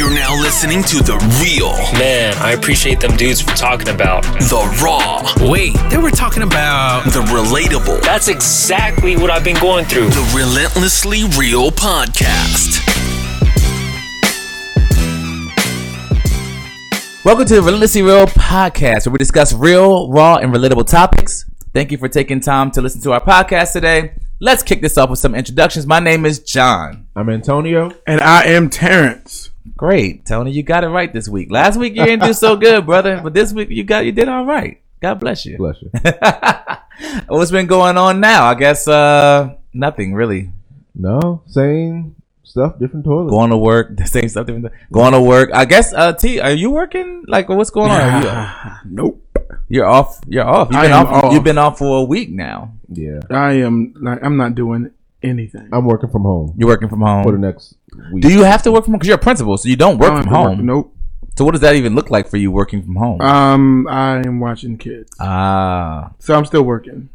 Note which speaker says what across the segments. Speaker 1: listening to The Real,
Speaker 2: Man, I appreciate them dudes for talking about.
Speaker 1: The Raw,
Speaker 3: Wait, they were talking about.
Speaker 1: The Relatable,
Speaker 2: That's exactly what I've been going through.
Speaker 1: The Relentlessly Real Podcast.
Speaker 4: Welcome to the Relentlessly Real podcast, where we discuss real, raw, and relatable topics. Thank you for taking time to listen to our podcast today. Let's kick this off with some introductions. My name is John.
Speaker 5: I'm Antonio.
Speaker 6: And I am Terrence.
Speaker 4: Great, Tony, you got it right this week. Last week you didn't do so good, brother, but this week you got you did all right. God bless you.
Speaker 5: Bless you.
Speaker 4: What's been going on now? I guess uh nothing really.
Speaker 5: No, same stuff, different toilet.
Speaker 4: Going to work, the same stuff. different- Going to work. I guess. Uh, T, are you working? Like, what's going on? Are you-
Speaker 6: Nope.
Speaker 4: You're off. You're off. You've
Speaker 6: I
Speaker 4: been
Speaker 6: am
Speaker 4: off,
Speaker 6: off.
Speaker 4: You've been off for a week now.
Speaker 5: Yeah,
Speaker 6: I am like I'm not doing anything.
Speaker 5: I'm working from home
Speaker 4: You're working from home.
Speaker 5: for the next week.
Speaker 4: Do you have to work from home? Because you're a principal, so you don't work
Speaker 6: I don't
Speaker 4: from
Speaker 6: have to
Speaker 4: home.
Speaker 6: Nope.
Speaker 4: So what does that even look like for you working from home?
Speaker 6: Um, I am watching kids,
Speaker 4: Ah.
Speaker 6: so I'm still working.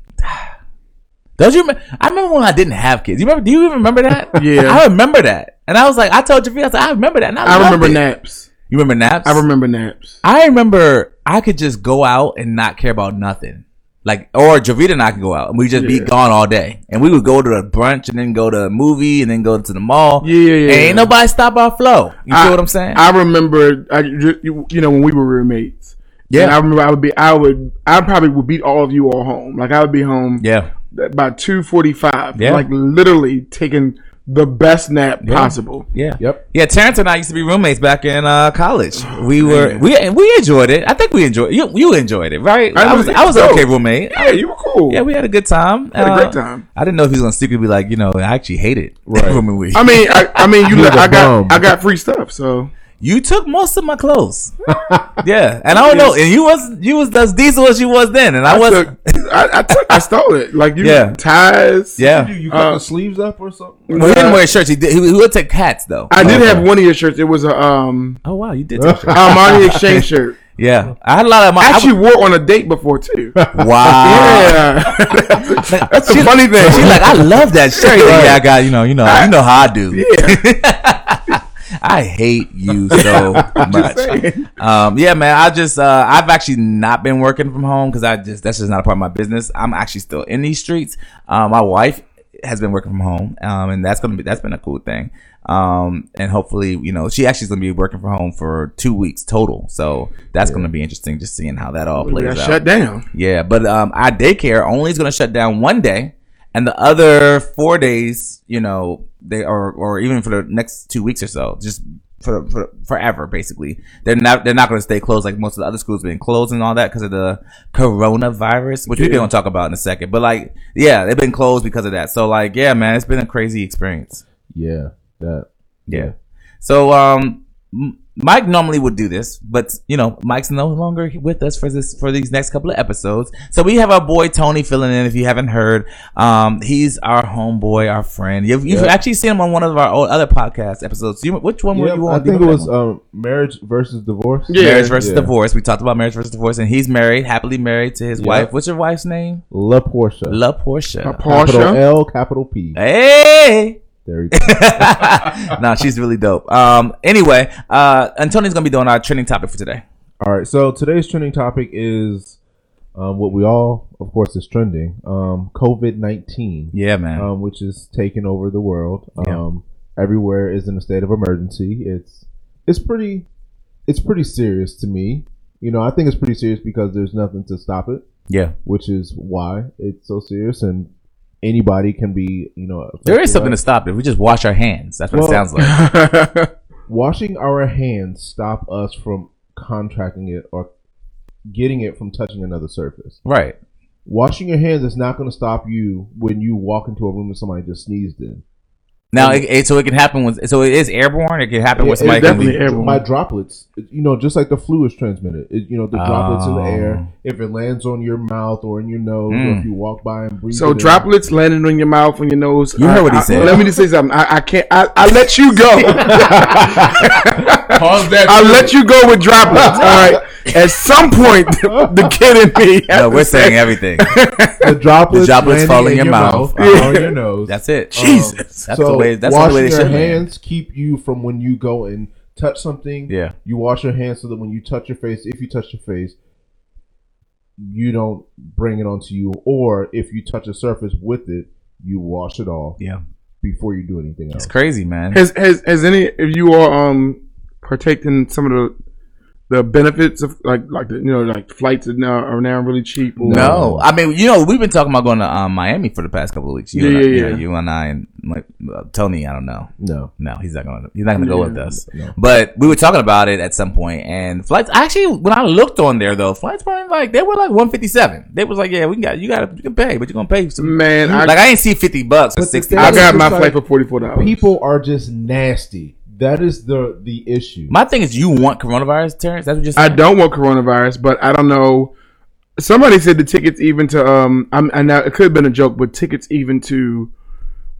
Speaker 4: Don't you? rem- I remember when I didn't have kids. You remember? Do you even remember that?
Speaker 6: Yeah.
Speaker 4: I remember that. And I was like, I told Javier, I, said, I remember that. And I,
Speaker 6: I
Speaker 4: loved
Speaker 6: remember
Speaker 4: it.
Speaker 6: naps.
Speaker 4: You remember naps?
Speaker 6: I remember naps.
Speaker 4: I remember I could just go out and not care about nothing. Like, or Javita and I could go out and we just be
Speaker 6: Yeah.
Speaker 4: gone all day. And we would go to the brunch and then go to a movie and then go to the mall.
Speaker 6: Yeah, yeah, yeah.
Speaker 4: And ain't nobody stop our flow. You
Speaker 6: I-
Speaker 4: feel what I'm saying?
Speaker 6: I remember, I ju- you, you know, when we were roommates.
Speaker 4: Yeah.
Speaker 6: And I remember I would be, I would, I probably would beat all of you all home. Like I would be home
Speaker 4: yeah.
Speaker 6: by two forty five.
Speaker 4: Yeah.
Speaker 6: Like literally taking the best nap possible.
Speaker 4: Yeah.
Speaker 5: Yep.
Speaker 4: Yeah, Terrence and I used to be roommates back in uh, college. We were we and we enjoyed it. I think we enjoyed you. You enjoyed it, right? I,
Speaker 6: I
Speaker 4: was
Speaker 6: was-
Speaker 4: I was an
Speaker 6: yo.
Speaker 4: okay roommate.
Speaker 6: Yeah, uh, you were cool.
Speaker 4: Yeah, we had a good time. Uh,
Speaker 6: Had a great time.
Speaker 4: I didn't know if he was gonna secretly be like, you know, I actually hated
Speaker 5: Right.
Speaker 4: rooming with you.
Speaker 6: I mean, I, I mean, you.
Speaker 5: You
Speaker 6: let-
Speaker 5: was a
Speaker 6: I
Speaker 5: bum.
Speaker 6: got, I got free stuff. So
Speaker 4: You took most of my clothes. yeah, and I don't know. And you was you was as diesel as you was then, and I,
Speaker 6: I
Speaker 4: was.
Speaker 6: took, I, I took, I stole it. Like you,
Speaker 4: Yeah.
Speaker 6: ties.
Speaker 4: yeah,
Speaker 5: You, you cut
Speaker 6: Uh,
Speaker 5: the sleeves up or something?
Speaker 4: well, he didn't wear shirts. He did. He, would- he would take hats though.
Speaker 6: I did have one of your shirts. It was a um
Speaker 4: oh wow, you did. Take shirts.
Speaker 6: Armani exchange shirt.
Speaker 4: yeah, I had a lot of my.
Speaker 6: I
Speaker 4: I
Speaker 6: actually
Speaker 4: would-
Speaker 6: wore on a date before too.
Speaker 4: wow.
Speaker 6: yeah, that's the
Speaker 4: She-
Speaker 6: funny thing.
Speaker 4: She's like, I love that shirt. Yeah, I got you know, you know, you know how I do. I hate you so much. Um, yeah, man. I just uh, I've actually not been working from home because I just that's just not a part of my business. I'm actually still in these streets. Um, my wife has been working from home, um, and that's gonna be that's been a cool thing. Um, and hopefully, you know, she actually's gonna be working from home for two weeks total. So that's gonna be interesting, just seeing how that all plays
Speaker 6: I
Speaker 4: out.
Speaker 6: shut down.
Speaker 4: Yeah, but um, our daycare only is going to shut down one day, and the other four days, you know, they are, or even for the next two weeks or so, just for, for forever, basically. They're not they're not going to stay closed like most of the other schools been closed and all that because of the coronavirus, which we're going to talk about in a second. But like, yeah, they've been closed because of that. So like, yeah, man, it's been a crazy experience.
Speaker 5: Yeah, that.
Speaker 4: Yeah. So um, M- Mike normally would do this, but you know, Mike's no longer with us for this for these next couple of episodes. So we have our boy Tony filling in. If you haven't heard, um, he's our homeboy, our friend. You've, you've
Speaker 5: Yeah.
Speaker 4: actually seen him on one of our old, other podcast episodes. You, which one were
Speaker 5: Yeah,
Speaker 4: you
Speaker 5: I
Speaker 4: on? Do you
Speaker 5: think it
Speaker 4: remember
Speaker 5: was
Speaker 4: that one?
Speaker 5: um, marriage versus divorce.
Speaker 6: Yeah.
Speaker 4: marriage versus
Speaker 5: yeah.
Speaker 4: divorce. We talked about marriage versus divorce, and he's married, happily married to his
Speaker 5: Yeah.
Speaker 4: wife. What's your wife's name?
Speaker 5: La Portia.
Speaker 4: La Portia.
Speaker 6: A
Speaker 5: capital
Speaker 6: Porsche.
Speaker 5: L, capital P.
Speaker 4: hey.
Speaker 5: There you go.
Speaker 4: no, she's really dope. Um. Anyway, uh, Antonio's gonna be doing our trending topic for today.
Speaker 5: All right. So today's trending topic is um, what we all, of course, is trending. Um, COVID nineteen.
Speaker 4: Yeah, man.
Speaker 5: um, which is taking over the world.
Speaker 4: Yeah.
Speaker 5: Um, Everywhere is in a state of emergency. It's it's pretty it's pretty serious to me. You know, I think it's pretty serious because there's nothing to stop it,
Speaker 4: yeah.
Speaker 5: which is why it's so serious and anybody can be you know.
Speaker 4: There is
Speaker 5: affected
Speaker 4: something
Speaker 5: by
Speaker 4: to stop it. We just wash our hands. That's what
Speaker 5: Well-
Speaker 4: it sounds like.
Speaker 5: it. washing our hands stop us from contracting it or getting it from touching another surface.
Speaker 4: right.
Speaker 5: Washing your hands is not going to stop you when you walk into a room and somebody just sneezed in.
Speaker 4: Now, it, it- so it can happen when, so it is airborne. It can happen
Speaker 5: Yeah,
Speaker 4: when
Speaker 5: it's
Speaker 4: somebody can
Speaker 6: definitely
Speaker 4: be-
Speaker 6: air- airborne.
Speaker 5: My droplets, you know, just like the flu is transmitted. It, you know, the droplets in the
Speaker 4: Oh.
Speaker 5: air. If it lands on your mouth or in your nose, or
Speaker 4: Mm.
Speaker 5: if you walk by and breathe. it
Speaker 6: So
Speaker 5: in.
Speaker 6: droplets landing on your mouth, on your nose.
Speaker 4: You
Speaker 6: I-
Speaker 4: heard what he
Speaker 6: I-
Speaker 4: said.
Speaker 6: Let me just say something. I, I can't. I, I let you go.
Speaker 5: Pause that.
Speaker 6: I let you go with droplets. All right. At some point, the kid in me.
Speaker 4: No, we're saying everything.
Speaker 5: the droplets,
Speaker 4: The droplets
Speaker 5: landing
Speaker 4: fall in your mouth.
Speaker 5: are on your nose.
Speaker 4: That's it.
Speaker 5: Um,
Speaker 4: Jesus. That's the way- that's the way they
Speaker 5: washing your
Speaker 4: should be.
Speaker 5: hands keep you from when you go and touch something,
Speaker 4: Yeah.
Speaker 5: you wash your hands so that when you touch your face, if you touch your face, you don't bring it onto you, or if you touch a surface with it, you wash it off
Speaker 4: Yeah.
Speaker 5: before you do anything else.
Speaker 4: It's crazy, man.
Speaker 6: Has has has any of you all um partaked in some of the the benefits of like like the, you know like flights are now are now really cheap? Or,
Speaker 4: No, I mean, you know, we've been talking about going to um, Miami for the past couple of weeks. You,
Speaker 6: Yeah,
Speaker 4: and I,
Speaker 6: yeah,
Speaker 4: you, know,
Speaker 6: yeah.
Speaker 4: you and I and like uh, Tony. I don't know.
Speaker 5: No,
Speaker 4: No, he's not going. to He's not going to go
Speaker 6: Yeah.
Speaker 4: with us. But we were talking about it at some point, and flights. Actually, when I looked on there though, flights weren't like they were like one fifty seven. They was like, yeah, we got you got to you can pay, but you're gonna pay some.
Speaker 6: man, I,
Speaker 4: like I ain't see fifty bucks or
Speaker 5: But the
Speaker 4: sixty.
Speaker 5: thing
Speaker 6: I
Speaker 4: bucks.
Speaker 6: got my
Speaker 5: It's
Speaker 6: flight
Speaker 5: like-
Speaker 6: for forty four dollars.
Speaker 5: people are just nasty. That is the the issue.
Speaker 4: My thing is, you want coronavirus, Terrence? That's what you're
Speaker 6: I
Speaker 4: saying.
Speaker 6: don't want coronavirus, but I don't know. Somebody said the tickets even to um I'm I know it could have been a joke, but tickets even to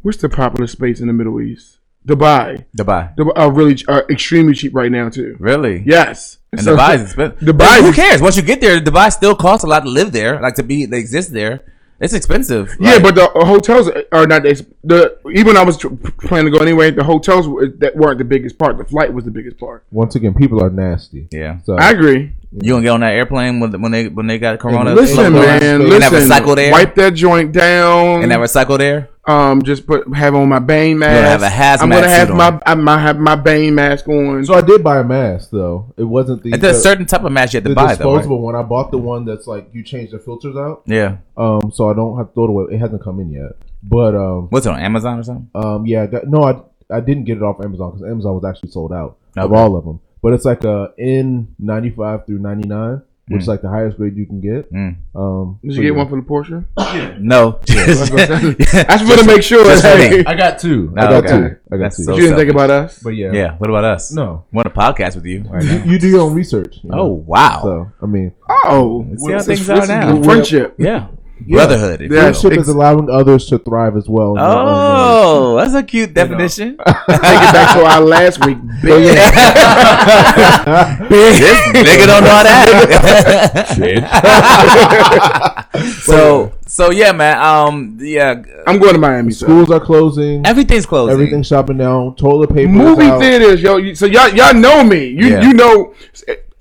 Speaker 6: what's the popular space in the Middle East? Dubai.
Speaker 4: Dubai,
Speaker 6: Dubai are really are extremely cheap right now too.
Speaker 4: really?
Speaker 6: Yes.
Speaker 4: And
Speaker 6: So-
Speaker 4: Dubai's expensive.
Speaker 6: Dubai
Speaker 4: who
Speaker 6: is-
Speaker 4: cares? Once you get there, Dubai still costs a lot to live there, like to be, they exist there. It's expensive.
Speaker 6: Yeah,
Speaker 4: Like,
Speaker 6: but the uh, hotels are not the, the even I was tr- planning to go anyway. The hotels were, that weren't the biggest part. The flight was the biggest part.
Speaker 5: Once again, people are nasty.
Speaker 4: yeah.
Speaker 5: So
Speaker 6: I agree.
Speaker 4: You gonna get on that airplane when when they when they got corona?
Speaker 6: Listen,
Speaker 4: Corona?
Speaker 6: man.
Speaker 4: You gonna
Speaker 6: Listen,
Speaker 4: have a cycle there.
Speaker 6: wipe that joint down.
Speaker 4: and have a cycle there.
Speaker 6: um, just put have on my Bane
Speaker 4: have
Speaker 6: mask.
Speaker 4: a hazmat
Speaker 6: I'm gonna have
Speaker 4: suit on.
Speaker 6: my I might have my Bane mask on.
Speaker 5: so I did buy a mask though. It wasn't the
Speaker 4: It's a certain type of mask you have to
Speaker 5: the
Speaker 4: buy, though.
Speaker 5: disposable
Speaker 4: right?
Speaker 5: one. I bought the one that's like you change the filters out.
Speaker 4: Yeah.
Speaker 5: Um, so I don't have to throw it away. It hasn't come in yet. But um,
Speaker 4: What's it on Amazon or something?
Speaker 5: um, yeah, I got, no, I I didn't get it off Amazon because Amazon was actually sold out of
Speaker 4: Okay.
Speaker 5: all of them. But it's like a N ninety five through ninety nine, which is like the highest grade you can get.
Speaker 4: Mm.
Speaker 5: Um,
Speaker 6: Did
Speaker 5: so
Speaker 6: you get
Speaker 5: yeah.
Speaker 6: one for the Porsche?
Speaker 4: No.
Speaker 6: I just want to make sure.
Speaker 4: just for
Speaker 6: hey,
Speaker 4: me.
Speaker 5: I got two.
Speaker 4: Oh,
Speaker 5: I got
Speaker 4: okay.
Speaker 5: two. I got
Speaker 4: That's
Speaker 5: two.
Speaker 4: so-
Speaker 6: you didn't think about us.
Speaker 5: but yeah,
Speaker 4: Yeah. What about us?
Speaker 5: no,
Speaker 4: We're on a podcast with you.
Speaker 5: you, you do your own research. you
Speaker 4: Oh
Speaker 5: know?
Speaker 4: wow.
Speaker 5: so I mean,
Speaker 6: oh,
Speaker 4: See how
Speaker 6: this-
Speaker 4: things
Speaker 6: this
Speaker 4: are
Speaker 6: is
Speaker 4: now.
Speaker 6: good Friendship.
Speaker 4: Yeah. Brotherhood. if you
Speaker 6: Yeah.
Speaker 4: will.
Speaker 5: friendship
Speaker 6: ex-
Speaker 5: is allowing others to thrive as well. in their own ways.
Speaker 4: Oh, that's a cute definition.
Speaker 6: Take it back to our last week.
Speaker 4: Oh,
Speaker 6: Big
Speaker 4: this nigga don't know how to act. so so yeah, man. Um, yeah.
Speaker 6: I'm going to Miami. so.
Speaker 5: schools are closing.
Speaker 4: Everything's closing.
Speaker 5: Everything's shopping down. Toilet paper. is
Speaker 6: Movie
Speaker 5: out.
Speaker 6: theaters, yo. You, so y'all, y'all know me. You,
Speaker 4: Yeah.
Speaker 6: you know.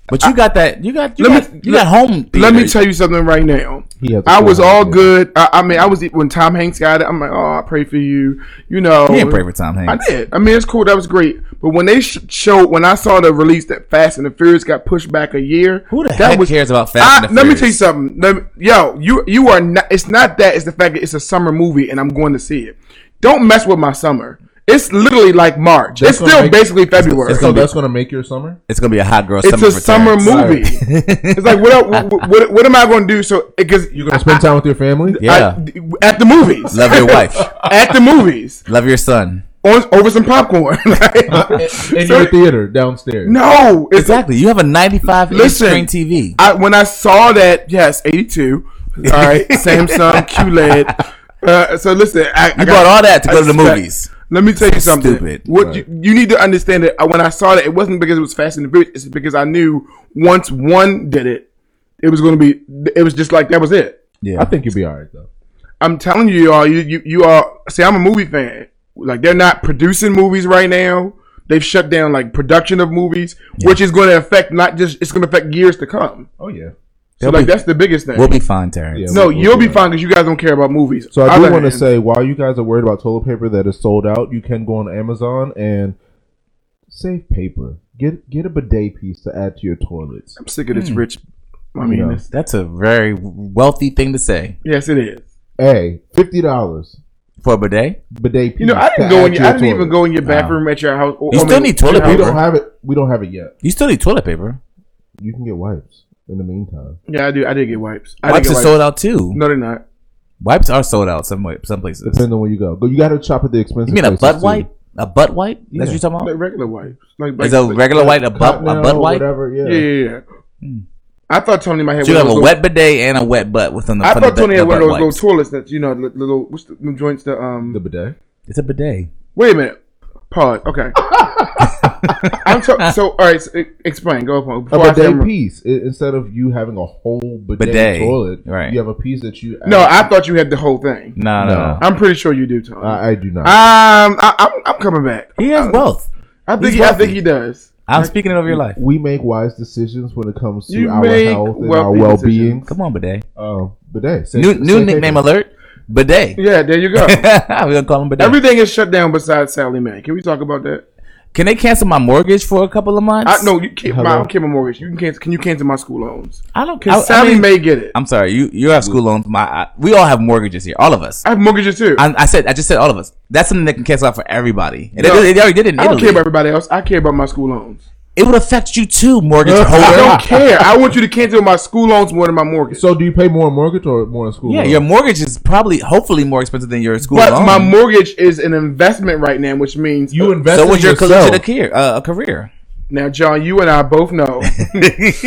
Speaker 4: But you got that. You got. You
Speaker 6: Let
Speaker 4: got,
Speaker 6: me-
Speaker 4: you got home.
Speaker 6: Let me
Speaker 4: theaters.
Speaker 6: tell you something right now.
Speaker 5: He has a
Speaker 6: I was
Speaker 5: full
Speaker 6: all
Speaker 5: house, yeah.
Speaker 6: good. I, I mean, I was when Tom Hanks got it. I'm like, oh, I pray for you. You know,
Speaker 4: You didn't pray for Tom Hanks.
Speaker 6: I did. I mean, it's cool. That was great. But when they sh- showed, when I saw the release that Fast and the Furious got pushed back a year,
Speaker 4: Who the
Speaker 6: that
Speaker 4: heck cares about Fast
Speaker 6: I-
Speaker 4: and the
Speaker 6: Let me
Speaker 4: Furious?
Speaker 6: tell you something. Let me- yo, you you are not. It's not that. It's the fact that it's a summer movie and I'm going to see it. Don't mess with my summer. It's literally like March.
Speaker 5: That's
Speaker 6: it's
Speaker 5: gonna
Speaker 6: still
Speaker 5: make-
Speaker 6: basically February.
Speaker 5: So that's gonna make your summer.
Speaker 4: It's gonna be a hot girl.
Speaker 6: It's
Speaker 4: summer
Speaker 6: a
Speaker 4: for
Speaker 6: summer
Speaker 4: Terrence.
Speaker 6: movie. it's like what, what what what am I going to do? So because
Speaker 5: You're gonna spend time with your family.
Speaker 4: Yeah.
Speaker 6: at the movies,
Speaker 4: Love your wife.
Speaker 6: at the movies,
Speaker 4: Love your son.
Speaker 6: on, over some popcorn. Like,
Speaker 5: in
Speaker 6: so-
Speaker 5: your theater downstairs.
Speaker 6: no, it's
Speaker 4: Exactly. You have a 95 inch
Speaker 6: Listen.
Speaker 4: screen TV.
Speaker 6: I, when I saw that, yes, eighty two. All right, Samsung QLED. Uh, so listen, I, I
Speaker 4: You bought all that to go to the
Speaker 6: respect-
Speaker 4: movies.
Speaker 6: Let me tell you something.
Speaker 4: Stupid.
Speaker 6: What
Speaker 4: Right.
Speaker 6: you, you need to understand that uh, when I saw that, it wasn't because it was Fast and the Furious. It's because I knew once one did it, it was going to be. It was just like that was it.
Speaker 4: Yeah.
Speaker 5: I think you'll be all right though.
Speaker 6: I'm telling you, y'all, you, you, you are. See, I'm a movie fan. Like, they're not producing movies right now. They've shut down, like, production of movies, which is going to affect not just, it's going to affect years to come.
Speaker 5: Oh yeah.
Speaker 6: So, like, that's the biggest thing.
Speaker 4: we'll be fine, Terrence.
Speaker 5: Yeah.
Speaker 6: no,
Speaker 5: we'll- we'll
Speaker 6: you'll
Speaker 5: be
Speaker 6: be fine because you guys don't care about movies.
Speaker 5: So I
Speaker 6: Other
Speaker 5: do want to
Speaker 6: hand,
Speaker 5: say, while you guys are worried about toilet paper that is sold out, you can go on Amazon and save paper. Get get a bidet piece to add to your toilets.
Speaker 6: I'm sick of
Speaker 4: Hmm.
Speaker 6: this rich. I mean,
Speaker 5: No.
Speaker 6: it's-
Speaker 4: That's a very wealthy thing to say
Speaker 6: yes, it is.
Speaker 5: Hey, fifty dollars
Speaker 4: for a bidet.
Speaker 5: bidet piece.
Speaker 6: You know,
Speaker 4: Hmm.
Speaker 6: I
Speaker 5: to
Speaker 6: didn't go
Speaker 5: add
Speaker 6: in.
Speaker 5: to
Speaker 6: Your, I
Speaker 5: your
Speaker 6: didn't even
Speaker 5: toilet.
Speaker 6: go in your bathroom at your house.
Speaker 4: You
Speaker 6: I
Speaker 4: still
Speaker 6: mean,
Speaker 4: need toilet
Speaker 6: your
Speaker 5: We
Speaker 4: paper.
Speaker 6: house.
Speaker 5: don't have it. We don't have it yet.
Speaker 4: You still need toilet paper.
Speaker 5: You can get wipes in the meantime.
Speaker 6: Yeah, I do. I did get wipes. I did
Speaker 4: Wipes
Speaker 6: get
Speaker 4: are sold out too.
Speaker 6: No, they're not.
Speaker 4: Wipes are sold out some way, some places.
Speaker 5: Depending on where you go, but you got to chop at the expensive.
Speaker 4: You mean a
Speaker 5: places,
Speaker 4: butt
Speaker 5: too.
Speaker 4: wipe? A butt wipe? That's what
Speaker 5: Yeah.
Speaker 4: you're talking
Speaker 6: Like
Speaker 4: about?
Speaker 6: regular wipes. Like, like
Speaker 4: Is a regular wipe a butt
Speaker 5: Cotton
Speaker 4: a
Speaker 5: L,
Speaker 4: butt wipe? So
Speaker 5: Whatever. Yeah.
Speaker 6: Yeah, yeah, yeah. I thought Tony might have.
Speaker 4: you
Speaker 6: one
Speaker 4: Hmm. have
Speaker 6: of
Speaker 4: a
Speaker 6: those
Speaker 4: wet bidet and a wet butt within the.
Speaker 6: I
Speaker 4: from the
Speaker 6: thought Tony
Speaker 4: bu-
Speaker 6: had
Speaker 4: the
Speaker 6: one of
Speaker 4: butt
Speaker 6: those little
Speaker 4: wipes.
Speaker 6: toilets that you know, li- little what's the them joints that um.
Speaker 5: The bidet.
Speaker 4: It's a bidet.
Speaker 6: wait a minute. Pause. Okay. I'm ta- so all right. So, e- explain. Go on.
Speaker 5: a
Speaker 6: Before I
Speaker 5: bidet
Speaker 6: say-
Speaker 5: piece. I- instead of you having a whole bidet,
Speaker 4: Bidet,
Speaker 5: toilet,
Speaker 4: right.
Speaker 5: you have a piece that you.
Speaker 6: No, I thought you had the whole thing.
Speaker 4: No, no.
Speaker 5: No.
Speaker 4: no.
Speaker 6: I'm pretty sure you do, Tony.
Speaker 5: I, I do not.
Speaker 6: um, I, I'm, I'm coming back.
Speaker 4: He has wealth.
Speaker 6: I think
Speaker 4: he's
Speaker 6: he, I
Speaker 4: wealthy.
Speaker 6: think he does.
Speaker 4: I'm speaking it over your life.
Speaker 5: We make wise decisions when it comes to
Speaker 6: You
Speaker 5: our
Speaker 6: make
Speaker 5: health and our
Speaker 6: wealthy
Speaker 5: well
Speaker 6: decisions.
Speaker 5: being.
Speaker 4: Come on, bidet.
Speaker 5: Uh, bidet. Say-
Speaker 4: New
Speaker 5: say
Speaker 4: new
Speaker 5: thank
Speaker 4: nickname
Speaker 5: you.
Speaker 4: alert. Bidet. we
Speaker 6: Yeah, there you go.
Speaker 4: gonna call him bidet.
Speaker 6: Everything is shut down besides Sally Mae. Can we talk about that?
Speaker 4: Can they cancel my mortgage for a couple of months?
Speaker 6: I no, you can't. My, I
Speaker 5: Hello?
Speaker 6: don't care my mortgage. You can cancel. Can you cancel my school loans?
Speaker 4: I don't.
Speaker 6: Because Sally
Speaker 4: mean,
Speaker 6: Mae get it. i
Speaker 4: I'm sorry. You you have school loans. My I, we all have mortgages here. All of us.
Speaker 6: have mortgages too. I,
Speaker 4: I, I said I just said all of us. That's something that can cancel out for everybody. And
Speaker 6: No.
Speaker 4: they, they already did it in
Speaker 6: don't
Speaker 4: Italy.
Speaker 6: care about everybody else. I care about my school loans.
Speaker 4: it would affect you too, mortgage
Speaker 6: Oh, I
Speaker 4: holder.
Speaker 6: don't care. I want you to cancel my school loans more than my mortgage.
Speaker 5: So, do you pay more in mortgage or more in school?
Speaker 4: Yeah,
Speaker 5: loan?
Speaker 4: your mortgage is probably hopefully more expensive than your school
Speaker 6: but
Speaker 4: loan.
Speaker 6: my mortgage is an investment right now, which means uh,
Speaker 5: you invest.
Speaker 4: so
Speaker 5: in
Speaker 4: was your
Speaker 5: yourself.
Speaker 4: collegiate career? Uh, a career.
Speaker 6: now, John. You and I both know
Speaker 5: What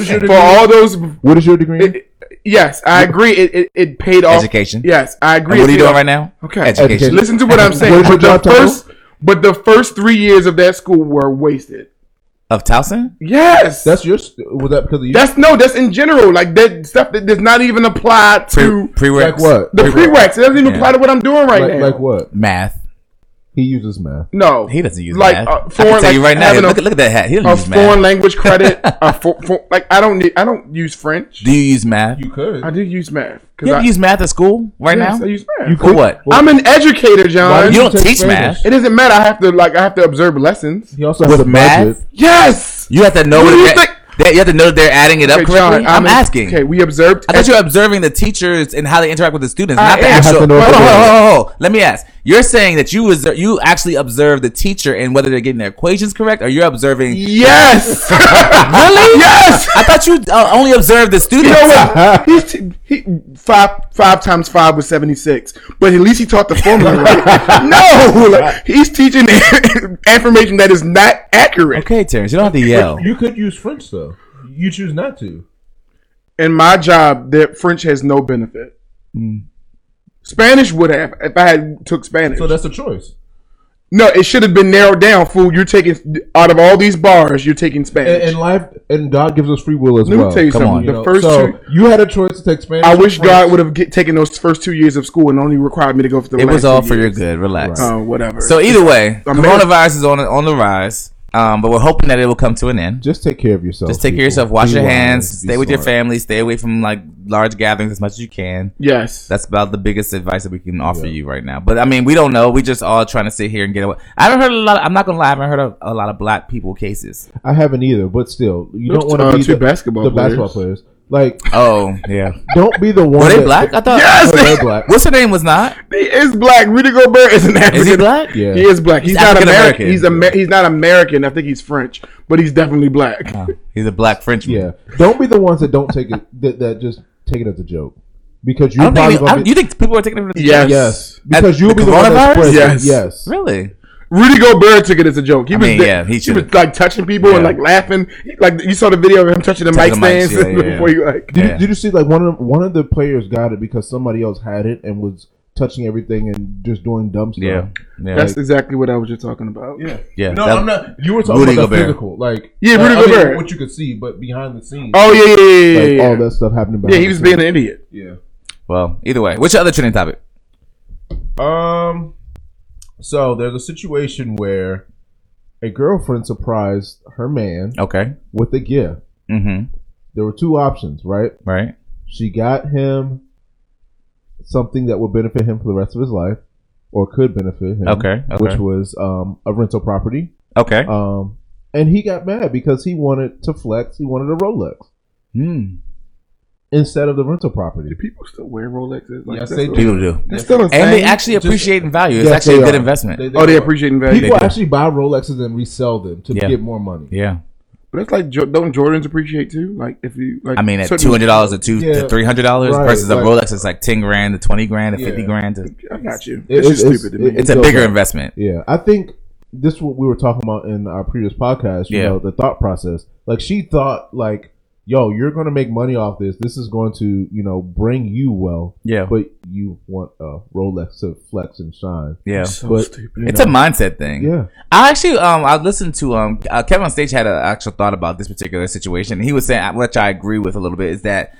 Speaker 5: is your
Speaker 6: for
Speaker 5: degree?
Speaker 6: all those.
Speaker 5: what is your degree?
Speaker 6: it- yes, I agree. It, it it paid off.
Speaker 4: Education.
Speaker 6: Yes, I
Speaker 4: And
Speaker 6: agree.
Speaker 4: what are
Speaker 6: It
Speaker 4: you
Speaker 6: paid
Speaker 4: doing
Speaker 6: off.
Speaker 4: right now?
Speaker 6: Okay.
Speaker 4: Education.
Speaker 5: Education.
Speaker 6: Listen to what I'm
Speaker 5: What
Speaker 6: saying.
Speaker 5: is your
Speaker 6: But the
Speaker 5: job title?
Speaker 6: first, but the first three years of that school were wasted.
Speaker 4: Of Towson?
Speaker 6: Yes,
Speaker 5: that's your. Was that because of you?
Speaker 6: That's no, that's in general. Like that stuff that does not even apply to
Speaker 4: Pre
Speaker 5: like what?
Speaker 6: the prereqs. It doesn't even apply to what I'm doing right
Speaker 5: like,
Speaker 6: now.
Speaker 5: like what?
Speaker 4: Math.
Speaker 5: He uses math.
Speaker 6: No,
Speaker 4: He doesn't use
Speaker 6: like
Speaker 4: math.
Speaker 6: uh,
Speaker 4: I
Speaker 6: foreign.
Speaker 4: can tell
Speaker 6: like,
Speaker 4: you right now.
Speaker 6: having
Speaker 4: Look,
Speaker 6: a,
Speaker 4: at- look at that hat. He doesn't
Speaker 6: a
Speaker 4: use
Speaker 6: foreign
Speaker 4: math.
Speaker 6: language credit. a for, for, like I don't need. I don't use French.
Speaker 4: Do you use math?
Speaker 5: You could.
Speaker 6: I do use math
Speaker 4: You
Speaker 6: I
Speaker 4: ever use math at school right
Speaker 6: yes,
Speaker 4: now?
Speaker 6: I use math.
Speaker 5: You
Speaker 4: For what?
Speaker 6: I'm an educator, John.
Speaker 4: you
Speaker 5: did
Speaker 4: don't
Speaker 5: take
Speaker 4: teach
Speaker 5: Spanish?
Speaker 4: math.
Speaker 6: it doesn't matter. I have to like I have to observe lessons.
Speaker 5: He also has
Speaker 4: With
Speaker 5: a
Speaker 4: math?
Speaker 5: budget.
Speaker 6: Yes.
Speaker 4: You have to know
Speaker 6: What
Speaker 4: what
Speaker 6: do you
Speaker 4: that,
Speaker 6: think-
Speaker 4: that- you have to know that they're adding it up
Speaker 6: Okay,
Speaker 4: correctly.
Speaker 6: John,
Speaker 4: I'm,
Speaker 6: an-
Speaker 4: asking.
Speaker 6: Okay, we observed.
Speaker 4: I thought you were observing the teachers and how they interact with the students,
Speaker 6: I
Speaker 4: not the
Speaker 6: am.
Speaker 4: actual.
Speaker 5: You have to know
Speaker 4: Hold
Speaker 5: what
Speaker 4: on,
Speaker 5: they're
Speaker 4: hold on,
Speaker 5: doing.
Speaker 4: hold on, hold on. Let me ask. You're saying that you observe, you actually observe the teacher and whether they're getting their equations correct, or you're observing.
Speaker 6: yes.
Speaker 4: Really?
Speaker 6: yes.
Speaker 4: I thought you uh, only observed the students.
Speaker 6: You know what? He's t- he, five five times five was seventy six, but at least he taught the formula. right. No, like, he's teaching information that is not accurate.
Speaker 4: Okay, Terrence, you don't have to yell.
Speaker 5: You could use French though. You choose not to.
Speaker 6: In my job, that French has no benefit.
Speaker 5: Mm.
Speaker 6: Spanish would have if I had took Spanish.
Speaker 5: So that's a choice.
Speaker 6: no, it should have been narrowed down. Fool, you're taking out of all these bars, you're taking
Speaker 5: And,
Speaker 6: Spanish.
Speaker 5: and life and God gives us free will as
Speaker 6: Let me
Speaker 5: well.
Speaker 6: tell you
Speaker 4: come
Speaker 6: something.
Speaker 4: on.
Speaker 6: The
Speaker 5: You know,
Speaker 6: first
Speaker 5: so
Speaker 6: two,
Speaker 5: you had a choice to take Spanish.
Speaker 6: I
Speaker 5: or
Speaker 6: wish
Speaker 5: French.
Speaker 6: God would have get, taken those first two years of school and only required me to go for the.
Speaker 4: It
Speaker 6: last
Speaker 4: was
Speaker 6: two
Speaker 4: all for your
Speaker 6: years.
Speaker 4: good. Relax.
Speaker 6: Oh, whatever.
Speaker 4: So either way,
Speaker 6: I'm
Speaker 4: coronavirus is on on the rise, um, but we're hoping that it will come to an end.
Speaker 5: just take care of yourself.
Speaker 4: Just take care of
Speaker 5: people.
Speaker 4: yourself. Wash
Speaker 5: Be
Speaker 4: your
Speaker 5: wise,
Speaker 4: hands.
Speaker 5: be
Speaker 4: Stay with your
Speaker 5: smart.
Speaker 4: family. Stay away from like large gatherings as much as you can.
Speaker 6: yes.
Speaker 4: That's about the biggest advice that we can offer you right now. But I mean, we don't know. We just all trying to sit here and get away. I haven't heard a lot. I'm not gonna lie. I haven't heard a, a lot of black people cases.
Speaker 5: I haven't either, but still, you
Speaker 6: Those
Speaker 5: don't want
Speaker 6: uh,
Speaker 5: to be
Speaker 6: two
Speaker 5: the,
Speaker 6: basketball
Speaker 5: the
Speaker 6: players.
Speaker 5: basketball players. Like,
Speaker 4: Oh yeah.
Speaker 5: don't be the one.
Speaker 4: Were they
Speaker 5: that-
Speaker 4: black? I thought.
Speaker 6: Yes!
Speaker 5: Oh, they're black.
Speaker 4: What's her name? Was not.
Speaker 6: He is black. Rudy Gobert is an African.
Speaker 4: Is he black?
Speaker 5: Yeah.
Speaker 6: He is black. He's,
Speaker 4: He's
Speaker 6: not
Speaker 4: African
Speaker 6: American.
Speaker 4: American.
Speaker 6: He's Amer- He's not American. I think he's French, but he's definitely black.
Speaker 4: He's a black Frenchman.
Speaker 5: Yeah, don't be the ones that don't take it. That, that just take it as a joke because
Speaker 4: I
Speaker 5: you're
Speaker 4: don't
Speaker 5: probably
Speaker 4: think. they- I
Speaker 5: gonna
Speaker 4: don't-
Speaker 5: be,
Speaker 4: you think people are taking it? for the-
Speaker 6: Yes.
Speaker 5: yes because
Speaker 4: At
Speaker 5: you'll
Speaker 4: the
Speaker 5: be the one that
Speaker 4: coronavirus?
Speaker 5: spreads it.
Speaker 6: Yes.
Speaker 5: yes.
Speaker 4: Really?
Speaker 6: Rudy Gobert took it as a joke. He was
Speaker 4: mean,
Speaker 6: there-
Speaker 4: yeah, he
Speaker 6: he was
Speaker 4: should've-
Speaker 6: like touching people and
Speaker 4: Yeah.
Speaker 6: like laughing. He- Like you saw the video of him touching the
Speaker 4: Touching
Speaker 6: mic
Speaker 4: the mics,
Speaker 6: stands
Speaker 4: yeah, yeah, yeah.
Speaker 6: before you like.
Speaker 5: Did,
Speaker 4: Yeah.
Speaker 5: you, did you see like one of one of the players got it because somebody else had it and was touching everything and just doing dumb stuff?
Speaker 4: Yeah. Yeah.
Speaker 6: That's exactly what I was just talking about.
Speaker 5: yeah.
Speaker 4: Yeah,
Speaker 5: No,
Speaker 4: that-
Speaker 5: I'm not. You were talking
Speaker 4: Rudy
Speaker 5: about the
Speaker 4: Gobert.
Speaker 5: physical, like
Speaker 6: Yeah,
Speaker 5: like,
Speaker 6: Rudy
Speaker 5: I mean,
Speaker 6: Gobert.
Speaker 5: what you could see, but behind the scenes,
Speaker 6: Oh yeah, yeah, yeah, yeah.
Speaker 5: like,
Speaker 6: yeah.
Speaker 5: all that stuff happening.
Speaker 6: yeah,
Speaker 5: Behind
Speaker 6: he was
Speaker 5: the
Speaker 6: being an idiot.
Speaker 5: scenes.
Speaker 4: Well, either way, what's your other trending topic?
Speaker 5: Yeah. Um. So there's a situation where a girlfriend surprised her man
Speaker 4: Okay.
Speaker 5: with a gift.
Speaker 4: Mm-hmm.
Speaker 5: There were two options, right?
Speaker 4: Right.
Speaker 5: She got him something that would benefit him for the rest of his life, or could benefit him.
Speaker 4: Okay, okay.
Speaker 5: Which was um, a rental property.
Speaker 4: Okay.
Speaker 5: Um, and he got mad because he wanted to flex. He wanted a Rolex
Speaker 4: Hmm.
Speaker 5: instead of the rental property.
Speaker 6: Do people still wear Rolexes? Like
Speaker 5: Yes,
Speaker 6: that's
Speaker 5: they do.
Speaker 6: a-
Speaker 4: People do.
Speaker 6: That's still insane.
Speaker 4: And they actually appreciate in value. It's
Speaker 5: Yes,
Speaker 4: actually a
Speaker 5: they
Speaker 4: good
Speaker 5: are.
Speaker 4: investment.
Speaker 6: oh, they
Speaker 5: are.
Speaker 6: appreciate value.
Speaker 5: People
Speaker 4: They do.
Speaker 5: actually buy Rolexes and resell them to
Speaker 4: Yeah.
Speaker 5: get more money.
Speaker 4: yeah.
Speaker 6: but it's like Jo- don't Jordans appreciate too? Like if you like,
Speaker 4: I mean, at
Speaker 6: certain-
Speaker 4: two hundred dollars or two
Speaker 5: Yeah.
Speaker 4: to three hundred dollars
Speaker 5: Right,
Speaker 4: versus a
Speaker 5: like-
Speaker 4: Rolex, it's like ten grand to twenty grand to fifty
Speaker 5: Yeah.
Speaker 4: grand. To,
Speaker 6: I got you.
Speaker 5: It-
Speaker 6: It's just
Speaker 5: it's-
Speaker 6: stupid to me.
Speaker 5: it-
Speaker 4: it's a
Speaker 5: goes
Speaker 4: bigger
Speaker 5: up.
Speaker 4: investment.
Speaker 5: Yeah, I think this what we were talking about in our previous podcast. You
Speaker 4: Yeah.
Speaker 5: know, the thought process. Like she thought, like, yo, you're gonna make money off this. This is going to, you know, bring you wealth.
Speaker 4: Yeah.
Speaker 5: but you want a Rolex to flex and shine.
Speaker 4: Yeah.
Speaker 6: so
Speaker 5: but-
Speaker 6: stupid.
Speaker 4: It's a mindset thing.
Speaker 5: Yeah.
Speaker 4: I actually, um, I listened to um, uh, Kevin on stage had an actual thought about uh, this particular situation. He was saying, which I agree with a little bit, is that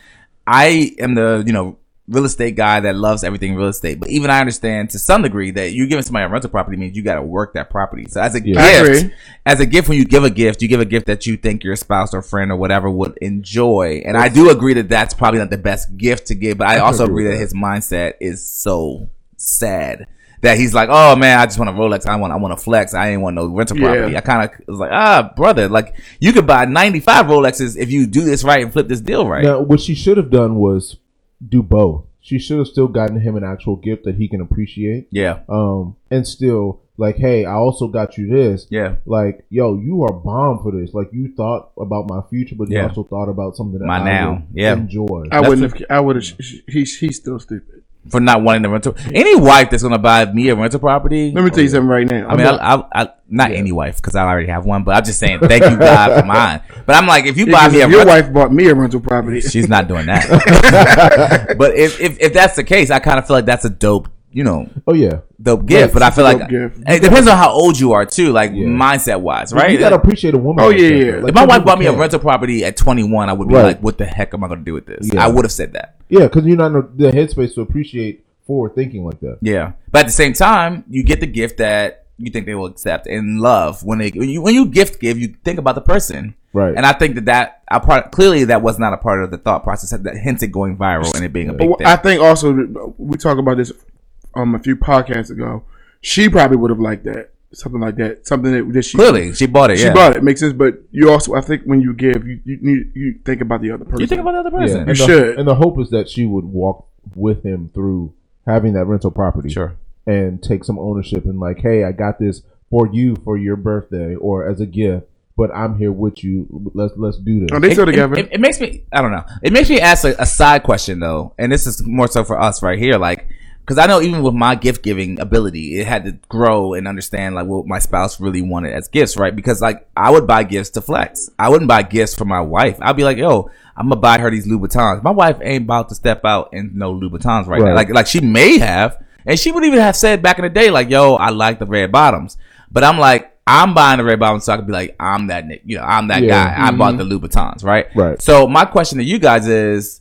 Speaker 4: I am the you know real estate guy that loves everything real estate. But even I understand to some degree that you giving somebody a rental property means you got to work that property. So as a
Speaker 5: Yeah.
Speaker 6: I
Speaker 4: gift,
Speaker 6: agree.
Speaker 4: as a gift, when you give a gift, you give a gift that you think your spouse or friend or whatever would enjoy. And I do agree that that's probably not the best gift to give, but I, also agree
Speaker 5: agree
Speaker 4: that,
Speaker 5: with
Speaker 4: his mindset is so sad. That he's like, oh man, I just want a Rolex. I want, I want to flex. I ain't want no rental
Speaker 6: Yeah.
Speaker 4: property. I kind of was like, ah, brother, like you could buy ninety five Rolexes if you do this right and flip this deal right.
Speaker 5: Now, what she should have done was do both. She should have still gotten him an actual gift that he can appreciate.
Speaker 4: Yeah,
Speaker 5: Um, and still like, hey, I also got you this.
Speaker 4: yeah.
Speaker 5: Like, yo, you are bomb for this. Like, you thought about my future, but
Speaker 4: Yeah.
Speaker 5: you also thought about something that
Speaker 4: My
Speaker 5: I
Speaker 4: now.
Speaker 5: would
Speaker 4: Yeah.
Speaker 5: enjoy.
Speaker 6: I
Speaker 4: That's
Speaker 6: wouldn't have. I would have. He's he's still stupid.
Speaker 4: for not wanting the rental. Any wife that's gonna buy me a rental property.
Speaker 6: Let me tell you something right now.
Speaker 4: Oh, I mean, I, I, I, not any wife because I already have one, but I'm just saying, thank you God for mine. But I'm like, if you buy me a
Speaker 6: your
Speaker 4: rental,
Speaker 6: wife bought me a rental property.
Speaker 4: she's not doing that. but if, if if that's the case, I kind of feel like that's a dope, you know,
Speaker 5: oh yeah,
Speaker 4: dope gift. but I feel
Speaker 6: dope
Speaker 4: like
Speaker 6: gift.
Speaker 4: it depends on how old you are too, like
Speaker 5: Yeah.
Speaker 4: mindset wise,
Speaker 5: But
Speaker 4: right?
Speaker 5: You gotta
Speaker 4: Like,
Speaker 5: appreciate a woman.
Speaker 6: Oh,
Speaker 5: like
Speaker 6: yeah,
Speaker 5: that,
Speaker 6: yeah.
Speaker 5: though.
Speaker 4: if
Speaker 5: Like,
Speaker 4: my
Speaker 5: some
Speaker 4: wife
Speaker 5: people
Speaker 4: bought me a
Speaker 5: can't.
Speaker 4: rental property at 21, I would be
Speaker 5: Right.
Speaker 4: like, what the heck am I gonna do with this?
Speaker 5: Yeah.
Speaker 4: I would have said that.
Speaker 5: yeah, because you're not in the headspace to appreciate forward thinking like that.
Speaker 4: Yeah, but at the same time, you get the gift that you think they will accept and love. When they when you, when you gift give, you think about the person,
Speaker 5: Right.
Speaker 4: And I think that that I part clearly that was not a part of the thought process. That hence it going viral and it being a big
Speaker 6: But
Speaker 4: thing.
Speaker 6: I think also that we talked about this um a few podcasts ago. She probably would have liked that something like that. Something that, that she
Speaker 4: clearly, she bought it.
Speaker 6: she
Speaker 4: yeah.
Speaker 6: bought it makes sense. But you also I think when you give you you need, you think about the other person.
Speaker 4: You think about the other
Speaker 5: Yeah,
Speaker 4: person.
Speaker 5: and the,
Speaker 6: should.
Speaker 5: And the hope is that she would walk with him through having that rental property.
Speaker 4: Sure.
Speaker 5: And take some ownership and like, hey, I got this for you for your birthday or as a gift, but I'm here with you. Let's let's do
Speaker 6: Are
Speaker 5: this.
Speaker 6: they still
Speaker 4: it,
Speaker 6: together?
Speaker 4: It, it makes me, I don't know. It makes me ask a, a side question though, and this is more so for us right here, like, because I know even with my gift giving ability, it had to grow and understand like what my spouse really wanted as gifts, right? Because like I would buy gifts to flex. I wouldn't buy gifts for my wife. I'd be like, yo, I'm gonna buy her these Louboutins. My wife ain't about to step out and no Louboutins right, now.
Speaker 5: Right.
Speaker 4: Like, like she may have, and she would even have said back in the day, like, yo, I like the red bottoms, but I'm like. I'm buying the red bottoms so I could be like, I'm that, ni- you know, I'm that
Speaker 5: Yeah.
Speaker 4: guy. I
Speaker 6: Mm-hmm.
Speaker 4: bought the Louboutins, right?
Speaker 5: Right.
Speaker 4: So my question to you guys is: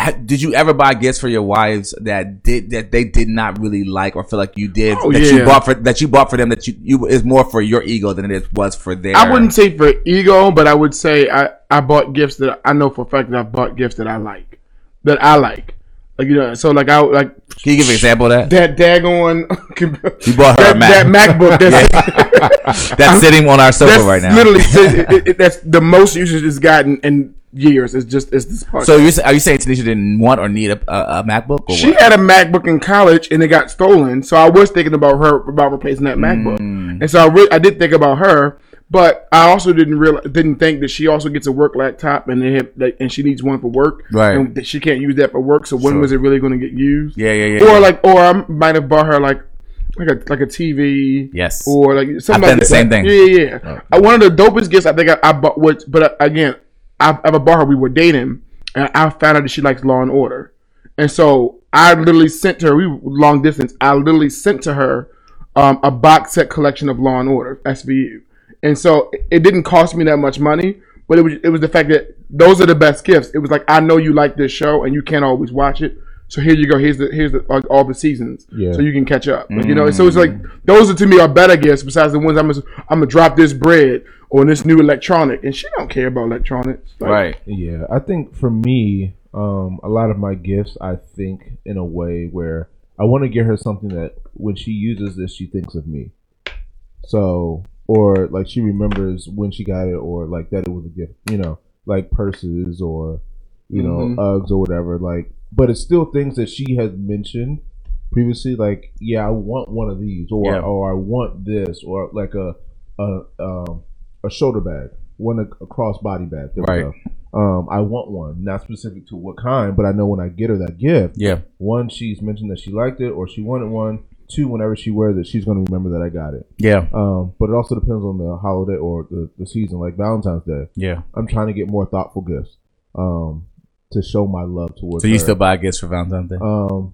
Speaker 4: ha- Did you ever buy gifts for your wives that did that they did not really like or feel like you did
Speaker 6: Oh,
Speaker 4: that you
Speaker 6: yeah.
Speaker 4: bought for that you bought for them that you, you is more for your ego than it is was for their?
Speaker 6: I wouldn't say for ego, but I would say I, I bought gifts that I know for a fact that I bought gifts that I like, that I like, like you know. So like I like
Speaker 4: Can you give an example of that?
Speaker 6: that daggone.
Speaker 4: You bought her a
Speaker 6: that, that MacBook. That's,
Speaker 4: That's sitting on our sofa
Speaker 6: that's
Speaker 4: right now.
Speaker 6: literally it, it, it, that's the most usage it's gotten in years. It's just it's this part.
Speaker 4: So you're, sa- are you saying Tanisha didn't want or need a, a, a MacBook? Or
Speaker 6: she
Speaker 4: what?
Speaker 6: had a MacBook in college and it got stolen. So I was thinking about her about replacing that MacBook,
Speaker 4: Mm.
Speaker 6: and so I re- I did think about her. But I also didn't real didn't think that she also gets a work laptop and they have, like, and she needs one for work.
Speaker 4: Right.
Speaker 6: And that she can't use that for work. So when was it really going to get used?
Speaker 4: Yeah, yeah, yeah,
Speaker 6: Or
Speaker 4: yeah.
Speaker 6: like, or I might have bought her like like a like a TV.
Speaker 4: Yes.
Speaker 6: Or like something
Speaker 4: I've
Speaker 6: like
Speaker 4: done the
Speaker 6: that.
Speaker 4: same thing.
Speaker 6: Yeah, yeah. yeah. Uh, one of the dopest gifts I think I, I bought was, but uh, again, I, I bought her. We were dating, and I found out that she likes Law and Order, and so I literally sent to her. We were long distance. I literally sent to her um, a box set collection of Law and Order SVU, and so it- it didn't cost me that much money. But it was it was the fact that those are the best gifts. It was like I know you like this show and you can't always watch it, so here you go. Here's the here's the, all, all the seasons,
Speaker 5: Yeah.
Speaker 6: so you can catch up. Like, You know, so it's like those are to me are better gifts besides the ones I'm gonna, I'm gonna drop this bread on this new electronic, and she don't care about electronics. Like,
Speaker 4: right.
Speaker 5: Yeah, I think for me, um, a lot of my gifts, I think in a way where I want to get her something that when she uses this, she thinks of me. So, or like she remembers when she got it, or like that it was a gift, you know, like purses or, you
Speaker 4: Mm-hmm.
Speaker 6: Mhm.
Speaker 5: know, Uggs or whatever. Like, but it's still things that she has mentioned previously. Like, yeah, I want one of these, or
Speaker 4: Yeah.
Speaker 5: or I want this, or like a a um, a shoulder bag, one a, a cross body bag. There we
Speaker 4: Right.
Speaker 5: go. Um, I want one, not specific to what kind, but I know when I get her that gift,
Speaker 4: Yeah.
Speaker 5: one, she's mentioned that she liked it or she wanted one. Two, whenever she wears it, she's going to remember that I got it.
Speaker 4: Yeah.
Speaker 5: Um, but it also depends on the holiday or the, the season, like Valentine's Day.
Speaker 4: Yeah.
Speaker 5: I'm trying to get more thoughtful gifts um, to show my love towards
Speaker 4: So you
Speaker 5: her.
Speaker 4: still buy gifts for Valentine's Day?
Speaker 5: Um,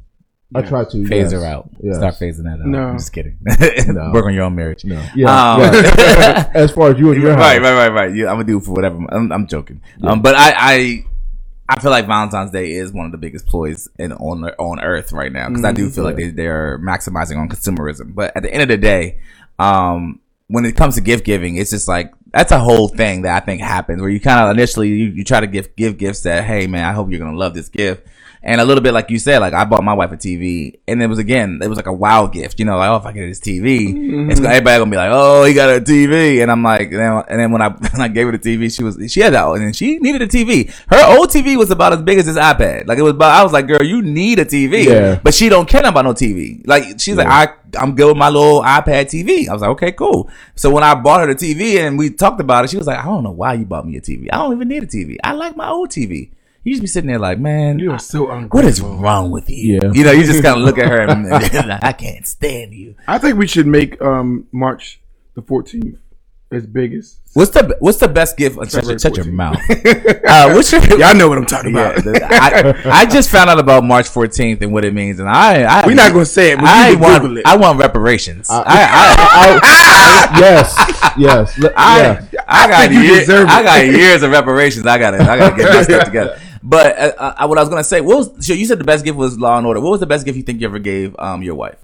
Speaker 5: I
Speaker 6: Oh, Yes.
Speaker 5: try to.
Speaker 4: Phase
Speaker 5: yes.
Speaker 4: her out.
Speaker 5: yes.
Speaker 4: Start phasing that out.
Speaker 6: No.
Speaker 4: I'm just kidding.
Speaker 5: No.
Speaker 4: Work on your own marriage.
Speaker 5: No. Yeah.
Speaker 4: Um,
Speaker 5: right. as far as you and your
Speaker 4: right,
Speaker 5: house.
Speaker 4: right, right, right. Yeah, I'm gonna do it for whatever. I'm, I'm joking. Um, but I, I, I feel like Valentine's Day is one of the biggest ploys in on on Earth right now because I do
Speaker 5: Mm-hmm.
Speaker 4: feel like they they're maximizing on consumerism. But at the end of the day, um, when it comes to gift giving, it's just like that's a whole thing that I think happens where you kind of initially you, you try to give give gifts that hey man I hope you're gonna love this gift. And a little bit like you said, like I bought my wife a TV, and it was again, it was like a wow gift, you know, like oh, if I get this TV, it's gonna, everybody gonna be like, oh, he got a TV, and I'm like, and then, and then when I when I gave her the TV, she was she had that, and then she needed a TV. Her old TV was about as big as this iPad, like it was about. I was like, girl, you need a TV,
Speaker 5: Yeah.
Speaker 4: but she don't care about no TV. Like she's like, I I'm good with my little iPad TV. I was like, okay, cool. So when I bought her the TV and we talked about it, she was like, I don't know why you bought me a TV. I don't even need a TV. I like my old TV. You just be sitting there like, man,
Speaker 6: You are so
Speaker 4: what is
Speaker 6: ungrateful.
Speaker 4: wrong with you?
Speaker 5: Yeah.
Speaker 4: You know, you just kind of look at her and like, I can't stand you.
Speaker 6: I think we should make um March the 14th as big as.
Speaker 4: What's the What's the best gift? Shut, your- shut your
Speaker 6: 14th.
Speaker 4: mouth. uh, what's your?
Speaker 6: Y'all know what I'm talking
Speaker 4: Yeah,
Speaker 6: about.
Speaker 4: the- I, I just found out about March 14th and what it means, and I, I
Speaker 6: We're not gonna say it, but you
Speaker 4: I
Speaker 6: can
Speaker 4: want
Speaker 6: Google it. Uh,
Speaker 4: I want reparations. I I,
Speaker 5: yes, yes. Let-
Speaker 4: I,
Speaker 5: yeah.
Speaker 4: I got
Speaker 6: think you
Speaker 4: years,
Speaker 6: deserve it.
Speaker 4: I got years of reparations. I got to I got to get that stuff together. But uh, uh, what I was gonna say, what was so you said the best gift was Law and Order. What was the best gift you think you ever gave um your wife?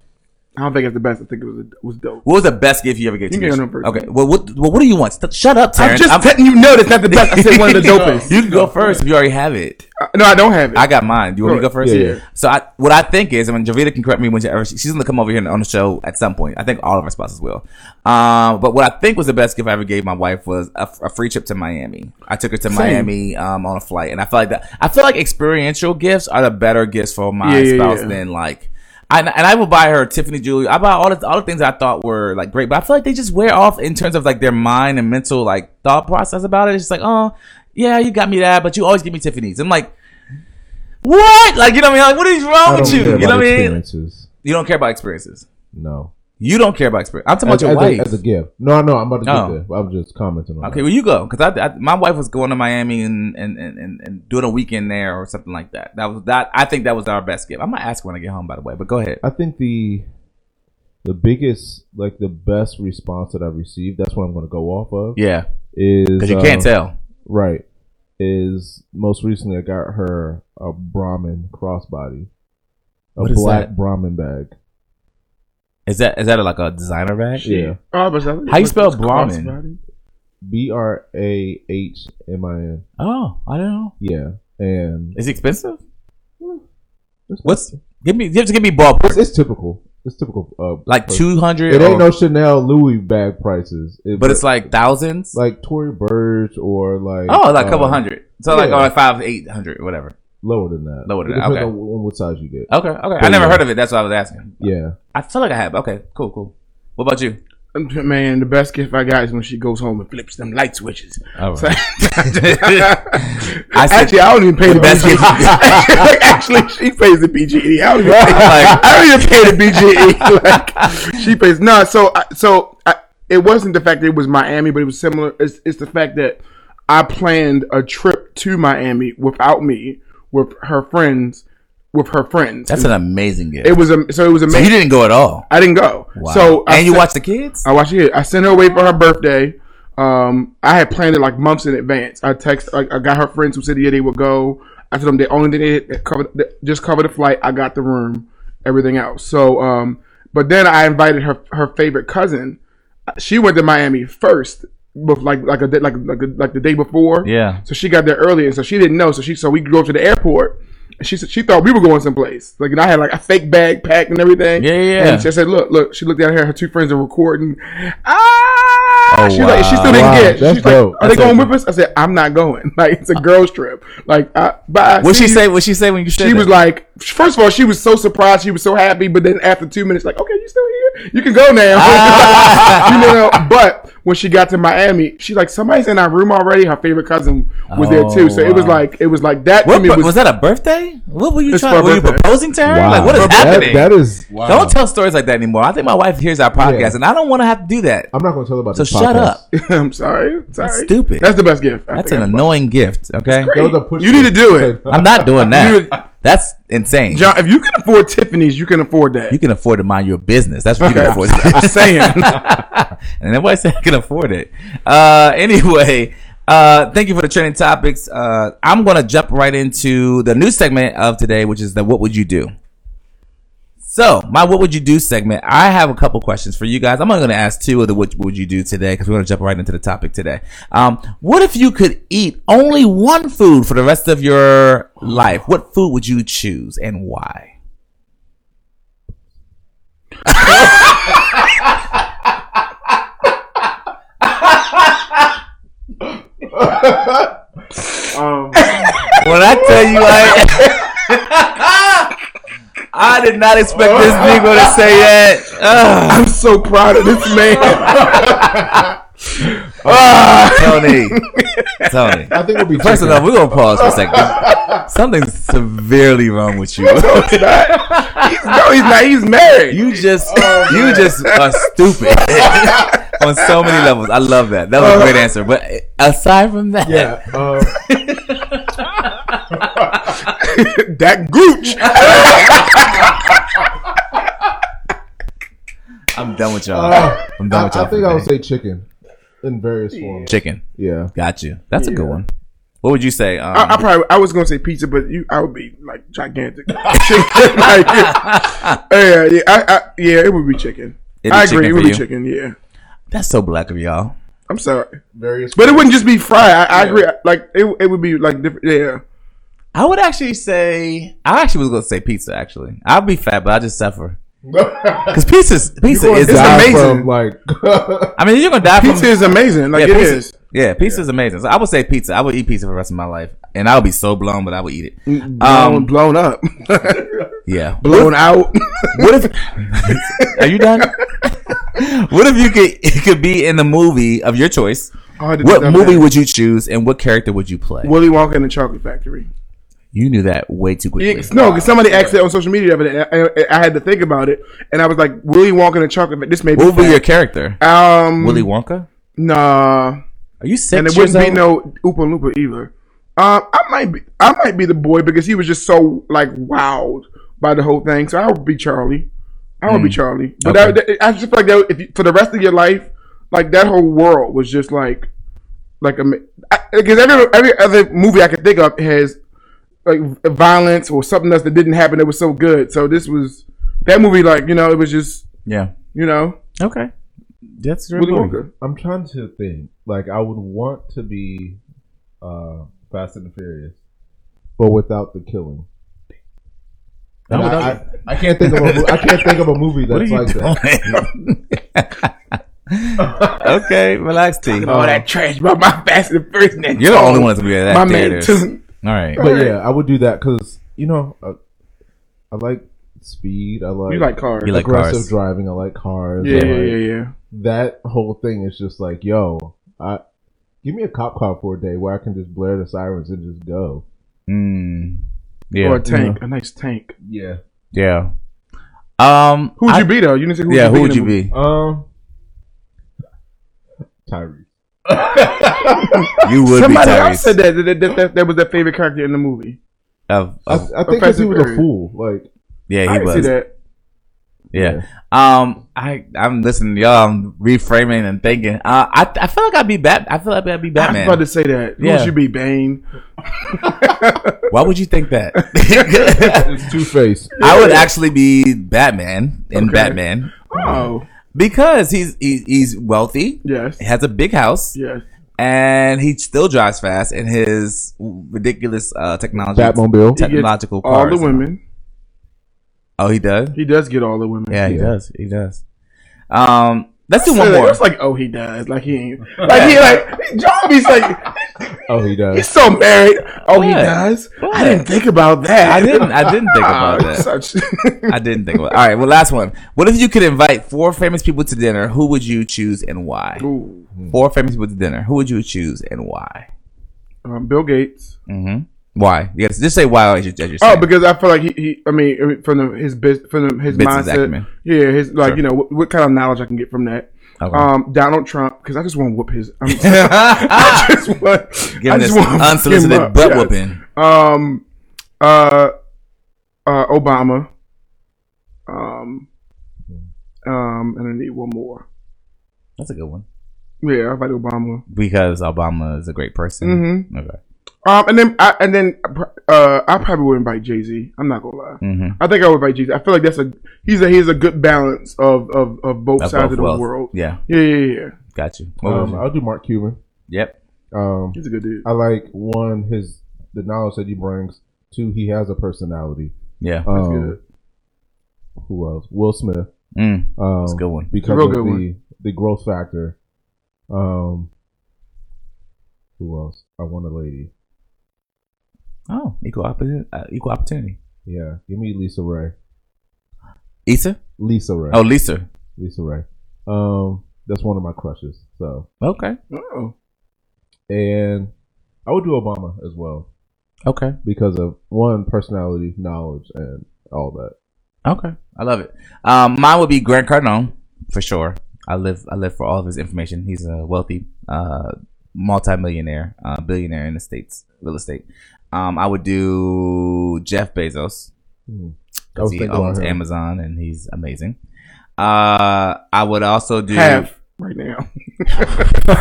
Speaker 6: I don't think it's the best. I think it was was dope.
Speaker 4: What was the best gift you ever gave
Speaker 6: You
Speaker 4: to
Speaker 6: can
Speaker 4: me?
Speaker 6: go first.
Speaker 4: Okay. Well, what well, what do you want? St- shut up, Terrence.
Speaker 6: I'm just letting you know that's not the best. I said one of the dopest.
Speaker 4: You can go first if you already have it.
Speaker 6: Uh, no, I don't have it.
Speaker 4: I got mine. Do you want me to
Speaker 6: Go
Speaker 4: go first?
Speaker 5: Yeah, yeah.
Speaker 4: So I, what I think is, I mean, Javita can correct me whenever she, she's gonna come over here on the show at some point. I think all of our spouses will. Um, but what I think was the best gift I ever gave my wife was a, a free trip to Miami. I took her to Miami um, on a flight, and I feel like that. I feel like experiential gifts are the better gifts for my
Speaker 6: Yeah, yeah,
Speaker 4: spouse
Speaker 6: yeah.
Speaker 4: than like. I, and I will buy her Tiffany jewelry. I buy all the all the things I thought were like great, but I feel like they just wear off in terms of like their mind and mental like thought process about it. It's just like, oh, yeah, you got me that, but you always give me Tiffany's. I'm like, what? Like, you know what I mean? Like, what is
Speaker 5: I
Speaker 4: wrong
Speaker 5: don't
Speaker 4: with you?
Speaker 5: care
Speaker 4: You know
Speaker 5: about
Speaker 4: what I mean?
Speaker 5: experiences.
Speaker 4: You don't care about experiences.
Speaker 5: No.
Speaker 4: You don't care about experience. I'm talking about
Speaker 5: As,
Speaker 4: your
Speaker 5: as
Speaker 4: wife.
Speaker 5: a, as a gift. No, no, I'm about to
Speaker 4: Oh.
Speaker 5: get there. I'm just commenting on
Speaker 4: okay,
Speaker 5: that.
Speaker 4: well, you go because I, I, my wife was going to Miami and and, and and and doing a weekend there or something like that. That was that. I think that was our best gift. I might ask when I get home, by the way. But go ahead.
Speaker 5: I think the the biggest, like the best response that I've received, that's what I'm going to go off of,
Speaker 4: Yeah,
Speaker 5: is
Speaker 4: because you
Speaker 5: uh,
Speaker 4: can't tell.
Speaker 5: Right. Is most recently I got her a Brahmin crossbody. A
Speaker 4: What is
Speaker 5: black
Speaker 4: that?
Speaker 5: Brahmin bag.
Speaker 4: Is that is that like a designer bag?
Speaker 5: Yeah.
Speaker 6: Oh, but I think
Speaker 4: How you
Speaker 6: it's-
Speaker 4: spell
Speaker 6: it's
Speaker 4: Brahmin?
Speaker 6: crossbody.
Speaker 5: B R A H M I N.
Speaker 4: Oh, I don't know.
Speaker 5: Yeah. And
Speaker 4: Is it expensive?
Speaker 5: Hmm. it's-
Speaker 4: What's give me just give me ballpark
Speaker 5: it's, it's typical. It's typical. Uh,
Speaker 4: like
Speaker 5: price.
Speaker 4: two hundred.
Speaker 5: It ain't no Chanel Louis bag prices. It-
Speaker 4: but it's like thousands.
Speaker 5: like Tory Burch or like
Speaker 4: oh, like a couple
Speaker 5: um,
Speaker 4: hundred. So like
Speaker 5: yeah.
Speaker 4: or like five eight hundred whatever.
Speaker 5: lower than that.
Speaker 4: Lower than
Speaker 5: It
Speaker 4: that,
Speaker 5: Depends
Speaker 4: okay. Uh,
Speaker 5: on wh- what size you get.
Speaker 4: Okay, okay. I
Speaker 5: But
Speaker 4: never
Speaker 5: yeah.
Speaker 4: heard of it. That's what I was asking.
Speaker 5: Yeah,
Speaker 4: I feel like I have. Okay, cool, cool. What about you?
Speaker 6: Man, the best gift I got is when she goes home and flips them light switches. So-
Speaker 4: I said-
Speaker 6: actually, I don't even pay the
Speaker 4: best
Speaker 6: BGE.
Speaker 4: gift-
Speaker 6: actually, she pays the BGE. I don't even pay, I don't even pay the BGE. Like she pays. No, so I- so I, it wasn't the fact that it was Miami, but it was similar. It's it's the fact that I planned a trip to Miami without me, with her friends, with her friends.
Speaker 4: That's an amazing gift.
Speaker 6: it was a so it was
Speaker 4: so you
Speaker 6: amazing.
Speaker 4: didn't go at all.
Speaker 6: I didn't go.
Speaker 4: Wow.
Speaker 6: So
Speaker 4: and
Speaker 6: I
Speaker 4: you
Speaker 6: sent-
Speaker 4: watch the kids.
Speaker 6: I watched it. I sent her away for her birthday. Um, I had planned it like months in advance. I text, like, I got her friends who said yeah they would go. I told them the only thing they did that covered that just cover the flight. I got the room, everything else. So, um, but then I invited her her favorite cousin. She went to Miami first, but like like a day- like like like the day before.
Speaker 4: Yeah.
Speaker 6: So she got there early, and so she didn't know. So she so we drove to the airport. And she said she thought we were going someplace. Like and I had like a fake bag packed and everything.
Speaker 4: Yeah, yeah, yeah.
Speaker 6: And she said, "Look, look." She looked down here. Her two friends are recording. Ah!
Speaker 4: Oh,
Speaker 6: she was like, she still didn't
Speaker 5: wow.
Speaker 6: get. it.
Speaker 5: That's
Speaker 6: She's
Speaker 5: dope.
Speaker 6: like, "Are
Speaker 5: That's
Speaker 6: they going
Speaker 5: dope.
Speaker 6: with us?" I said, "I'm not going. Like it's a girls trip. Like uh, bye."
Speaker 4: What
Speaker 6: See
Speaker 4: she
Speaker 6: you."
Speaker 4: say? What she say when you said
Speaker 6: She
Speaker 4: that?
Speaker 6: was like, first of all, she was so surprised, she was so happy, but then after two minutes, like, okay, you still here? You can go now.
Speaker 4: Ah.
Speaker 6: you know, but when she got to Miami, she like, somebody's in our room already. Her favorite cousin was there too, so it was
Speaker 4: Oh, wow.
Speaker 6: like, it was like that.
Speaker 4: What
Speaker 6: to me
Speaker 4: bir-
Speaker 6: was,
Speaker 4: was, that a birthday? What were you
Speaker 6: It's
Speaker 4: trying?
Speaker 6: for
Speaker 4: Were you
Speaker 6: birthday.
Speaker 4: proposing to her? Like what is
Speaker 5: That-
Speaker 4: happening?
Speaker 5: That is.
Speaker 4: Don't tell stories like that anymore. I think my wife hears our podcast,
Speaker 5: Yeah.
Speaker 4: and I don't want to have to do that.
Speaker 5: I'm not going to tell about.
Speaker 4: So
Speaker 5: this
Speaker 4: shut
Speaker 5: podcast.
Speaker 4: up.
Speaker 6: I'm sorry, sorry,
Speaker 4: stupid.
Speaker 6: That's the best gift. I
Speaker 4: That's
Speaker 6: think
Speaker 4: an
Speaker 6: I-
Speaker 4: annoying gift. Okay,
Speaker 5: That was a push
Speaker 6: You need to do it.
Speaker 4: I'm not doing
Speaker 6: You-
Speaker 4: that. That's insane.
Speaker 6: John, if you can afford Tiffany's, you can afford that.
Speaker 4: You can afford to mind your business. That's what you can afford.
Speaker 6: I'm saying.
Speaker 4: and nobody said I can afford it. Uh, anyway, Uh, thank you for the trending topics. Uh, I'm gonna jump right into the new segment of today, which is the "What Would You Do." So, my "What Would You Do" segment. I have a couple questions for you guys. I'm only gonna ask two of the "What Would You Do" today because we're gonna jump right into the topic today. Um, what if you could eat only one food for the rest of your life? What food would you choose and why?
Speaker 6: Um,
Speaker 4: When I tell you, I. I did not expect this nigga to say that. Ugh.
Speaker 6: I'm so proud of this man. Ah.
Speaker 4: Tony. Tony.
Speaker 5: I think it'll be
Speaker 4: First
Speaker 5: chicken.
Speaker 4: of all, we're gonna pause for a second. Something's severely wrong with you.
Speaker 6: no, he's not. He's married.
Speaker 4: You just you just are stupid on so many levels. I love that. That was a great answer. But aside from that,
Speaker 5: Yeah. Um,
Speaker 6: that gooch.
Speaker 4: I'm done with y'all.
Speaker 5: uh,
Speaker 4: I'm done
Speaker 5: I,
Speaker 4: with y'all.
Speaker 5: I think
Speaker 4: for
Speaker 5: I would
Speaker 4: today.
Speaker 5: say chicken in various forms.
Speaker 4: chicken.
Speaker 5: Yeah.
Speaker 4: Got you. That's a good one. What would you say? Um,
Speaker 6: I, I probably I was gonna say pizza, but you I would be like gigantic. Chicken, like, yeah, yeah, I, I, yeah, it would be chicken.
Speaker 4: it'd be
Speaker 6: I agree,
Speaker 4: chicken
Speaker 6: it
Speaker 4: for
Speaker 6: would be
Speaker 4: you.
Speaker 6: chicken. Yeah,
Speaker 4: That's so black of y'all.
Speaker 6: I'm sorry,
Speaker 5: Various.
Speaker 6: but it wouldn't just be fried. I, I agree. Like it, it would be like different. Yeah,
Speaker 4: I would actually say I actually was gonna say pizza. Actually, I'll be fat, but I just suffer because pizza pizza is
Speaker 5: It's amazing.
Speaker 6: amazing.
Speaker 5: like
Speaker 4: I mean, you're gonna die from
Speaker 6: pizza is amazing. Like
Speaker 4: Um, Yeah,
Speaker 6: it
Speaker 4: pizza.
Speaker 6: is.
Speaker 4: Yeah, pizza is amazing. So I would say pizza. I would eat pizza for the rest of my life, and I would be so blown, but I would eat it.
Speaker 6: Um,
Speaker 4: Um,
Speaker 6: blown up,
Speaker 4: yeah.
Speaker 6: blown out.
Speaker 4: What if? are you done? what if you could it could be in the movie of your choice?
Speaker 6: I had to
Speaker 4: What
Speaker 6: do that,
Speaker 4: movie
Speaker 6: man.
Speaker 4: would you choose, and what character would you play?
Speaker 6: Willy Wonka and the Chocolate Factory.
Speaker 4: You knew that way too quickly.
Speaker 6: It's- no, because somebody asked that on social media, but I, I, I had to think about it, and I was like, Willy Wonka and the Chocolate. Factory. This may be
Speaker 4: What would be
Speaker 6: fat.
Speaker 4: your character?
Speaker 6: um
Speaker 4: Willy Wonka?
Speaker 6: nah.
Speaker 4: Are you six
Speaker 6: and it
Speaker 4: years
Speaker 6: wouldn't be
Speaker 4: old?
Speaker 6: no Oompa Loompa either. Um, I might be, I might be the boy because he was just so like wowed by the whole thing. So I would be Charlie. I would be Charlie.
Speaker 4: Hmm.
Speaker 6: But
Speaker 4: Okay.
Speaker 6: that, that- I just feel like that if you, for the rest of your life, like that whole world was just like, like a because every every other movie I could think of has like violence or something else that didn't happen that was so good. So this was that movie. Like you know, it was just
Speaker 4: Yeah.
Speaker 6: you know
Speaker 4: Okay. That's your
Speaker 6: Willy
Speaker 4: movie.
Speaker 6: Wonka.
Speaker 5: I'm trying to think. Like I would want to be uh Fast and the Furious, but without the killing. And
Speaker 4: No,
Speaker 5: I, I, I can't think of a mo- I can't think of a movie
Speaker 4: What are
Speaker 5: that's
Speaker 4: you
Speaker 5: like
Speaker 4: doing?
Speaker 5: that.
Speaker 4: okay, relax, T. You're
Speaker 6: All Oh, that trash about my fast and furious. You're
Speaker 4: the only one that's gonna be at that
Speaker 6: Um, My man,
Speaker 4: theaters.
Speaker 6: too.
Speaker 4: All right.
Speaker 5: But yeah, I would do that because you know uh, I like speed. I like,
Speaker 6: You like cars.
Speaker 4: You like
Speaker 5: aggressive
Speaker 4: cars.
Speaker 5: driving. I like cars. I
Speaker 6: yeah,
Speaker 5: like-
Speaker 6: yeah, yeah, yeah.
Speaker 5: That whole thing is just like yo, I give me a cop car for a day where I can just blare the sirens and just go.
Speaker 4: Mm. Yeah.
Speaker 6: Or a tank, a nice tank.
Speaker 5: Yeah.
Speaker 4: Yeah. Um.
Speaker 6: Who would
Speaker 4: I-
Speaker 6: you be though? You didn't say who
Speaker 4: yeah.
Speaker 6: would
Speaker 4: Who
Speaker 6: you
Speaker 4: would
Speaker 6: be.
Speaker 4: you be?
Speaker 5: Um, Tyrese.
Speaker 4: You would
Speaker 6: Somebody
Speaker 4: be
Speaker 6: else
Speaker 4: Tyrese.
Speaker 6: said that that, that that that was their favorite character in the movie.
Speaker 4: Of-
Speaker 5: I,
Speaker 4: of-
Speaker 5: I think because he was
Speaker 6: Professor
Speaker 5: a fool. Like,
Speaker 4: yeah,
Speaker 6: I
Speaker 4: he
Speaker 6: didn't see
Speaker 4: was.
Speaker 6: that.
Speaker 4: Yeah. Um. I I'm listening to y'all. I'm reframing and thinking. Uh, I I feel like I'd be Bat. I feel like I'd be
Speaker 6: I was
Speaker 4: Batman.
Speaker 6: about to say that. Who
Speaker 4: Yeah.
Speaker 6: would you be, Bane?
Speaker 4: Why would you think that?
Speaker 5: it's Two Face.
Speaker 4: I would actually be Batman in
Speaker 6: Okay.
Speaker 4: Batman
Speaker 6: Oh,
Speaker 4: because he's he, he's wealthy.
Speaker 6: yes,
Speaker 4: He has a big house
Speaker 6: yes.
Speaker 4: and he still drives fast in his ridiculous uh, technology
Speaker 5: Batmobile.
Speaker 6: He gets
Speaker 4: technological
Speaker 6: All
Speaker 4: cars.
Speaker 6: the women.
Speaker 4: Oh, he does.
Speaker 6: He does get all the women.
Speaker 4: Yeah, he
Speaker 5: Yeah.
Speaker 4: does. He does. Um, let's do
Speaker 6: So
Speaker 4: one
Speaker 6: like,
Speaker 4: more.
Speaker 6: It's like, oh, he does. Like he ain't. Like he like. John B's like,
Speaker 5: Oh, he
Speaker 6: he's
Speaker 5: does.
Speaker 6: so married. Oh, he
Speaker 4: What?
Speaker 6: does.
Speaker 4: What?
Speaker 6: I didn't think about that.
Speaker 4: I didn't. I didn't think about
Speaker 6: Ah,
Speaker 4: that.
Speaker 6: Such.
Speaker 4: I didn't think about. All right. Well, last one. What if you could invite four famous people to dinner? Who would you choose and why?
Speaker 6: Ooh.
Speaker 4: Four famous people to dinner. Who would you choose and why?
Speaker 6: Um, Bill Gates.
Speaker 4: Mm-hmm. Why? Yes. Just say why. As you, as you're
Speaker 6: Oh,
Speaker 4: saying.
Speaker 6: because I feel like he, he I mean, I mean, from the, his bus- from the, his
Speaker 4: Business
Speaker 6: mindset,
Speaker 4: acumen.
Speaker 6: yeah, his like
Speaker 4: Sure.
Speaker 6: you know what, what kind of knowledge I can get from that.
Speaker 4: Okay.
Speaker 6: Um, Donald Trump, because I just want to whoop his. I'm, I just want,
Speaker 4: Give
Speaker 6: I
Speaker 4: him Ah!
Speaker 6: just
Speaker 4: this
Speaker 6: want to fuck him
Speaker 4: unsolicited
Speaker 6: up,
Speaker 4: butt
Speaker 6: yes.
Speaker 4: whooping.
Speaker 6: Um, uh, uh, Obama. Um, um, and I need one more.
Speaker 4: That's a good one.
Speaker 6: Yeah, I fight Obama.
Speaker 4: because Obama is a great person. Mm-hmm. Okay.
Speaker 6: Um, and then I, and then uh, I probably would invite Jay Z. I'm not gonna lie.
Speaker 4: Mm-hmm.
Speaker 6: I think I would invite Jay Z. I feel like that's a he's a he's a good balance of of, of both
Speaker 4: Of
Speaker 6: sides
Speaker 4: both
Speaker 6: of the
Speaker 4: worlds.
Speaker 6: world.
Speaker 4: Yeah,
Speaker 6: yeah, yeah, yeah.
Speaker 4: got you. What was
Speaker 5: Um,
Speaker 4: it?
Speaker 5: I'll do Mark Cuban.
Speaker 4: Yep.
Speaker 5: Um,
Speaker 6: He's a good dude.
Speaker 5: I like one his the knowledge that he brings. Two, he has a personality.
Speaker 4: Yeah.
Speaker 5: Um, who else? Will Smith.
Speaker 4: Mm,
Speaker 5: Um,
Speaker 4: that's a good one.
Speaker 5: because
Speaker 6: Real
Speaker 5: of
Speaker 6: good
Speaker 5: the,
Speaker 6: one.
Speaker 5: the growth factor. Um, who else? I want a lady.
Speaker 4: Oh, equal opportunity. Uh, equal opportunity.
Speaker 5: Yeah, give me Lisa Ray.
Speaker 4: Issa.
Speaker 5: Lisa Ray.
Speaker 4: Oh, Lisa.
Speaker 5: Lisa Ray. Um, that's one of my crushes. So,
Speaker 4: Okay.
Speaker 6: Oh,
Speaker 5: and I would do Obama as well
Speaker 4: Okay.
Speaker 5: because of one personality, knowledge, and all that.
Speaker 4: Okay. I love it. Um, mine would be Grant Cardone for sure. I live. I live for all of his information. He's a wealthy, uh, multimillionaire, uh, billionaire in the states, real estate. Um, I would do Jeff Bezos.
Speaker 5: Mhm. I
Speaker 4: because
Speaker 5: was
Speaker 4: he
Speaker 5: thinking about
Speaker 4: owns
Speaker 5: him.
Speaker 4: Amazon and he's amazing. Uh, I would also do
Speaker 6: half right now. too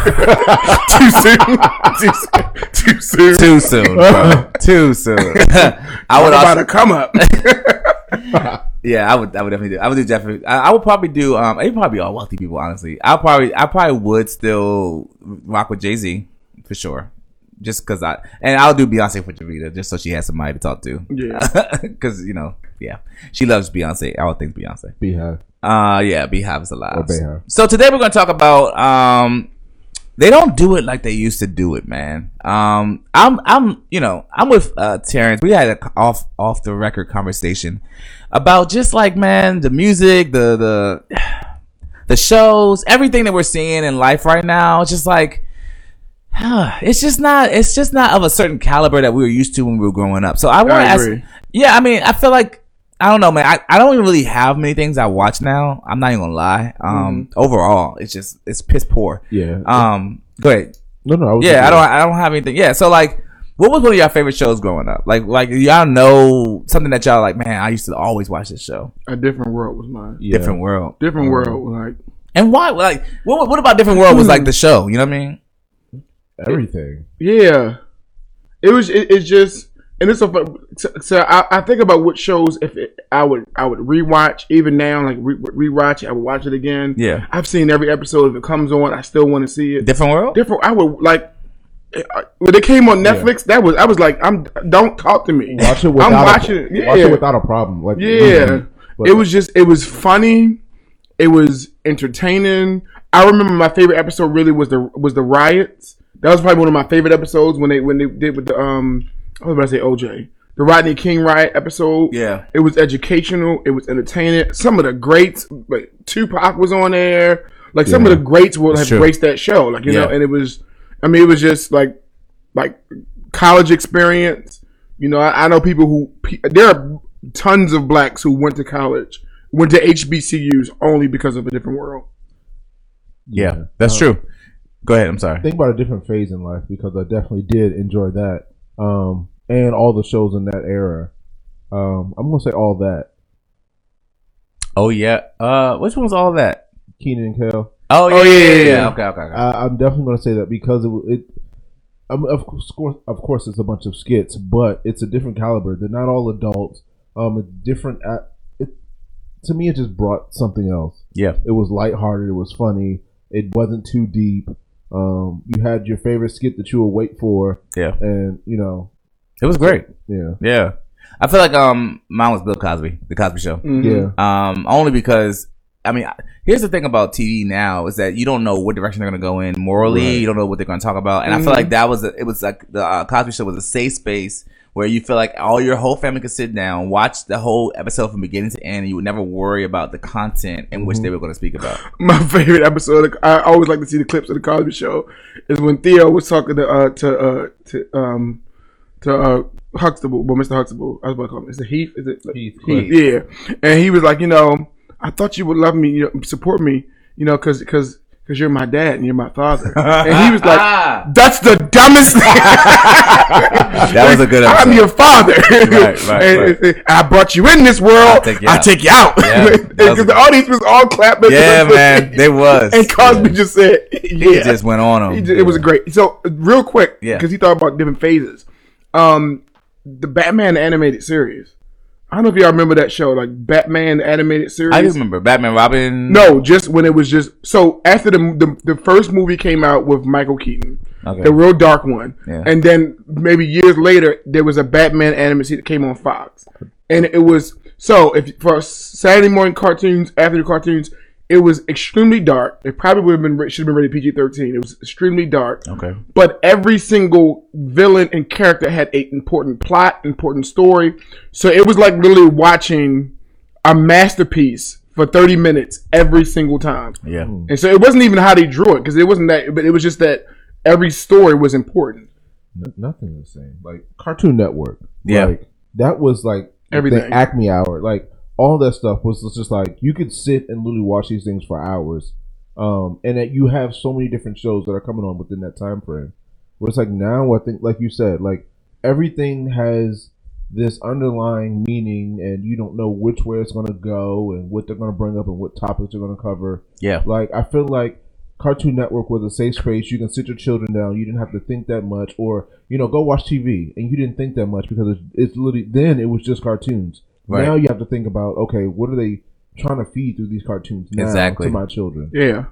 Speaker 6: soon. Too soon. Too soon.
Speaker 4: too soon, bro. too soon. I would
Speaker 6: Talk about
Speaker 4: also,
Speaker 6: a come up.
Speaker 4: yeah, I would, I would definitely do. I would do Jeffrey. I, I would probably do. Um, it'd probably be all wealthy people, honestly. I probably, I probably would still rock with Jay Z for sure, just because I and I'll do Beyonce for Javita just so she has somebody to talk to.
Speaker 6: Yeah.
Speaker 4: because you know, yeah, she loves Beyonce. All things Beyonce.
Speaker 5: Beehive.
Speaker 4: Uh yeah, Beehive is alive.
Speaker 5: Or Beehive.
Speaker 4: So today we're gonna talk about um they don't do it like they used to do it, man. Um I'm I'm you know, I'm with uh Terrence. We had an off off the record conversation about just like man, the music, the the the shows, everything that we're seeing in life right now, it's just like it's just not it's just not of a certain caliber that we were used to when we were growing up. So I want to ask
Speaker 6: agree.
Speaker 4: Yeah, I mean, I feel like I don't know, man. I, I don't even really have many things I watch now. I'm not even gonna lie. Um overall, it's just it's piss poor.
Speaker 5: Yeah.
Speaker 4: Um go ahead.
Speaker 5: no, no. I was
Speaker 4: Yeah, I don't I don't have anything. Yeah, so like what was one of y'all favorite shows growing up? Like like y'all know something that y'all like, man, I used to always watch this show.
Speaker 6: a different world was mine.
Speaker 5: Yeah.
Speaker 4: Different world.
Speaker 6: Different world. Like
Speaker 4: And why like what what about Different World was like the show, you know what I mean?
Speaker 5: Everything.
Speaker 6: Yeah, it was. It, it's just, and it's a. fun- So, so I, I think about what shows if it, I would I would rewatch even now like re, rewatch it. I would watch it again.
Speaker 4: Yeah.
Speaker 6: I've seen every episode. If it comes on, I still want to see it.
Speaker 4: Different World?
Speaker 6: Different. I would like. I- When it came on Netflix, that was I was like, I'm don't talk to me.
Speaker 5: Watch it without.
Speaker 6: I'm
Speaker 5: a-
Speaker 6: watching it. Yeah.
Speaker 5: Watch it without a problem. Like
Speaker 6: Yeah.
Speaker 5: But-
Speaker 6: It was just it was funny. It was entertaining. I remember my favorite episode really was the was the riots. That was probably one of my favorite episodes when they when they did with the um I was about to say OJ. The Rodney King riot episode.
Speaker 4: Yeah.
Speaker 6: It was educational, it was entertaining. Some of the greats like Tupac was on there. Like some of the greats would have
Speaker 4: true.
Speaker 6: graced that show. Like, you know,
Speaker 4: Yeah.
Speaker 6: and it was I mean it was just like like college experience. You know, I, I know people who pe- there are tons of blacks who went to college, went to HBCUs only because of a different world.
Speaker 4: Yeah, that's true. Go ahead, I'm sorry.
Speaker 5: think about a different phase in life because I definitely did enjoy that um, and all the shows in that era. Um, I'm gonna say all that
Speaker 4: Oh yeah. Uh which one was all that?
Speaker 5: Keenan and Kel.
Speaker 4: Oh yeah,
Speaker 6: Oh,
Speaker 4: yeah,
Speaker 6: yeah,
Speaker 4: yeah,
Speaker 6: yeah,
Speaker 4: yeah.
Speaker 6: yeah.
Speaker 4: Okay, okay, okay.
Speaker 5: I, I'm definitely gonna say that because it. it I'm, of course, of course, it's a bunch of skits, but it's a different caliber. They're not all adults. Um, it's different. At, it to me, it just brought something else.
Speaker 4: Yeah.
Speaker 5: It was lighthearted. It was funny. It wasn't too deep. Um, you had your favorite skit that you would wait for,
Speaker 4: Yeah.
Speaker 5: and you know,
Speaker 4: It was great.
Speaker 5: yeah,
Speaker 4: Yeah. I feel like um mine was Bill Cosby, the Cosby show.
Speaker 5: yeah.
Speaker 4: Um only because I mean, I- here's the thing about TV now is that you don't know what direction they're going to go in morally.
Speaker 5: Right.
Speaker 4: You don't know what they're going to talk about. And I
Speaker 6: Mm-hmm.
Speaker 4: feel like that was a, it was like the uh, Cosby show was a safe space where you feel like all your whole family could sit down, watch the whole episode from beginning to end and you would never worry about the content in which they
Speaker 6: Mm-hmm.
Speaker 4: were going to speak about.
Speaker 6: My favorite episode, I always like to see the clips of the Cosby Show, is when Theo was talking to uh, to uh, to um to uh, Huxtable, well, Mr. Huxtable, I was about to call him Mr. Heath, is it
Speaker 5: Heath.
Speaker 6: Yeah, and he was like, you know, I thought you would love me, you know, support me, you know, because because because you're my dad and you're my father, and he was like, that's the dumbest.
Speaker 4: That was a good episode.
Speaker 6: I'm your father.
Speaker 4: Right, right,
Speaker 6: And-
Speaker 4: right.
Speaker 6: and I brought you in this world.
Speaker 4: I'll take you
Speaker 6: I
Speaker 4: out.
Speaker 6: take you out.
Speaker 4: Yeah, that was
Speaker 6: Because
Speaker 4: a good-
Speaker 6: the audience was all clapping.
Speaker 4: Yeah, man, they was.
Speaker 6: And Cosby
Speaker 4: Yeah.
Speaker 6: just said,
Speaker 4: He
Speaker 6: "Yeah."
Speaker 4: just went on him.
Speaker 6: He ju- It was great. So uh, real quick,
Speaker 4: Yeah.
Speaker 6: because he thought about different phases. Um, the Batman animated series. I don't know if y'all remember that show, like Batman animated series.
Speaker 4: I just remember Batman Robin.
Speaker 6: No, just when it was just so after the the, the first movie came out with Michael Keaton,
Speaker 4: Okay.
Speaker 6: the real dark one,
Speaker 4: Yeah.
Speaker 6: and then maybe years later there was a Batman animated that came on Fox, and it was so if for Saturday morning cartoons after the cartoons. It was extremely dark. It probably would have been should have been rated PG thirteen. It was extremely dark.
Speaker 4: Okay.
Speaker 6: But every single villain and character had an important plot, important story. So it was like literally watching a masterpiece for 30 minutes every single time.
Speaker 4: Yeah.
Speaker 6: And so it wasn't even how they drew it because it wasn't that, but it was just that every story was important.
Speaker 5: N- nothing is the same. Like Cartoon Network.
Speaker 4: Yeah.
Speaker 5: Like, that was like the
Speaker 6: Everything.
Speaker 5: Acme Hour. Like all that stuff was just like you could sit and literally watch these things for hours. Um, and that you have so many different shows that are coming on within that time frame. But it's like now I think like you said, like everything has this underlying meaning and you don't know which way it's gonna go and what they're gonna bring up and what topics they're gonna cover.
Speaker 4: Yeah.
Speaker 5: Like I feel like Cartoon Network was a safe space. You can sit your children down. You didn't have to think that much, or you know, go watch TV, and you didn't think that much because it's, it's literally then it was just cartoons.
Speaker 4: Right.
Speaker 5: Now you have to think about okay, what are they trying to feed through these cartoons now
Speaker 4: Exactly.
Speaker 5: to my children?
Speaker 6: Yeah.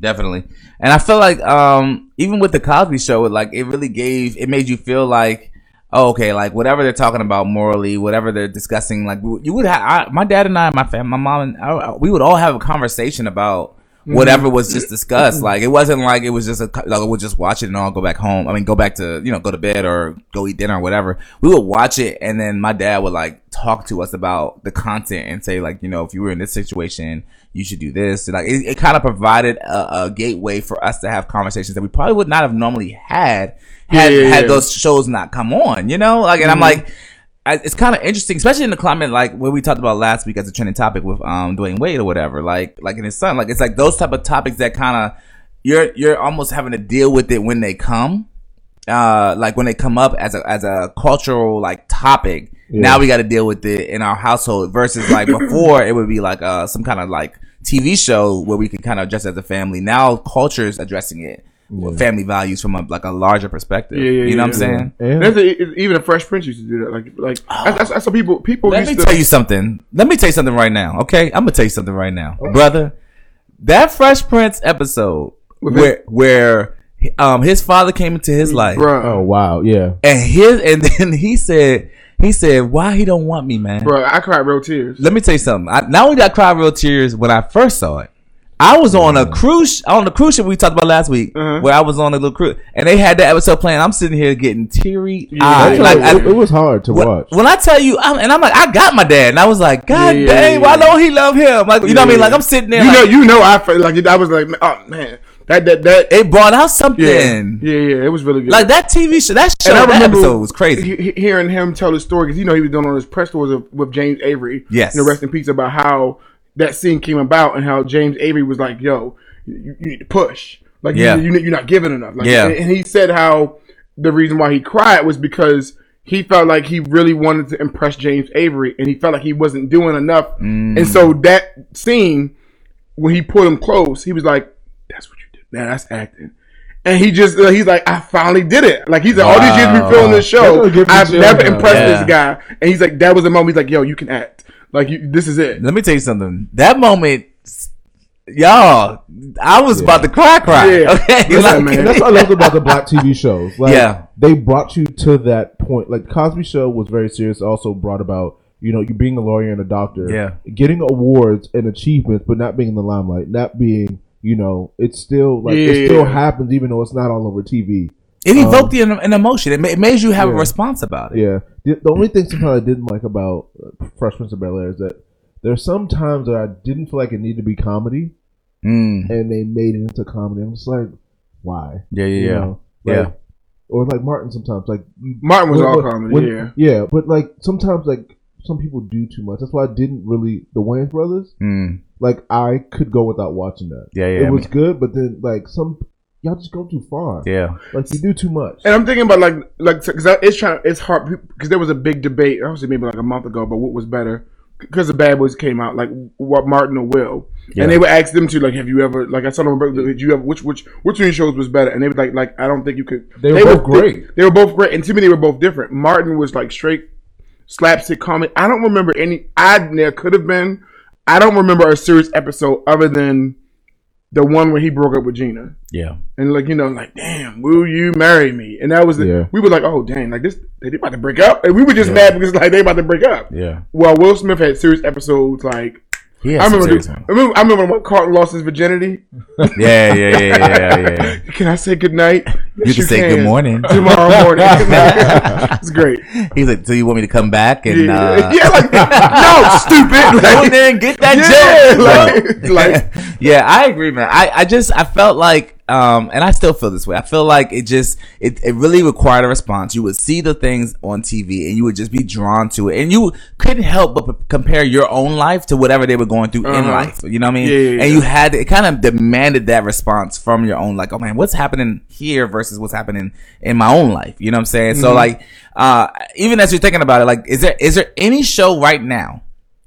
Speaker 4: Definitely. And I feel like um even with the Cosby show, it like it really gave it made you feel like oh, okay, like whatever they're talking about morally, whatever they're discussing, like you would have my dad and I, my fam, my mom and I, I- we would all have a conversation about
Speaker 6: Mm-hmm.
Speaker 4: whatever was just discussed. Like it wasn't like it was just a co- like we'll just watch it and all go back home. I mean, go back to you know go to bed or go eat dinner or whatever. We would watch it and then my dad would like talk to us about the content and say like you know if you were in this situation you should do this. And like it, it kind of provided a, a gateway for us to have conversations that we probably would not have normally had had
Speaker 6: Yeah, yeah,
Speaker 4: had
Speaker 6: yeah.
Speaker 4: those shows not come on. You know, like and I'm like. I, it's kind of interesting, especially in the climate like what we talked about last week as a trending topic with um Dwayne Wade or whatever, like like in his son, like it's like those type of topics that kind of you're you're almost having to deal with it when they come, uh, like when they come up as a as a cultural like topic. Now we got to deal with it in our household versus like before it would be like uh some kind of like TV show where we could kind of address it as a family. Now culture is addressing it, with family values from a like a larger perspective.
Speaker 6: Yeah, yeah,
Speaker 4: you know what
Speaker 6: yeah.
Speaker 4: I'm saying?
Speaker 5: And
Speaker 6: That's a, it- even a Fresh Prince used to do that. Like, like that's, that's, that's what people, people
Speaker 4: Let
Speaker 6: used
Speaker 4: me
Speaker 6: to.
Speaker 4: tell you something. Let me tell you something right now, okay? I'm gonna tell you something right now, brother. That Fresh Prince episode where where um his father came into his life
Speaker 5: oh
Speaker 6: Bruh,
Speaker 5: wow, yeah,
Speaker 4: and his and then he said he said why he don't want me, man.
Speaker 6: bruh, I cried real tears.
Speaker 4: Let me tell you something. I, not only did I cry real tears when I first saw it, I was on a cruise on the cruise ship we talked about last week, where I was on a little cruise, and they had that episode playing. I'm sitting here getting teary eyed.
Speaker 5: That's
Speaker 4: Like,
Speaker 5: why
Speaker 4: I-
Speaker 5: it, it was hard to
Speaker 4: when,
Speaker 5: watch.
Speaker 4: when I tell you, I'm, and I'm like, I got my dad, and I was like, God
Speaker 6: Yeah,
Speaker 4: dang,
Speaker 6: yeah,
Speaker 4: why
Speaker 6: yeah.
Speaker 4: don't he love him? Like, you know what I mean? Like, I'm sitting there,
Speaker 6: you
Speaker 4: like,
Speaker 6: know, you know, I felt like, I was like, oh man, that, that, that,
Speaker 4: it brought out
Speaker 6: yeah,
Speaker 4: something.
Speaker 6: yeah, yeah, it was really good.
Speaker 4: Like that TV show, that show, that episode was crazy.
Speaker 6: he- he- hearing him tell the story because you know he was doing all his press tours of, with James Avery.
Speaker 4: Yes.
Speaker 6: and the rest in peace about how that scene came about and how James Avery was like, "Yo, you, you need to push. Like,
Speaker 4: Yeah.
Speaker 6: you, you, you're not giving enough." Like,
Speaker 4: Yeah.
Speaker 6: and, and he said how the reason why he cried was because he felt like he really wanted to impress James Avery and he felt like he wasn't doing enough,
Speaker 4: Mm.
Speaker 6: and so that scene when he pulled him close, he was like, "That's what you did. Now that's acting." And he just, uh, he's like, I finally did it. Like, he's like, all these years
Speaker 4: Wow.
Speaker 6: we filming this show,
Speaker 5: That's what gives me
Speaker 6: I've
Speaker 5: chills
Speaker 6: never
Speaker 5: now.
Speaker 6: impressed
Speaker 4: Yeah.
Speaker 6: this guy. And he's like, that was the moment he's like, yo, you can act. Like, you, this is it.
Speaker 4: Let me tell you something. That moment, y'all, I was about to cry, cry.
Speaker 6: Yeah.
Speaker 4: Okay,
Speaker 6: Listen,
Speaker 4: like-
Speaker 6: man.
Speaker 5: That's what I loved about the black TV shows. Like,
Speaker 4: Yeah.
Speaker 5: they brought you to that point. Like Cosby Show was very serious. Also brought about you know you being a lawyer and a doctor.
Speaker 4: Yeah.
Speaker 5: getting awards and achievements, but not being in the limelight. Not being you know it's still like
Speaker 6: Yeah.
Speaker 5: it still happens even though it's not all over TV.
Speaker 4: it evoked
Speaker 6: Oh.
Speaker 4: the an, an emotion. It, ma- it made you have a
Speaker 5: Yeah.
Speaker 4: response about it.
Speaker 5: Yeah. The, the only thing sometimes I didn't like about uh, Fresh Prince of Bel Air is that there's some times that I didn't feel like it needed to be comedy,
Speaker 4: Mm.
Speaker 5: and they made it into comedy. I'm just like, why?
Speaker 4: Yeah, yeah,
Speaker 5: You
Speaker 4: yeah.
Speaker 5: know?
Speaker 4: Yeah.
Speaker 5: Like, Or like Martin sometimes, like you-
Speaker 6: Martin was
Speaker 5: when-
Speaker 6: all
Speaker 5: when-
Speaker 6: comedy,
Speaker 5: when-
Speaker 6: yeah.
Speaker 5: yeah, but like sometimes like some people do too much. That's why I didn't really the Wayans brothers.
Speaker 4: Mm.
Speaker 5: Like I could go without watching that.
Speaker 4: Yeah, yeah,
Speaker 5: It
Speaker 4: I
Speaker 5: was
Speaker 4: mean-
Speaker 5: good, but then like some y'all just go too far.
Speaker 4: Yeah.
Speaker 5: Like you do too much.
Speaker 6: And I'm thinking about like like because it's trying it's hard because there was a big debate. I was maybe like a month ago about what was better because the Bad Boys came out like what Martin or Will, and they would ask them to like have you ever like I saw them about, did you ever which which which of your shows was better? And they was like like I don't think you could.
Speaker 5: They were both great.
Speaker 6: They, were both great, and to me they were both different. Martin was like straight slapstick comedy. I don't remember any. I there could have been. I don't remember a serious episode other than the one where he broke up with Gina
Speaker 4: Yeah.
Speaker 6: and like you know, like damn, will you marry me? And that was the,
Speaker 5: Yeah.
Speaker 6: we were like, oh dang, like this, they about to break up, and we were just mad because like they about to break up.
Speaker 4: Yeah.
Speaker 6: Well, Will Smith had serious episodes like
Speaker 4: Yeah.
Speaker 6: I remember, the, I remember, I remember when Carlton lost his virginity.
Speaker 4: Yeah, yeah, yeah, yeah, yeah. yeah.
Speaker 6: Can I say good night?
Speaker 4: You can say good morning.
Speaker 6: tomorrow morning. it's great.
Speaker 4: He's like, so you want me to come back and
Speaker 6: Yeah,
Speaker 4: uh,
Speaker 6: yeah, like no, stupid.
Speaker 4: go in
Speaker 6: Like,
Speaker 4: there and get that
Speaker 6: Yeah,
Speaker 4: joke?
Speaker 6: like-
Speaker 4: No.
Speaker 6: like-
Speaker 4: yeah, I agree, man. I, I just I felt like um and I still feel this way. I feel like it just it, it really required a response. You would see the things on TV and you would just be drawn to it. And you couldn't help but p- compare your own life to whatever they were going through in
Speaker 6: Uh-huh.
Speaker 4: life. You know what I mean?
Speaker 6: Yeah, yeah,
Speaker 4: and
Speaker 6: yeah.
Speaker 4: you had to- it kind of demanded that response from your own like, oh man, what's happening here versus what's happening in my own life. You know what I'm saying?
Speaker 6: Mm-hmm.
Speaker 4: So like uh even as you're thinking about it, like is there is there any show right now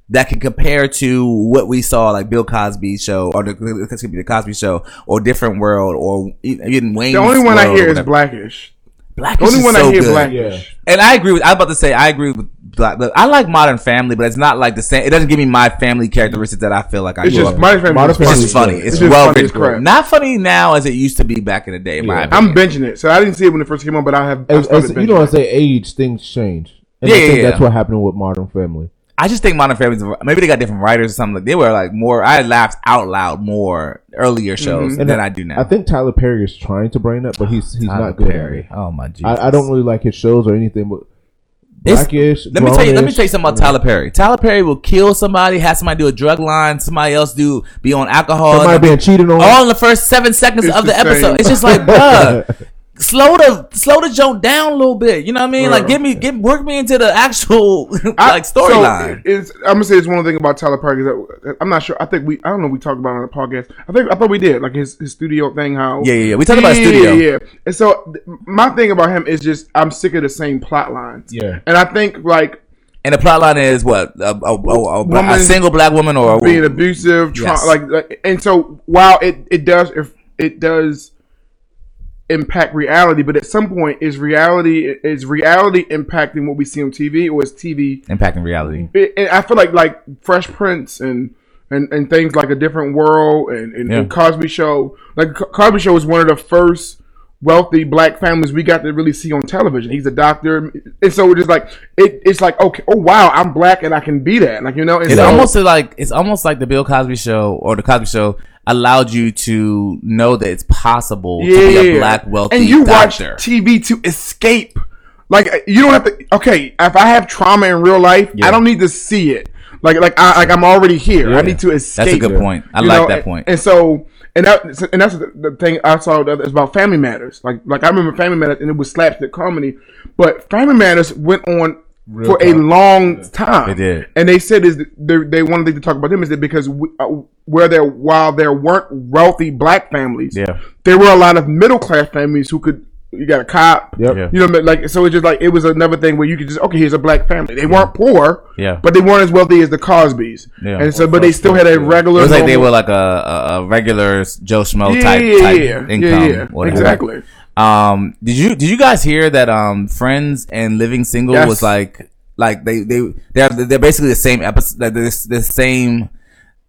Speaker 4: that can compare to what we saw, like Bill Cosby show, or the, this could be the Cosby show, or Different World, or e- even Wayne.
Speaker 6: the only one I hear is Blackish.
Speaker 4: Black.
Speaker 6: The only one I hear
Speaker 4: good.
Speaker 6: Blackish.
Speaker 4: And I agree with. I'm about to say I agree with Black. But I like Modern Family, but it's not like the same. It doesn't give me my family characteristics that I feel like I.
Speaker 6: It's
Speaker 4: grew
Speaker 6: just
Speaker 4: up
Speaker 6: my family.
Speaker 5: Modern
Speaker 4: with.
Speaker 5: Family
Speaker 4: It's
Speaker 5: is
Speaker 4: just funny.
Speaker 5: good.
Speaker 4: It's,
Speaker 6: It's just
Speaker 4: well
Speaker 6: funny as crap.
Speaker 4: written. Not funny now as it used to be back in the day. in my
Speaker 5: Yeah.
Speaker 4: opinion.
Speaker 6: I'm benching it, so I didn't see it when it first came on, but I have. I've
Speaker 5: As,
Speaker 6: started
Speaker 5: as-
Speaker 6: binging
Speaker 5: you know,
Speaker 6: it.
Speaker 5: as they age, things change. And
Speaker 4: Yeah,
Speaker 5: I
Speaker 4: yeah,
Speaker 5: think
Speaker 4: yeah.
Speaker 5: That's what happened with Modern Family.
Speaker 4: I just think Modern Family's maybe they got different writers or something. Like they were like more. I laughed out loud more earlier shows
Speaker 6: Mm-hmm.
Speaker 5: And
Speaker 4: than
Speaker 5: I-
Speaker 4: I do now.
Speaker 5: I think Tyler Perry is trying to bring it up, but he's he's
Speaker 4: Tyler
Speaker 5: not good.
Speaker 4: Perry.
Speaker 5: At
Speaker 4: Oh my
Speaker 5: it.
Speaker 4: Jesus.
Speaker 5: I, I don't really like his shows or anything, but
Speaker 4: It's-
Speaker 5: Blackish.
Speaker 4: Let me tell you. Let me
Speaker 5: Grownish,
Speaker 4: tell you something about Tyler Perry. Tyler Perry will kill somebody, have somebody do a drug line, somebody else do be on alcohol.
Speaker 5: Somebody being cheated on.
Speaker 4: all in the first seven seconds
Speaker 6: It's
Speaker 4: of the,
Speaker 6: the same.
Speaker 4: episode. It's just like, bruh, slow the slow the joke down a little bit. You know what I mean? Like,
Speaker 6: Bruh.
Speaker 4: give me, give work me into the actual
Speaker 6: I-
Speaker 4: like storyline.
Speaker 6: So it's, I'm gonna say it's one thing about Tyler Perry. 'cause I- I'm not sure. I think we. I don't know. if We talked about it on the podcast. I think I thought we did like his, his studio thing. How
Speaker 4: Yeah, yeah, yeah. We talked about studio.
Speaker 6: Yeah, yeah. And so th- my thing about him is just I'm sick of the same plot lines.
Speaker 5: Yeah.
Speaker 6: And I think like
Speaker 4: and the plot line is what a, a, a, a, a
Speaker 6: Woman
Speaker 4: single black woman or a,
Speaker 6: being abusive, tra-
Speaker 4: Yes.
Speaker 6: like, like, and so while it it does if it does impact reality, but at some point is reality is reality impacting what we see on TV or is TV
Speaker 4: impacting reality.
Speaker 6: it, and I feel like like Fresh Prince and and, and things like a different world and, and, and
Speaker 4: Yeah.
Speaker 6: Cosby Show. Like Co- Cosby Show was one of the first wealthy black families we got to really see on television. He's a doctor, and so it's just like it, it's like okay, oh wow, I'm black and I can be that. Like you know, and
Speaker 4: It's
Speaker 6: so,
Speaker 4: almost like it's almost like the Bill Cosby show or the Cosby show allowed you to know that it's possible to be a black wealthy
Speaker 6: and you
Speaker 4: doctor.
Speaker 6: watch TV to escape. Like uh, you don't have to. Okay, if I have trauma in real life, I don't need to see it. Like like I like I'm already here. I need to escape.
Speaker 4: good point. I
Speaker 6: You
Speaker 4: like that point.
Speaker 6: And, and so and that and that's the the thing I saw that is about Family Matters. Like like I remember Family Matters and it was slapstick comedy, but Family Matters went on. for a long time,
Speaker 4: They did.
Speaker 6: and they said is that they, they one thing to talk about them is that because we, uh, where there while there weren't wealthy black families,
Speaker 4: Yeah.
Speaker 6: there were a lot of middle class families who could you got a cop
Speaker 5: Yep.
Speaker 4: Yeah.
Speaker 6: you know what I mean? like so it's just like it was another thing where you could just okay here's a black family they weren't poor
Speaker 4: Yeah.
Speaker 6: but they weren't as wealthy as the Cosbys
Speaker 4: Yeah.
Speaker 6: and so but they still had a regular
Speaker 4: It was like they were
Speaker 6: normal-
Speaker 4: like a, a, a regular Joe Schmo
Speaker 6: yeah,
Speaker 4: type,
Speaker 6: yeah,
Speaker 4: type
Speaker 6: yeah,
Speaker 4: income.
Speaker 6: yeah, yeah.
Speaker 4: whatever.
Speaker 6: exactly
Speaker 4: Um, did you did you guys hear that? Um, Friends and Living Single
Speaker 6: Yes.
Speaker 4: was like like they they they're they're basically the same episode. Like this the same.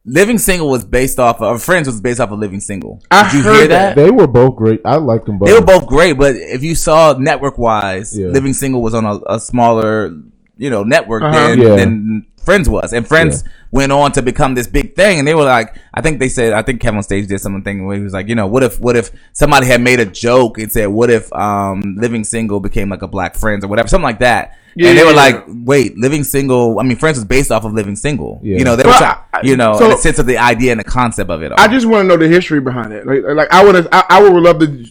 Speaker 4: Living Single was based off of Friends was based off of Living Single.
Speaker 6: I
Speaker 4: Did you
Speaker 6: heard
Speaker 4: hear that?
Speaker 6: that.
Speaker 5: They were both great. I liked them both.
Speaker 4: They were both great, but if you saw network wise,
Speaker 5: Yeah.
Speaker 4: Living Single was on a, a smaller, you know, network
Speaker 6: Uh-huh.
Speaker 4: than,
Speaker 5: Yeah.
Speaker 4: than Friends was, and Friends went on to become this big thing. And they were like, I think they said, I think Kevin on stage did something where he was like, you know, what if, what if somebody had made a joke and said, what if um Living Single became like a Black Friends or whatever, something like that.
Speaker 6: Yeah,
Speaker 4: and they
Speaker 6: yeah,
Speaker 4: were
Speaker 6: yeah.
Speaker 4: like, "Wait, Living Single. I mean, Friends was based off of Living Single.
Speaker 5: Yeah.
Speaker 4: You know, they
Speaker 6: Well,
Speaker 4: were, try-
Speaker 6: I-
Speaker 4: you know,
Speaker 6: so-
Speaker 4: in the sense of the idea and the concept of it. All.
Speaker 6: I just want to know the history behind it like like I would I, I would love to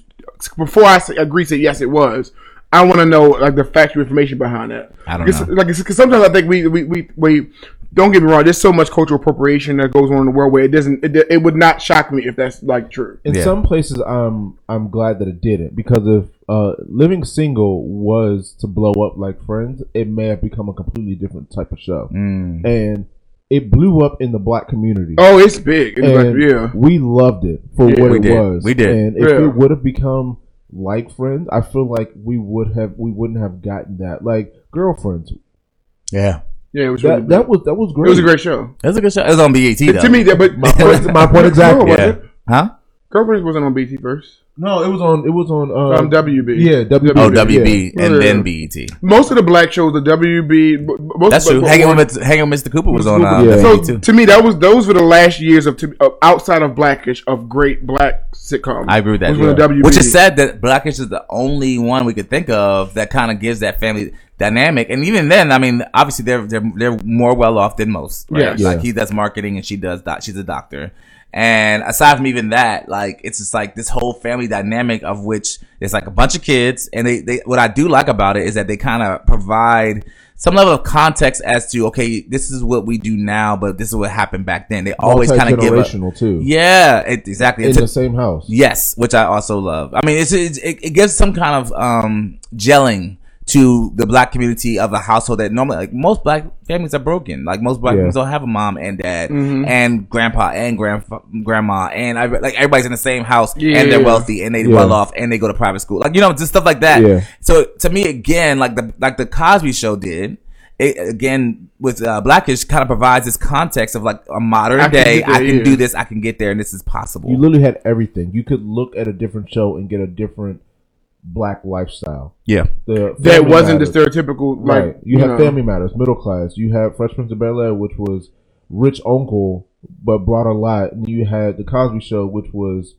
Speaker 6: before I say, agree to yes it was I want to know like the factual information behind it
Speaker 4: I don't
Speaker 6: Because-
Speaker 4: know.
Speaker 6: like because sometimes I think we we we, we don't get me wrong. There's so much cultural appropriation that goes on in the world where it doesn't. It, it would not shock me if that's like true.
Speaker 5: In
Speaker 4: Yeah.
Speaker 5: some places, I'm I'm glad that it didn't because if uh, living single was to blow up like Friends, it may have become a completely different type of show,
Speaker 4: Mm.
Speaker 5: and it blew up in the black community.
Speaker 6: Oh, it's big. It's like,
Speaker 5: And
Speaker 6: yeah.
Speaker 5: we loved it for what
Speaker 4: we
Speaker 5: it
Speaker 4: did.
Speaker 5: was.
Speaker 4: We did.
Speaker 5: and if
Speaker 6: Yeah.
Speaker 5: it would have become like Friends, I feel like we would have we wouldn't have gotten that. Like Girlfriends,
Speaker 4: Yeah,
Speaker 6: Yeah, it was really
Speaker 5: that
Speaker 6: big.
Speaker 5: that was that was
Speaker 6: it
Speaker 5: great.
Speaker 6: was a great show.
Speaker 4: that's a good show. It was on BET though.
Speaker 6: To me, that but
Speaker 5: My point, my point exactly.
Speaker 4: yeah. Huh?
Speaker 6: Girlfriends wasn't on BT first.
Speaker 5: No, it was on. It was on. Uh,
Speaker 6: Um, WB.
Speaker 5: Yeah, WB.
Speaker 4: Oh,
Speaker 5: yeah.
Speaker 4: WB and
Speaker 6: Yeah.
Speaker 4: then BET.
Speaker 6: Most of the black shows, the WB. b- b- Most
Speaker 4: That's
Speaker 6: of the
Speaker 4: true. Hanging with Hanging with Mr. Cooper was on uh,
Speaker 5: Cooper, yeah.
Speaker 6: So
Speaker 4: BET too.
Speaker 6: to me, that was those were the last years of, to, of outside of Blackish of great black sitcoms.
Speaker 4: I agree with that.
Speaker 6: Was when
Speaker 4: yeah.
Speaker 6: the WB.
Speaker 4: Which is sad that Blackish is the only one we could think of that kind of gives that family dynamic. And even then, I mean, obviously they're they're, they're more well off than most. Right?
Speaker 6: Yes.
Speaker 4: Like he does marketing and she does doc- she's a doctor. And aside from even that, like it's just like this whole family dynamic of which it's like a bunch of kids. And they, they what I do like about it is that they kind of provide some level of context as to okay, this is what we do now, but this is what happened back then. They always kind of give a,
Speaker 5: Multi-generational, too.
Speaker 4: Yeah, it, exactly. It
Speaker 5: in
Speaker 4: took-
Speaker 5: the same house.
Speaker 4: Yes, which I also love. I mean, it's, it's it, it gives some kind of um gelling to the black community of a household that normally like most black families are broken. Like most black
Speaker 5: Yeah.
Speaker 4: families don't have a mom and dad
Speaker 6: Mm-hmm.
Speaker 4: and grandpa and grandfa grandma and I, like everybody's in the same house and they're
Speaker 6: Yeah.
Speaker 4: wealthy and they
Speaker 5: Yeah.
Speaker 4: well off and they go to private school. Like you know, just stuff like that.
Speaker 5: Yeah.
Speaker 4: So to me, again, like the like the Cosby Show did. It, again, with uh, Blackish, kind of provides this context of like a modern
Speaker 6: I can
Speaker 4: day.
Speaker 6: get there,
Speaker 4: I can
Speaker 6: yeah.
Speaker 4: do this. I can get there, and this is possible.
Speaker 5: You literally had everything. You could look at a different show and get a different black lifestyle.
Speaker 4: yeah,
Speaker 5: The
Speaker 6: that
Speaker 5: Family
Speaker 6: wasn't the
Speaker 5: Matters,
Speaker 6: stereotypical like
Speaker 5: right. You, have
Speaker 6: know.
Speaker 5: Family Matters, middle class. You have Fresh Prince of Bel Air, which was rich uncle but brought a lot. And you had the Cosby Show, which was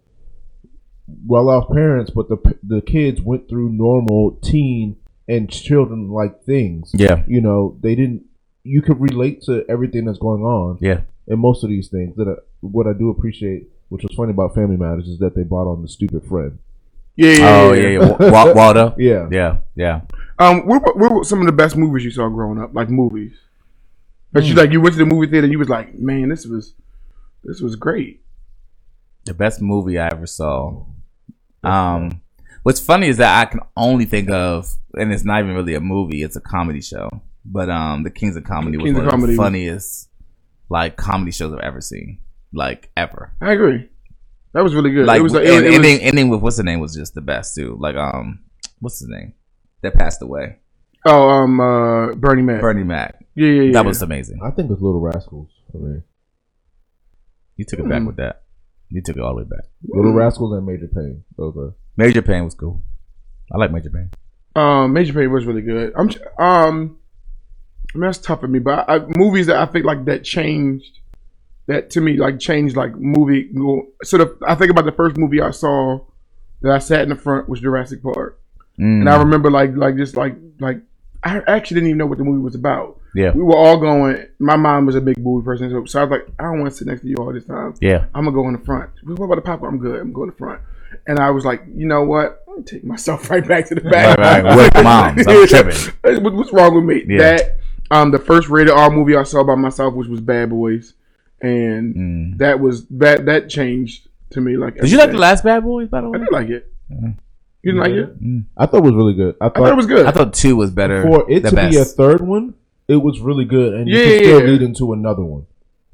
Speaker 5: well off parents, but the p- the kids went through normal teen and children like things.
Speaker 4: Yeah.
Speaker 5: you know they didn't. You could relate to everything that's going on.
Speaker 4: yeah.
Speaker 5: and most of these things that I, what I do appreciate, which was funny about Family Matters, is that they brought on the stupid friend.
Speaker 6: Yeah, yeah,
Speaker 4: Oh
Speaker 6: yeah.
Speaker 4: yeah, yeah. Wa- Waldo.
Speaker 5: Yeah.
Speaker 4: yeah, yeah.
Speaker 6: Um, what, were- what were some of the best movies you saw growing up? Like movies that
Speaker 5: Hmm.
Speaker 6: you like. You went to the movie theater and you was like, man, this was this was great.
Speaker 4: The best movie I ever saw. Um, what's funny is that I can only think of, and it's not even really a movie; it's a comedy show. But um, the Kings of Comedy was
Speaker 6: Kings
Speaker 4: one
Speaker 6: of
Speaker 4: of
Speaker 6: Comedy.
Speaker 4: the funniest, like comedy shows I've ever seen, like ever.
Speaker 6: I agree. That was really good.
Speaker 4: Like
Speaker 6: it was.
Speaker 4: and
Speaker 6: it, it
Speaker 4: ending,
Speaker 6: was
Speaker 4: ending with what's the name was just the best too. Like um, what's his name that passed away?
Speaker 6: oh, um, uh, Bernie Mac.
Speaker 4: Bernie Mac.
Speaker 6: Yeah, yeah, yeah.
Speaker 4: That was amazing.
Speaker 5: I think it's Little Rascals for me.
Speaker 4: You took it back
Speaker 6: Hmm.
Speaker 4: with that. You took it all the way back.
Speaker 5: Little Rascals and Major Payne. Those are
Speaker 4: Major Payne was cool. I like Major Payne.
Speaker 6: Um, Major Payne was really good. I'm ch- um, I mean, that's tough for me, but I, I- movies that I think like that changed that to me like changed like movie. go- So the, I think about the first movie I saw that I sat in the front was Jurassic Park,
Speaker 4: Mm.
Speaker 6: and
Speaker 4: Mm-hmm.
Speaker 6: I remember like like just like like I actually didn't even know what the movie was about.
Speaker 4: Yeah.
Speaker 6: we were all going. My mom was a big movie person, so, so I was like, I don't want to sit next to you all this time.
Speaker 4: Yeah.
Speaker 6: I'm gonna go in the front. What about the popcorn? I'm good. I'm going to the front. And I was like, you know what? I'm gonna take myself right back to the back.
Speaker 4: Right, right. With moms. I'm tripping.
Speaker 6: What- What's wrong with me?
Speaker 4: Yeah.
Speaker 6: That um, the first rated R movie I saw by myself, which was Bad Boys, and
Speaker 4: Mm.
Speaker 6: that was that that changed to me. Like,
Speaker 4: Did you like the
Speaker 6: everything.
Speaker 4: last Bad Boys, by the
Speaker 6: I
Speaker 4: way? Mm.
Speaker 6: did like it.
Speaker 4: Mm-hmm.
Speaker 6: You didn't like it?
Speaker 5: I thought it was really good. I
Speaker 6: I thought it
Speaker 5: thought,
Speaker 6: was good.
Speaker 4: I thought two was better.
Speaker 5: for it
Speaker 4: the
Speaker 5: to
Speaker 4: best.
Speaker 5: be a third one, it was really good, and
Speaker 6: Yeah,
Speaker 5: you could still
Speaker 6: yeah.
Speaker 5: lead into another one.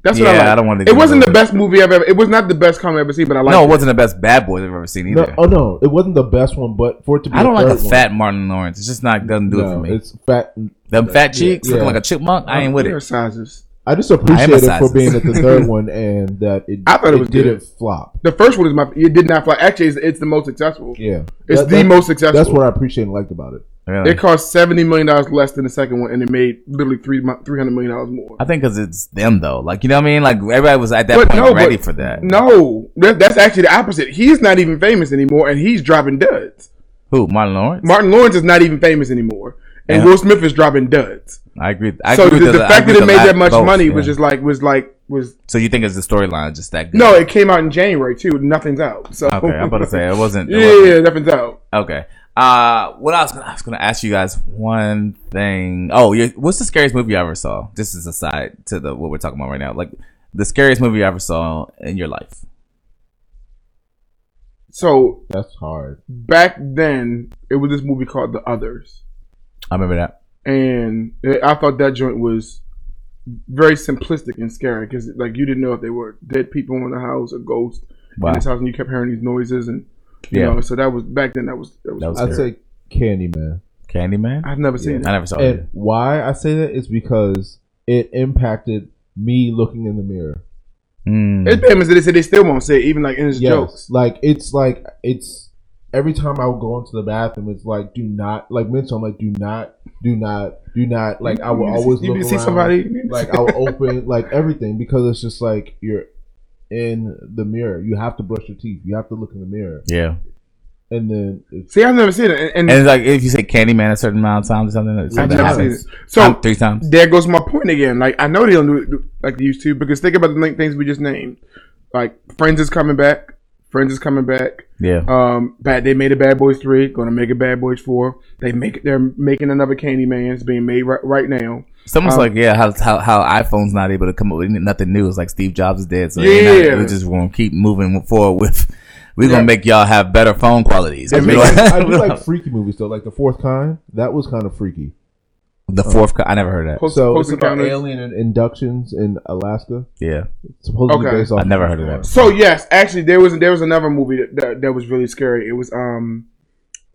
Speaker 6: That's what I
Speaker 4: Yeah,
Speaker 6: like.
Speaker 4: I don't wanna
Speaker 6: It
Speaker 4: do
Speaker 6: wasn't
Speaker 4: that.
Speaker 6: the best movie I've ever. It was not the best comedy I've ever seen, but I like.
Speaker 4: no, it wasn't the best Bad Boys I've ever seen
Speaker 5: No,
Speaker 4: either.
Speaker 5: oh no, it wasn't the best one, but for it to be
Speaker 4: I don't
Speaker 5: a
Speaker 4: like
Speaker 5: third
Speaker 4: the
Speaker 5: one,
Speaker 4: fat Martin Lawrence. It's just not doesn't do it for
Speaker 5: no,
Speaker 4: me.
Speaker 5: It's fat.
Speaker 4: Them fat cheeks
Speaker 5: yeah.
Speaker 4: looking like a chipmunk. I ain't with
Speaker 6: Their
Speaker 4: it.
Speaker 6: sizes.
Speaker 5: I just appreciate it for
Speaker 4: emphasize
Speaker 5: being
Speaker 4: this.
Speaker 5: at the third one and that it.
Speaker 6: I thought it was
Speaker 5: did
Speaker 6: good.
Speaker 5: it flop.
Speaker 6: The first one is my. It did not fly. Actually, it's, it's the most successful.
Speaker 5: Yeah,
Speaker 6: It's the most successful.
Speaker 5: That's what I appreciate and liked about it.
Speaker 4: Really.
Speaker 6: It cost seventy million dollars less than the second one, and it made literally three three hundred million dollars more.
Speaker 4: I think because it's them though. Like you know what I mean. Like everybody was at that
Speaker 6: But
Speaker 4: point
Speaker 6: no,
Speaker 4: ready
Speaker 6: but-
Speaker 4: for that.
Speaker 6: No, that, that's actually the opposite. He's not even famous anymore, and he's dropping duds.
Speaker 4: Who Martin Lawrence?
Speaker 6: Martin Lawrence is not even famous anymore, and
Speaker 4: Yeah.
Speaker 6: Will Smith is dropping duds.
Speaker 4: I agree. I
Speaker 6: so
Speaker 4: agree
Speaker 6: the,
Speaker 4: with
Speaker 6: the
Speaker 4: I
Speaker 6: fact
Speaker 4: agree
Speaker 6: that it
Speaker 4: with
Speaker 6: made
Speaker 4: the la-
Speaker 6: that much
Speaker 4: both,
Speaker 6: money was
Speaker 4: yeah.
Speaker 6: just like was like was
Speaker 4: So you think it's the storyline just that good?
Speaker 6: no. It came out in January too. Nothing's out. So
Speaker 4: Okay, I'm about to say it wasn't. it
Speaker 6: yeah,
Speaker 4: wasn't-
Speaker 6: nothing's out.
Speaker 4: Okay. Uh, what else? I was gonna ask you guys one thing. Oh, you what's the scariest movie you ever saw? This is aside to the what we're talking about right now. Like the scariest movie you ever saw in your life.
Speaker 6: So
Speaker 5: That's hard.
Speaker 6: back then, it was this movie called The Others,
Speaker 4: I remember that.
Speaker 6: and it- I thought that joint was very simplistic and scary because like you didn't know if they were dead people in the house or ghosts
Speaker 4: Wow.
Speaker 6: in this house, and you kept hearing these noises and you
Speaker 4: Yeah.
Speaker 6: know. So that was back then. That was that was.
Speaker 4: That was
Speaker 5: I'd
Speaker 4: scary.
Speaker 5: say Candyman.
Speaker 4: Candyman.
Speaker 6: I've never
Speaker 4: I
Speaker 6: seen it.
Speaker 4: never saw it.
Speaker 5: And why I say that is because it impacted me looking in the mirror.
Speaker 4: Mm.
Speaker 6: It's famous that they said they still won't say it, even like in his
Speaker 5: Yes.
Speaker 6: jokes.
Speaker 5: Like it's like it's every time I would go into the bathroom, it's like do not like mental. I'm like do not, do not, do not. Like I would
Speaker 6: You need to see-
Speaker 5: always
Speaker 6: you
Speaker 5: look
Speaker 6: need to see
Speaker 5: around.
Speaker 6: somebody. You need to
Speaker 5: Like
Speaker 6: see-
Speaker 5: I would open like everything because it's just like you're in the mirror. You have to brush your teeth. You have to look in the mirror,
Speaker 4: Yeah.
Speaker 5: and then it's
Speaker 6: See, I've never seen it, and, and
Speaker 4: And it's like if you say Candyman a certain amount of times or something, it's
Speaker 6: I've
Speaker 4: something
Speaker 6: never seen it.
Speaker 4: happens.
Speaker 6: So
Speaker 4: Um, three times.
Speaker 6: there goes my point again. Like I know they don't do it like they used to because think about the like, things we just named. Like Friends is coming back. Friends is coming back.
Speaker 4: Yeah.
Speaker 6: Um, bad. They made a Bad Boys three. Going to make a Bad Boys four. They make. They're making another Candyman. It's being made right, right now.
Speaker 4: Someone's
Speaker 6: um,
Speaker 4: like, yeah, how, how how iPhone's not able to come up with nothing new. It's like Steve Jobs is dead, so
Speaker 6: Yeah.
Speaker 4: yeah, we just gonna keep moving forward with. We're gonna
Speaker 6: Yeah.
Speaker 4: make y'all have better phone qualities.
Speaker 6: It makes-
Speaker 5: I do like freaky movies though, like the fourth kind. That was kind of freaky.
Speaker 4: the fourth. Co- I never heard that.
Speaker 6: Close-
Speaker 5: So
Speaker 6: close
Speaker 5: it's about
Speaker 6: encounters.
Speaker 5: alien and inductions in Alaska.
Speaker 4: Yeah,
Speaker 5: Supposedly
Speaker 6: Okay.
Speaker 5: based off.
Speaker 4: I never heard of that.
Speaker 6: So yes, actually, there was there was another movie that, that, that was really scary. It was um,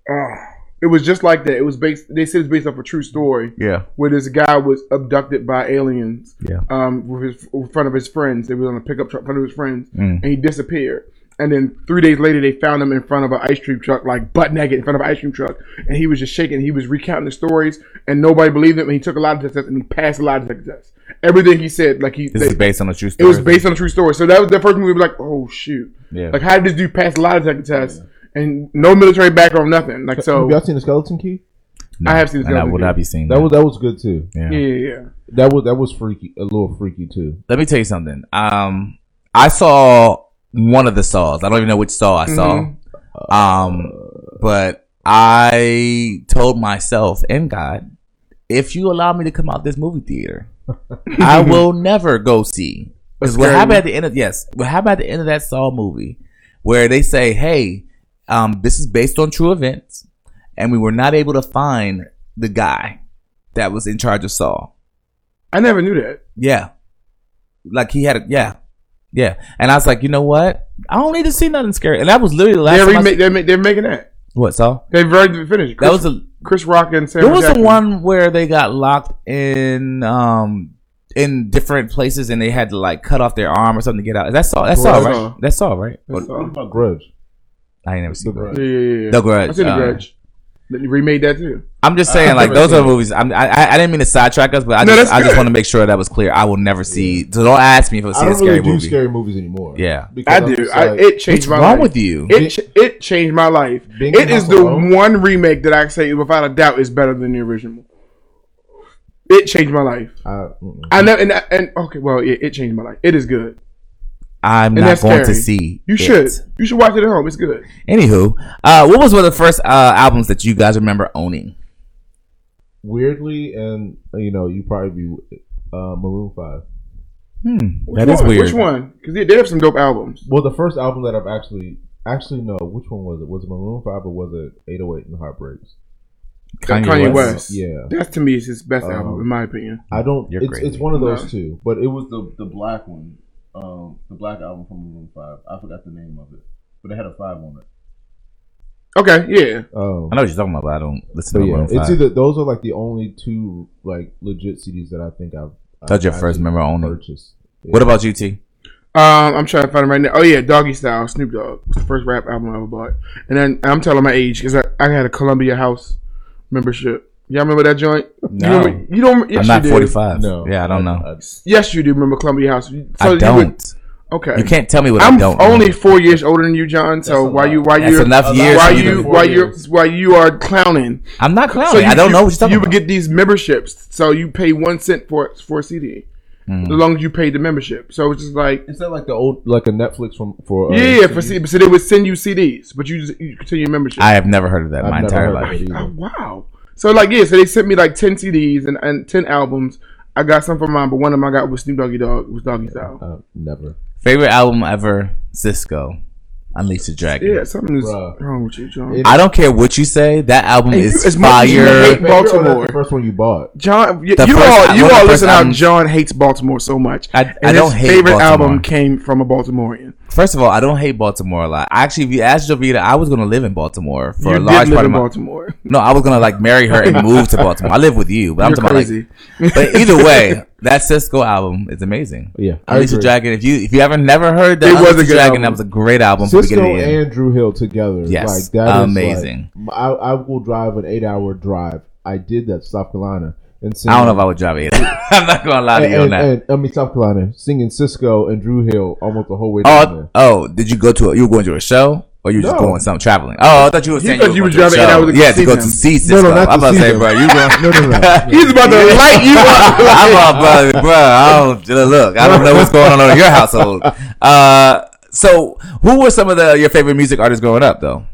Speaker 6: uh, it was just like that. It was based. They said it's based off a true story
Speaker 4: Yeah,
Speaker 6: where this guy was abducted by aliens.
Speaker 4: yeah.
Speaker 6: um, with his, in front of his friends. They was on a pickup truck in front of his friends,
Speaker 4: Mm.
Speaker 6: and he disappeared. And then three days later, they found him in front of an ice cream truck, like butt naked in front of an ice cream truck, and he was just shaking. He was recounting the stories, and nobody believed him. And he took a lot of tests, and he passed a lot of tests. Everything he said, like he,
Speaker 4: This
Speaker 6: they-
Speaker 4: is based on a true
Speaker 6: it
Speaker 4: story.
Speaker 6: was based on a true story. So that was the first movie. we were Like, oh shoot,
Speaker 4: Yeah.
Speaker 6: like how did this dude pass a lot of tests and no military background, nothing? Like so,
Speaker 5: Have y'all seen the Skeleton Key?
Speaker 4: No,
Speaker 6: I have seen this
Speaker 4: And I
Speaker 6: other
Speaker 4: would
Speaker 6: video.
Speaker 4: not be seeing that.
Speaker 5: That was that was good too.
Speaker 4: yeah.
Speaker 6: yeah, yeah, yeah.
Speaker 5: That was that was freaky, a little freaky too.
Speaker 4: Let me tell you something. Um, I saw one of the saws. I don't even know which saw I
Speaker 6: Mm-hmm.
Speaker 4: saw. Um, but I told myself and God, if you allow me to come out this movie theater, I will never go see. Because what
Speaker 6: scary
Speaker 4: happened
Speaker 6: movie.
Speaker 4: at the end of yes, what happened at the end of that Saw movie, where they say, "Hey, um, this is based on true events, and we were not able to find the guy that was in charge of Saw."
Speaker 6: I never knew that.
Speaker 4: Yeah. Like he had a yeah. Yeah. And I was like, you know what? I don't need to see nothing scary. And that was literally the last
Speaker 6: They're,
Speaker 4: time I
Speaker 6: remake,
Speaker 4: s-
Speaker 6: they're, ma- they're making that.
Speaker 4: what, so?
Speaker 6: They've already finished.
Speaker 4: That was a
Speaker 6: Chris Rock and Sam.
Speaker 4: there was the
Speaker 6: Jackson.
Speaker 4: one where they got locked in um in different places and they had to like cut off their arm or something to get out. That's all that's all
Speaker 6: Grudge.
Speaker 4: right. That's all right.
Speaker 6: That's all.
Speaker 5: What about Grudge?
Speaker 4: I ain't never seen
Speaker 5: The
Speaker 4: Grudge.
Speaker 6: Yeah, yeah, yeah.
Speaker 4: The Grudge.
Speaker 6: I seen the
Speaker 4: uh,
Speaker 6: Grudge. They remade that too.
Speaker 4: I'm just saying,
Speaker 5: I've
Speaker 4: like
Speaker 5: never
Speaker 4: those
Speaker 5: seen
Speaker 4: are movies. I'm, I I I didn't mean to sidetrack us, but I
Speaker 6: No,
Speaker 4: just
Speaker 6: that's
Speaker 4: I just
Speaker 6: good.
Speaker 4: want to make sure that was clear. I will never see. So don't ask me if I
Speaker 5: I
Speaker 4: see a
Speaker 5: don't
Speaker 4: scary
Speaker 5: really do
Speaker 4: movie.
Speaker 5: scary movies anymore.
Speaker 4: Yeah.
Speaker 5: Because
Speaker 6: I
Speaker 5: I'm
Speaker 6: do.
Speaker 5: just
Speaker 6: I,
Speaker 5: like-
Speaker 6: it changed
Speaker 4: What's
Speaker 6: my
Speaker 4: wrong
Speaker 6: life.
Speaker 4: with you?
Speaker 6: It ch- it changed my life.
Speaker 5: Bing
Speaker 6: it is
Speaker 5: House
Speaker 6: the
Speaker 5: Alone?
Speaker 6: one remake that I say without a doubt is better than the original. It changed my life.
Speaker 5: I, mm-mm.
Speaker 6: I know, and, and okay, well, yeah, it changed my life. It is good.
Speaker 4: I'm
Speaker 6: And
Speaker 4: not
Speaker 6: that's
Speaker 4: going to
Speaker 6: scary.
Speaker 4: see.
Speaker 6: You
Speaker 4: it.
Speaker 6: should. You should watch it at home. It's good.
Speaker 4: Anywho, uh, what was one of the first uh, albums that you guys remember owning?
Speaker 5: weirdly, and you know, you probably be uh, Maroon Five.
Speaker 4: Hmm,
Speaker 6: Which
Speaker 4: that is
Speaker 6: one?
Speaker 4: weird.
Speaker 6: Which one? Because they have some dope albums.
Speaker 5: Well, the first album that I've actually actually no, which one was it? Was it Maroon Five or was it Eight Oh Eight and Heartbreaks?
Speaker 6: Kanye, Kanye West.
Speaker 5: Yeah.
Speaker 6: That to me is his best
Speaker 5: Um,
Speaker 6: album, in my opinion.
Speaker 5: I don't.
Speaker 4: You're
Speaker 5: it's,
Speaker 4: crazy.
Speaker 5: it's one of those
Speaker 6: No.
Speaker 5: two, but it was the the black one, um, the black album from Maroon Five. I forgot the name of it, but it had a five on it.
Speaker 6: Okay, yeah.
Speaker 5: Um,
Speaker 4: I know what you're talking about, but I don't listen to
Speaker 5: but yeah,
Speaker 4: Maroon
Speaker 5: it's
Speaker 4: 5.
Speaker 5: either those are like the only two like legit CDs that I think I've.
Speaker 4: That's your
Speaker 5: I've
Speaker 4: first
Speaker 5: actually
Speaker 4: memory owner.
Speaker 5: purchased. Yeah.
Speaker 4: What about you, T?
Speaker 6: Um, I'm trying to find it right now. Oh yeah, Doggy Style, Snoop Dogg was the first rap album I ever bought, and then and I'm telling my age because I, I had a Columbia House membership. Y'all remember that joint?
Speaker 4: No.
Speaker 6: you, remember, you don't. Yes,
Speaker 4: I'm not
Speaker 6: you do.
Speaker 4: 45.
Speaker 5: No,
Speaker 4: Yeah, I don't know.
Speaker 5: I,
Speaker 6: Yes, you do remember Columbia House. So
Speaker 4: I,
Speaker 6: you would-
Speaker 4: don't.
Speaker 6: okay,
Speaker 4: You can't tell me what I'm I
Speaker 6: I'm
Speaker 4: do not
Speaker 6: only four years older than you, John. So
Speaker 5: That's a
Speaker 6: why
Speaker 5: lot.
Speaker 6: you why
Speaker 4: That's
Speaker 6: you
Speaker 4: enough
Speaker 6: why
Speaker 4: years for me to-
Speaker 6: you why you
Speaker 5: years.
Speaker 6: why you are clowning?
Speaker 4: I'm not clowning.
Speaker 6: you,
Speaker 4: I don't
Speaker 6: you-
Speaker 4: know what you're talking
Speaker 6: You
Speaker 4: about.
Speaker 6: would get these memberships, so you pay one cent for for a CD.
Speaker 4: Mm-hmm.
Speaker 6: as long as you paid the membership. So it's just like
Speaker 5: Is that like the old, like a Netflix from for? Uh,
Speaker 6: yeah, for
Speaker 5: CDs?
Speaker 6: C- so they would send you CDs, but you just you continue your membership.
Speaker 4: I have never heard of that in my
Speaker 5: I've never
Speaker 4: entire
Speaker 5: heard of
Speaker 4: life.
Speaker 5: it either.
Speaker 6: Oh, wow. So like yeah, so they sent me like ten CDs and, and ten albums. I got some from mine, but one of them I got was Snoop Doggy Dog was Doggy Style.
Speaker 5: Uh, never.
Speaker 4: Favorite album ever, Cisco, Unleash the Dragon.
Speaker 6: Yeah, something's
Speaker 5: Bruh.
Speaker 6: wrong with you, John.
Speaker 5: It-
Speaker 4: I don't care what you say. That album
Speaker 6: Hey,
Speaker 4: is
Speaker 6: it's more- you
Speaker 4: fire.
Speaker 6: hate- Baltimore.
Speaker 5: Maybe that's The first one you bought.
Speaker 6: John, you,
Speaker 4: The
Speaker 6: you
Speaker 4: first-
Speaker 6: all you
Speaker 4: one of
Speaker 6: all
Speaker 4: the first
Speaker 6: listen how
Speaker 4: albums-
Speaker 6: John hates Baltimore so much.
Speaker 4: I- I don't hate
Speaker 6: favorite
Speaker 4: Baltimore.
Speaker 6: album came from a Baltimorean.
Speaker 4: First of all, I don't hate Baltimore a lot. Actually, if you ask Jovita, I was gonna live in Baltimore for
Speaker 6: you
Speaker 4: a
Speaker 6: did
Speaker 4: large
Speaker 6: live
Speaker 4: part
Speaker 6: in
Speaker 4: of my.
Speaker 6: Baltimore.
Speaker 4: No, I was gonna like marry her and move to Baltimore. I live with you, but I'm
Speaker 6: You're
Speaker 4: talking about, like-
Speaker 6: crazy.
Speaker 4: but either way, that Cisco album is amazing.
Speaker 5: Yeah, I
Speaker 4: Unleash the
Speaker 5: agree.
Speaker 4: Dragon. If you if you haven't never heard that,
Speaker 6: It was
Speaker 4: Unleash
Speaker 6: a
Speaker 4: the
Speaker 6: good
Speaker 4: Dragon,
Speaker 6: album.
Speaker 4: that was a great album. from
Speaker 5: Cisco
Speaker 4: beginning to end.
Speaker 5: and Drew Hill together.
Speaker 4: Yes.
Speaker 5: like that is
Speaker 4: Amazing.
Speaker 5: like- I, I will drive an eight-hour drive. I did that to South Carolina and sing,
Speaker 4: I don't know if I would drive it. I'm not gonna lie to
Speaker 5: and,
Speaker 4: you on
Speaker 5: and,
Speaker 4: that.
Speaker 5: and, I mean South Carolina singing Cisco and Drew Hill almost the whole way down
Speaker 4: Oh,
Speaker 5: there.
Speaker 4: oh, did you go to a, you were going to a show or you were just
Speaker 5: No.
Speaker 4: going some traveling? Oh, I thought you were saying
Speaker 6: thought you
Speaker 4: were
Speaker 6: were
Speaker 4: going to a
Speaker 6: driving eight
Speaker 4: show.
Speaker 6: hours to
Speaker 4: Yeah,
Speaker 6: see
Speaker 4: to go to
Speaker 6: them.
Speaker 4: see
Speaker 5: No,
Speaker 4: Cisco.
Speaker 5: no,
Speaker 4: I'm
Speaker 5: not to
Speaker 4: about to
Speaker 5: see
Speaker 4: say,
Speaker 5: them.
Speaker 4: bro, you going?
Speaker 5: No, no, no.
Speaker 6: He's about to light you up.
Speaker 4: I'm all brother, bro. I don't, look, I don't know what's going on in your household. Uh, so who were some of the your favorite music artists growing up though?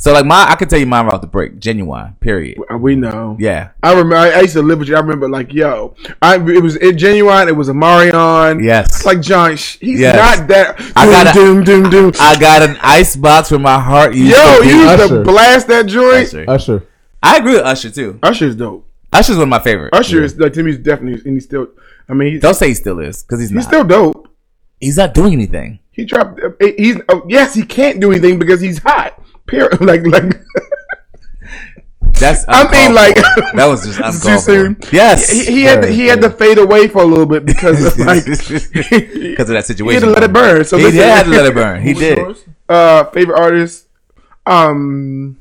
Speaker 4: So like my, I can tell you mine right off the break. Genuine, period.
Speaker 6: Uh, We know.
Speaker 4: Yeah,
Speaker 6: I remember. I used to live with you. I remember, like, yo, I it was it genuine. It was a Marion.
Speaker 4: Yes.
Speaker 6: It's like John. sh- He's
Speaker 4: Yes.
Speaker 6: not that.
Speaker 4: I
Speaker 6: doom,
Speaker 4: gotta-
Speaker 6: doom, doom, doom.
Speaker 4: I got an ice box where my heart used
Speaker 6: yo,
Speaker 4: to be.
Speaker 6: you used
Speaker 5: Usher.
Speaker 6: to blast that joint.
Speaker 4: Usher.
Speaker 5: Usher.
Speaker 4: I agree with Usher too.
Speaker 6: Usher's dope.
Speaker 4: Usher's one of my favorite.
Speaker 6: Usher is like to me. He's definitely and he's still. I mean, he's,
Speaker 4: Don't say he still is because he's
Speaker 6: he's
Speaker 4: not.
Speaker 6: still dope.
Speaker 4: he's not doing anything.
Speaker 6: He dropped. uh, He's uh, yes. He can't do anything because he's hot. Period. Like like.
Speaker 4: That's
Speaker 6: I mean,
Speaker 4: uncalled
Speaker 6: like-
Speaker 4: for. that was just
Speaker 6: Too
Speaker 4: uncalled
Speaker 6: soon.
Speaker 4: for. Yes,
Speaker 6: He, he had to, he had to fade away for a little bit because of like he
Speaker 4: because of that situation.
Speaker 6: had to let it burn. So
Speaker 4: He
Speaker 6: listen.
Speaker 4: did had to let it burn. He
Speaker 5: Who was
Speaker 4: did.
Speaker 5: yours?
Speaker 6: Uh, favorite artist. Um,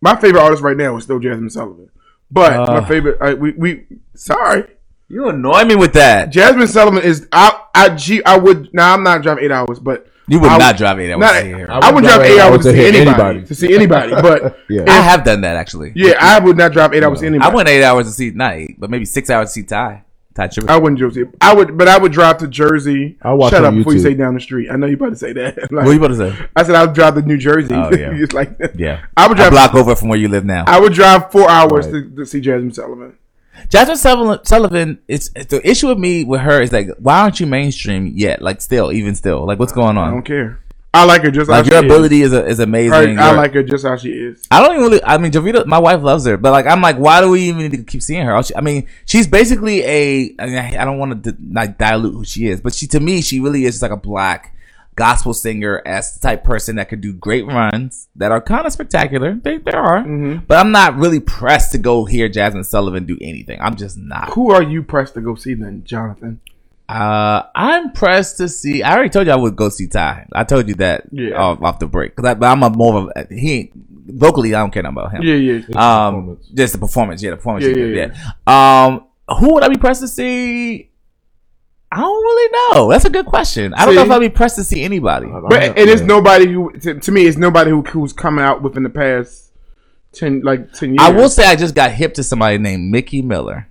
Speaker 6: my favorite artist right now is still Jasmine Sullivan, but
Speaker 4: Uh.
Speaker 6: my favorite. I, we we sorry,
Speaker 4: You annoy me with that.
Speaker 6: Jasmine Sullivan is. I I gee, I would now. I'm not driving eight hours, but
Speaker 4: You would
Speaker 6: I
Speaker 4: not
Speaker 6: would-
Speaker 4: drive eight hours.
Speaker 6: not,
Speaker 4: to
Speaker 6: I,
Speaker 4: hear.
Speaker 6: would drive eight hours to see
Speaker 5: hear
Speaker 6: anybody,
Speaker 5: anybody.
Speaker 6: to see anybody. But
Speaker 5: Yeah.
Speaker 4: I have done that actually.
Speaker 6: yeah, I would not drive eight hours
Speaker 4: I
Speaker 6: to anybody.
Speaker 4: went eight hours to see not eight, but maybe six hours to see Ty. Ty Tribbett.
Speaker 6: I wouldn't drive to. I would, but I would drive to Jersey.
Speaker 5: I watch
Speaker 6: Shut
Speaker 5: on
Speaker 6: up before you
Speaker 5: YouTube.
Speaker 6: say down the street. I know you about to say that. Like,
Speaker 4: what you about to say?
Speaker 6: I said I would drive to New Jersey.
Speaker 4: Oh, yeah.
Speaker 6: It's like
Speaker 4: Yeah,
Speaker 6: I would
Speaker 4: a
Speaker 6: drive.
Speaker 4: block over from where you live now.
Speaker 6: I would drive four hours to, to see Jasmine Sullivan.
Speaker 4: Jasmine Sullivan, Sullivan, it's it's- the issue with me with her is like, why aren't you mainstream yet? Like, still, even still, like, what's going
Speaker 6: I
Speaker 4: on?
Speaker 6: don't care. I like her just
Speaker 4: Like,
Speaker 6: how
Speaker 4: your
Speaker 6: she
Speaker 4: ability is a, is amazing.
Speaker 6: is. Her- I
Speaker 4: Your-
Speaker 6: like her just how she is.
Speaker 4: I don't even really. I mean, Javita, my wife loves her, but like, I'm like, why do we even need to keep seeing her? All she- I mean, she's basically a. I, mean, I I don't want to like dilute who she is, but she to me, she really is just like a black gospel singer as type person that could do great runs that are kind of spectacular. They there are,
Speaker 6: Mm-hmm.
Speaker 4: but I'm not really pressed to go hear Jasmine Sullivan do anything. I'm just not.
Speaker 6: Who are you pressed to go see then, Jonathan?
Speaker 4: Uh, I'm pressed to see. I already told you I would go see Ty. I told you that
Speaker 6: Yeah.
Speaker 4: off, off the break because I'm a more of a, he ain't, vocally. I don't care nothing about him.
Speaker 6: Yeah, yeah.
Speaker 4: Um,
Speaker 5: performance.
Speaker 4: just the performance. Yeah, the performance.
Speaker 6: Yeah,
Speaker 4: Yeah,
Speaker 6: yeah,
Speaker 4: yeah, Um, who would I be pressed to see? I don't really know. That's a good question. I don't know
Speaker 6: See?
Speaker 4: if I'd be pressed to see anybody.
Speaker 6: But it is nobody who to, to me it's nobody who who's coming out within the past ten like ten years.
Speaker 4: I will say I just got hip to somebody named Mickey Miller,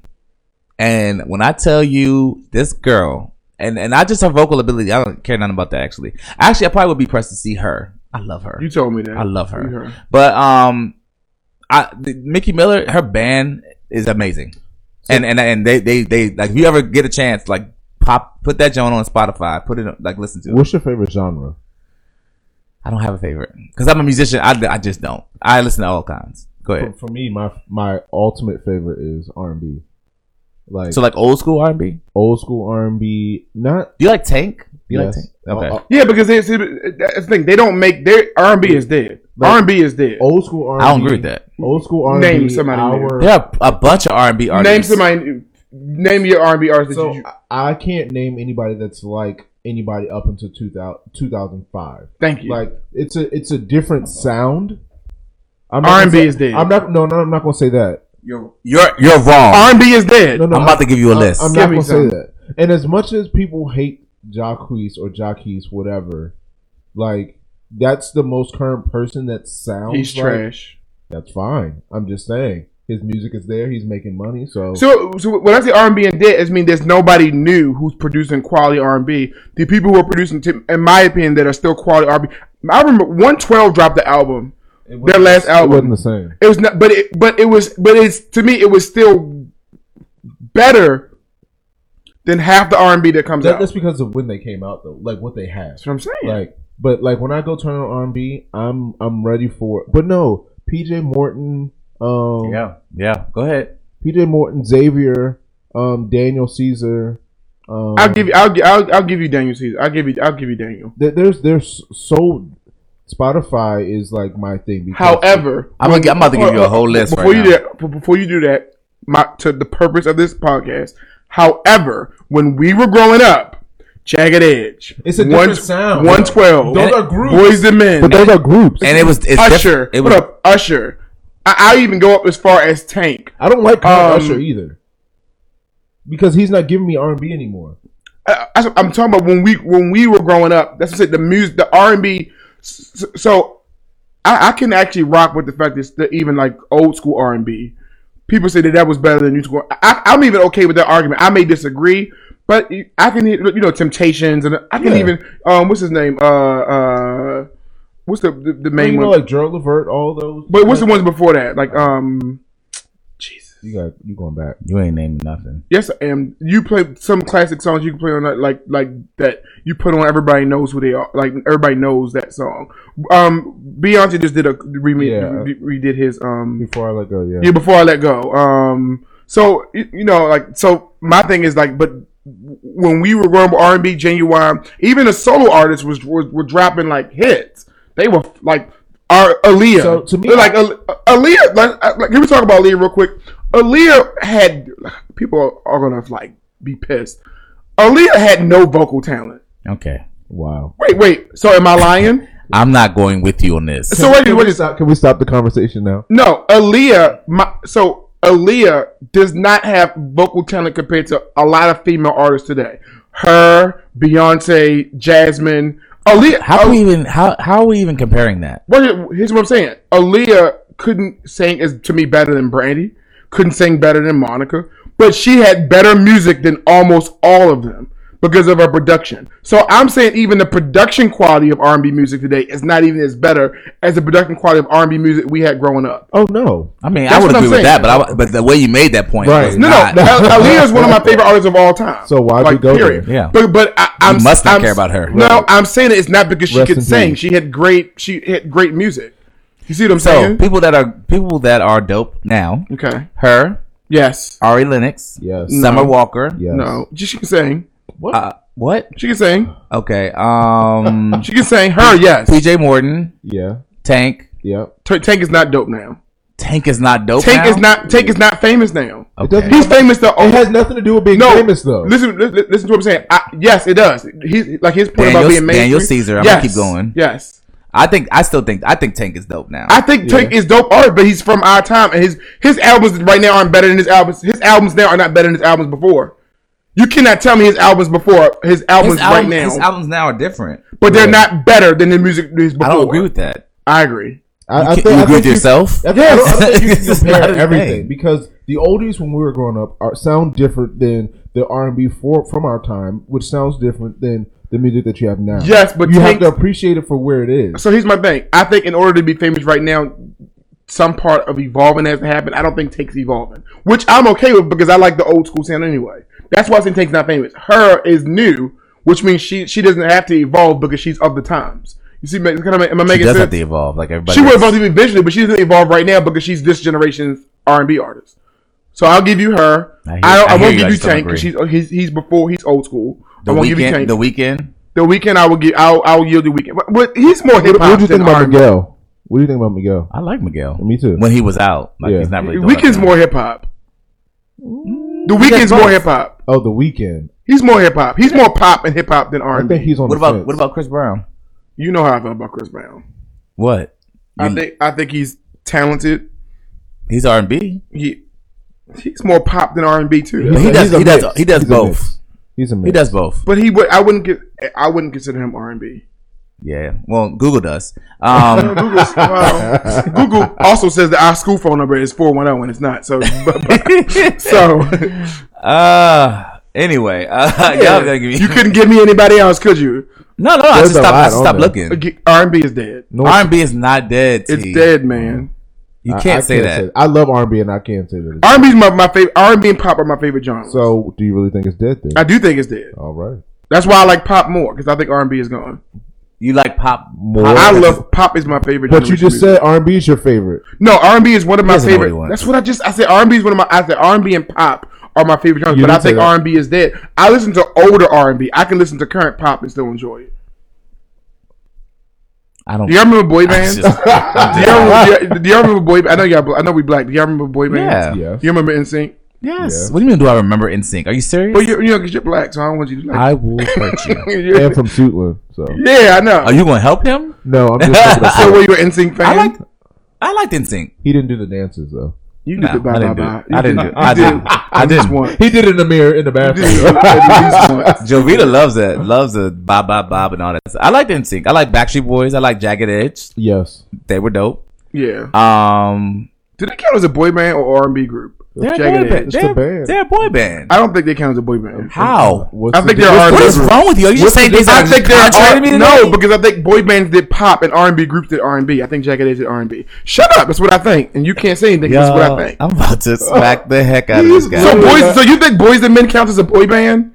Speaker 4: and when I tell you this girl, and and I just her vocal ability, I don't care nothing about that actually. Actually, I probably would be pressed to see her. I love her.
Speaker 6: you told me that
Speaker 4: I love her.
Speaker 6: You heard.
Speaker 4: But um, I the, Mickey Miller, her band is amazing, and and and they they they like if you ever get a chance, like pop put that joint on Spotify, put it on- like listen to. it.
Speaker 5: What's your favorite genre?
Speaker 4: I don't have a favorite because I'm a musician. I, I just don't. I listen to all kinds. Go
Speaker 5: For,
Speaker 4: ahead.
Speaker 5: for me, my my ultimate favorite is R and B, like
Speaker 4: So like old school R&B. Do
Speaker 5: old school R and B. Not
Speaker 4: you like Tank? You like
Speaker 5: yes.
Speaker 4: Tank? Okay.
Speaker 5: Uh, uh,
Speaker 6: Yeah, because it's, it, that's the thing. They don't make their R and B is dead.
Speaker 5: Like-
Speaker 6: R and B is dead.
Speaker 5: old school R and
Speaker 4: I don't agree with that.
Speaker 5: Old school R and B.
Speaker 6: Name somebody new.
Speaker 4: There are a bunch of R&B artists.
Speaker 6: Name somebody. Name your R and B artist. that
Speaker 5: So
Speaker 6: you,
Speaker 5: I I can't name anybody that's like anybody up until 2000, 2005.
Speaker 6: thank you.
Speaker 5: Like it's a it's a different sound. I'm not
Speaker 6: R&B
Speaker 5: gonna say-
Speaker 6: is dead.
Speaker 5: I'm not no no I'm not gonna say that.
Speaker 4: You're you're wrong.
Speaker 6: R and B is dead.
Speaker 5: No, no,
Speaker 4: I'm about to give you a list.
Speaker 5: I, am
Speaker 6: Give
Speaker 5: not
Speaker 6: me
Speaker 5: gonna
Speaker 6: some.
Speaker 5: say that. And as much as people hate Jacquees or Jacquees, whatever, like that's the most current person that sounds
Speaker 6: He's
Speaker 5: like-
Speaker 6: trash.
Speaker 5: That's fine. I'm just saying. His music is there. He's making money. So,
Speaker 6: So, so when I say R and B and dead, it means there's nobody new who's producing quality R and B. The people who are producing, to, in my opinion, that are still quality R and B. I remember 112 dropped the album, their
Speaker 5: it wasn't
Speaker 6: last album.
Speaker 5: the same.
Speaker 6: It was not, but it, but it was, but it's to me, it was still better than half the R and B that comes
Speaker 5: That,
Speaker 6: out.
Speaker 5: that's
Speaker 6: That's
Speaker 5: because of when they came out, though. Like what they have.
Speaker 6: what I'm saying.
Speaker 5: Like, but like when I go turn on R and B, I'm I'm ready for. But no, PJ Morton. Um,
Speaker 4: Yeah. Yeah. Go ahead.
Speaker 5: PJ Morton, Xavier, um, Daniel Caesar. Um,
Speaker 6: I'll give you, I'll, gi- I'll, I'll give you Daniel Caesar. I'll give you, I'll give you Daniel.
Speaker 5: there- there's there's so Spotify is like my thing. Because
Speaker 6: However,
Speaker 4: I'm, gonna, I'm about to give you a whole list
Speaker 6: before
Speaker 4: right
Speaker 6: you
Speaker 4: now.
Speaker 6: do that, before you do that, my to the purpose of this podcast. However, when we were growing up, Jagged Edge,
Speaker 5: It's a different sound.
Speaker 6: one twelve,
Speaker 5: Those are groups.
Speaker 6: boys and men,
Speaker 5: but those are groups.
Speaker 4: And it was it's diff-
Speaker 6: Usher.
Speaker 4: It
Speaker 6: what
Speaker 4: was
Speaker 6: up, Usher? I, I even go up as far as Tank.
Speaker 5: I don't like Kurt
Speaker 6: Um,
Speaker 5: Usher either because he's not giving me R and B anymore.
Speaker 6: I, am talking about when we when we were growing up. That's what I said. The music, the R and B. So, so I, I can actually rock with the fact that it's the, even like old school R and B. People say that that was better than new school. I, I'm even okay with that argument. I may disagree, but I can hear you know Temptations and I can
Speaker 5: Yeah.
Speaker 6: even um what's his name uh uh what's the the, the main
Speaker 5: You know,
Speaker 6: one?
Speaker 5: like Gerald Levert, all those.
Speaker 6: but what's the ones before that? Like um
Speaker 5: You got you going back.
Speaker 4: You ain't naming nothing.
Speaker 6: yes I am. You play some classic songs you can play on that like like that you put on everybody knows who they are like everybody knows that song. Um Beyonce just did a remake
Speaker 5: Yeah.
Speaker 6: re- redid his um
Speaker 5: Before I let go, yeah.
Speaker 6: yeah before I let go. Um, so you, you know, like, so my thing is like, but when we were growing R and B, genuine, even the solo artists was, was were dropping like hits. They were like our Aaliyah.
Speaker 5: So, to me-
Speaker 6: They're like A- Aaliyah, like, uh, like, can we talk about Aaliyah real quick? Aaliyah had people are gonna like be pissed. Aaliyah had no vocal talent.
Speaker 4: Okay.
Speaker 5: Wow.
Speaker 6: Wait, wait. So am I lying?
Speaker 4: I'm not going with you on this.
Speaker 6: so wait,
Speaker 5: Can
Speaker 6: wait,
Speaker 5: we stop? Can we stop the conversation now?
Speaker 6: No, Aaliyah. My, so Aaliyah does not have vocal talent compared to a lot of female artists today. Her, Beyonce, Jasmine, Aaliyah. Oh,
Speaker 4: How are we even how how are we even comparing that?
Speaker 6: what, here's what I'm saying. Aaliyah couldn't sing as to me better than Brandy. Couldn't sing better than Monica. But she had better music than almost all of them because of her production. So I'm saying even the production quality of R&B music today is not even as better as the production quality of R&B music we had growing up.
Speaker 5: Oh no.
Speaker 4: I mean, I
Speaker 6: That's
Speaker 4: would
Speaker 6: what I'm
Speaker 4: agree with that,
Speaker 6: saying.
Speaker 4: but I, but the way you made that point
Speaker 5: Right.
Speaker 4: was
Speaker 6: No,
Speaker 4: not.
Speaker 6: no, Aaliyah is one of my favorite artists of all time.
Speaker 5: So why'd you go there?
Speaker 4: Yeah.
Speaker 6: but but I, I'm
Speaker 4: must not
Speaker 6: I'm-
Speaker 4: care about her.
Speaker 6: No, I'm saying it's not because she
Speaker 5: Rest in
Speaker 6: could sing.
Speaker 5: peace.
Speaker 6: She had great. She had great music. You see what I'm
Speaker 4: So
Speaker 6: saying?
Speaker 4: people that are people that are dope now,
Speaker 6: Okay.
Speaker 4: her
Speaker 6: Yes.
Speaker 4: Ari Lennox,
Speaker 5: Yes.
Speaker 4: Summer Walker.
Speaker 5: Yes.
Speaker 6: No. She, she can sing.
Speaker 5: What?
Speaker 4: Uh, what?
Speaker 6: She can sing.
Speaker 4: Okay. Um,
Speaker 6: She can sing. Her yes.
Speaker 4: PJ Morton,
Speaker 5: yeah.
Speaker 4: Tank.
Speaker 5: Yeah.
Speaker 6: T- Tank is not dope now.
Speaker 4: Tank is not dope.
Speaker 6: Tank
Speaker 4: now?
Speaker 6: is not. Tank is not famous now.
Speaker 5: It doesn't.
Speaker 6: He's famous to
Speaker 5: It has nothing to do with being
Speaker 6: no,
Speaker 5: famous though.
Speaker 6: Listen, li- li- listen to what I'm saying. I, yes, it does. He's like his point about
Speaker 4: Daniel-
Speaker 6: being mainstream.
Speaker 4: Daniel Caesar. I'm gonna keep going.
Speaker 6: Yes.
Speaker 4: I think. I still think. I think Tank is dope now.
Speaker 6: I think Tank is dope art, but he's from our time, and his his albums right now aren't better than his albums. His albums now are not better than his albums before. You cannot tell me his albums before his albums
Speaker 4: his,
Speaker 6: right
Speaker 4: album-
Speaker 6: now,
Speaker 4: his albums now are different.
Speaker 6: but they're not better than the music that he's before.
Speaker 4: I don't agree with that.
Speaker 6: I agree.
Speaker 5: I, I
Speaker 4: You,
Speaker 5: think- I
Speaker 4: agree
Speaker 5: think
Speaker 4: with
Speaker 5: you-
Speaker 4: yourself?
Speaker 5: I think, I don't- I think you
Speaker 4: It's
Speaker 5: can
Speaker 4: not
Speaker 5: compare
Speaker 4: his
Speaker 5: everything
Speaker 4: thing.
Speaker 5: because the oldies when we were growing up are, sound different than the R and B for from our time, which sounds different than the music that you have now.
Speaker 6: Yes, but
Speaker 5: you
Speaker 6: Tank-
Speaker 5: have to appreciate it for where it is.
Speaker 6: So here's my thing. I think in order to be famous right now, some part of evolving has to happen. I don't think Tank's evolving, which I'm okay with because I like the old school sound anyway. That's why I think Tank's not famous. Her is new, which means she she doesn't have to evolve because she's of the times. You see, ma- kind of, am I
Speaker 4: She
Speaker 6: making
Speaker 4: does
Speaker 6: sense?
Speaker 4: have to evolve, like everybody.
Speaker 6: She would
Speaker 4: else.
Speaker 6: evolve even eventually, but she doesn't evolve right now because she's this generation's R and B artist. So I'll give you her. I,
Speaker 4: I hear-
Speaker 6: don't, I,
Speaker 4: I hear
Speaker 6: won't
Speaker 4: you,
Speaker 6: give
Speaker 4: I
Speaker 6: you
Speaker 4: just don't
Speaker 6: Tank because she's uh,
Speaker 4: agree.
Speaker 6: he's, he's before he's old school.
Speaker 4: The
Speaker 6: I won't give you Tank.
Speaker 4: weekend.
Speaker 6: The,
Speaker 4: The weekend.
Speaker 6: weekend I will give. I'll I'll yield the weekend. But, but he's more hip
Speaker 5: What, what
Speaker 6: hop
Speaker 5: do you
Speaker 6: than
Speaker 5: think about
Speaker 6: R.
Speaker 5: Miguel? What do you think about Miguel?
Speaker 4: I like Miguel.
Speaker 5: Me too.
Speaker 4: When he was out, like
Speaker 5: Yeah.
Speaker 4: he's not really. doing
Speaker 6: Weekend's
Speaker 4: it.
Speaker 6: more hip hop. The weekend's more hip hop.
Speaker 5: Oh, The Weekend.
Speaker 6: He's more hip hop. He's more pop and hip hop than R
Speaker 5: I
Speaker 6: and
Speaker 5: think
Speaker 6: B.
Speaker 5: he's on.
Speaker 4: What
Speaker 5: the
Speaker 4: about
Speaker 5: fence.
Speaker 4: what about Chris Brown?
Speaker 6: You know how I feel about Chris Brown.
Speaker 4: What?
Speaker 6: I think I think he's talented.
Speaker 4: He's R and B.
Speaker 6: He he's more pop than R and B too.
Speaker 4: But he
Speaker 5: He's
Speaker 4: does.
Speaker 5: a
Speaker 4: He does.
Speaker 5: mix.
Speaker 4: He does
Speaker 5: He's a
Speaker 4: both.
Speaker 5: mix. He's a man.
Speaker 4: He does both.
Speaker 6: But he would. I wouldn't get. I wouldn't consider him R and B.
Speaker 4: Yeah. Well, Google does. Um,
Speaker 6: Google, well, Google also says that our school phone number is 410 and it's not. So, so
Speaker 4: uh, anyway, uh, y'all gotta give me.
Speaker 6: you couldn't give me anybody else, could you?
Speaker 4: no, no, I
Speaker 5: There's
Speaker 4: just
Speaker 5: a
Speaker 4: stopped, I
Speaker 5: lot
Speaker 4: just
Speaker 5: on
Speaker 4: stopped
Speaker 5: there.
Speaker 4: looking.
Speaker 6: R&B is dead.
Speaker 5: No,
Speaker 4: R&B is not dead. T.
Speaker 6: It's dead, man.
Speaker 4: You
Speaker 5: I-
Speaker 4: can't
Speaker 5: I
Speaker 4: say that.
Speaker 5: I love R&B and I can't say that.
Speaker 6: R&B is my, my favorite. R&B and pop are my favorite genres.
Speaker 5: so, do you really think it's dead then?
Speaker 6: I do think it's dead.
Speaker 5: All right.
Speaker 6: That's why I like pop more because I think R&B is gone.
Speaker 4: You like pop
Speaker 5: More.
Speaker 6: I love pop is my favorite.
Speaker 5: But
Speaker 6: genre
Speaker 5: you
Speaker 6: of
Speaker 5: just said
Speaker 6: music.
Speaker 5: R&B is your favorite.
Speaker 6: no. R&B is one of my
Speaker 4: doesn't know what he
Speaker 6: favorite.
Speaker 4: wants.
Speaker 6: that's what I just I said. R&B is one of my. I said R&B and pop are my favorite genres.
Speaker 5: You
Speaker 6: But I
Speaker 5: didn't say
Speaker 6: think
Speaker 5: that.
Speaker 6: R&B is dead. I listen to older R&B. I can listen to current pop and still enjoy it.
Speaker 4: I don't.
Speaker 6: Do y'all remember boy
Speaker 4: It's
Speaker 6: bands?
Speaker 4: just-
Speaker 6: do, y'all, do, y'all, do y'all remember boy? ba- I know y'all. bl- I know we black. Do y'all remember boy
Speaker 4: yeah.
Speaker 6: bands?
Speaker 5: Yes.
Speaker 6: Do you remember NSYNC?
Speaker 4: Yes. What do you mean? Do I remember In Sync? Are you serious?
Speaker 6: Well, you, you know, because you're black, so I don't want you to like.
Speaker 4: I will hurt you.
Speaker 6: You're-
Speaker 5: And from Suitland. So
Speaker 6: yeah, I know.
Speaker 4: Are you gonna help him?
Speaker 5: no, I'm just thinking
Speaker 6: so
Speaker 5: of-
Speaker 6: were you an NSYNC fan?
Speaker 4: I like. I liked In Sync.
Speaker 5: he didn't do the dances though.
Speaker 6: you did
Speaker 4: No,
Speaker 6: the bye
Speaker 4: I
Speaker 6: bye
Speaker 4: didn't do
Speaker 6: bye.
Speaker 4: it. I
Speaker 6: You
Speaker 4: didn't do
Speaker 6: did-
Speaker 4: it. I
Speaker 6: you
Speaker 4: didn't. I
Speaker 6: at least
Speaker 4: didn't.
Speaker 6: once.
Speaker 5: He did it in the mirror in the
Speaker 6: You
Speaker 5: bathroom.
Speaker 6: did it at least once.
Speaker 4: Jovita loves that. Loves the Bob Bob Bob and all that. I liked In Sync. I like Backstreet Boys. I like Jagged Edge.
Speaker 5: yes.
Speaker 4: They were dope.
Speaker 6: Yeah.
Speaker 4: Um,
Speaker 6: Do they count as a boy band or R and B group?
Speaker 4: they're a
Speaker 6: Jagged
Speaker 4: boy band.
Speaker 6: Edge.
Speaker 4: They're,
Speaker 5: a band.
Speaker 4: they're a boy band.
Speaker 6: I don't think they count as a boy band.
Speaker 4: How?
Speaker 5: What's
Speaker 6: Oh, I
Speaker 5: the
Speaker 6: think
Speaker 5: difference?
Speaker 6: there are.
Speaker 4: What is
Speaker 6: different-
Speaker 4: wrong with you? Are you just saying things
Speaker 6: I
Speaker 4: that
Speaker 6: think
Speaker 4: are
Speaker 6: there
Speaker 4: contrary
Speaker 6: are
Speaker 4: to me today?
Speaker 6: no, because I think boy bands did pop and R and B groups did R and B. I think Jagged Edge did R and B. Shut up! That's what I think, and you can't say anything. That's what I think. Oh.
Speaker 4: am Oh, about to smack the heck out of this guy.
Speaker 6: So boys, so you think boys and men count as a boy band?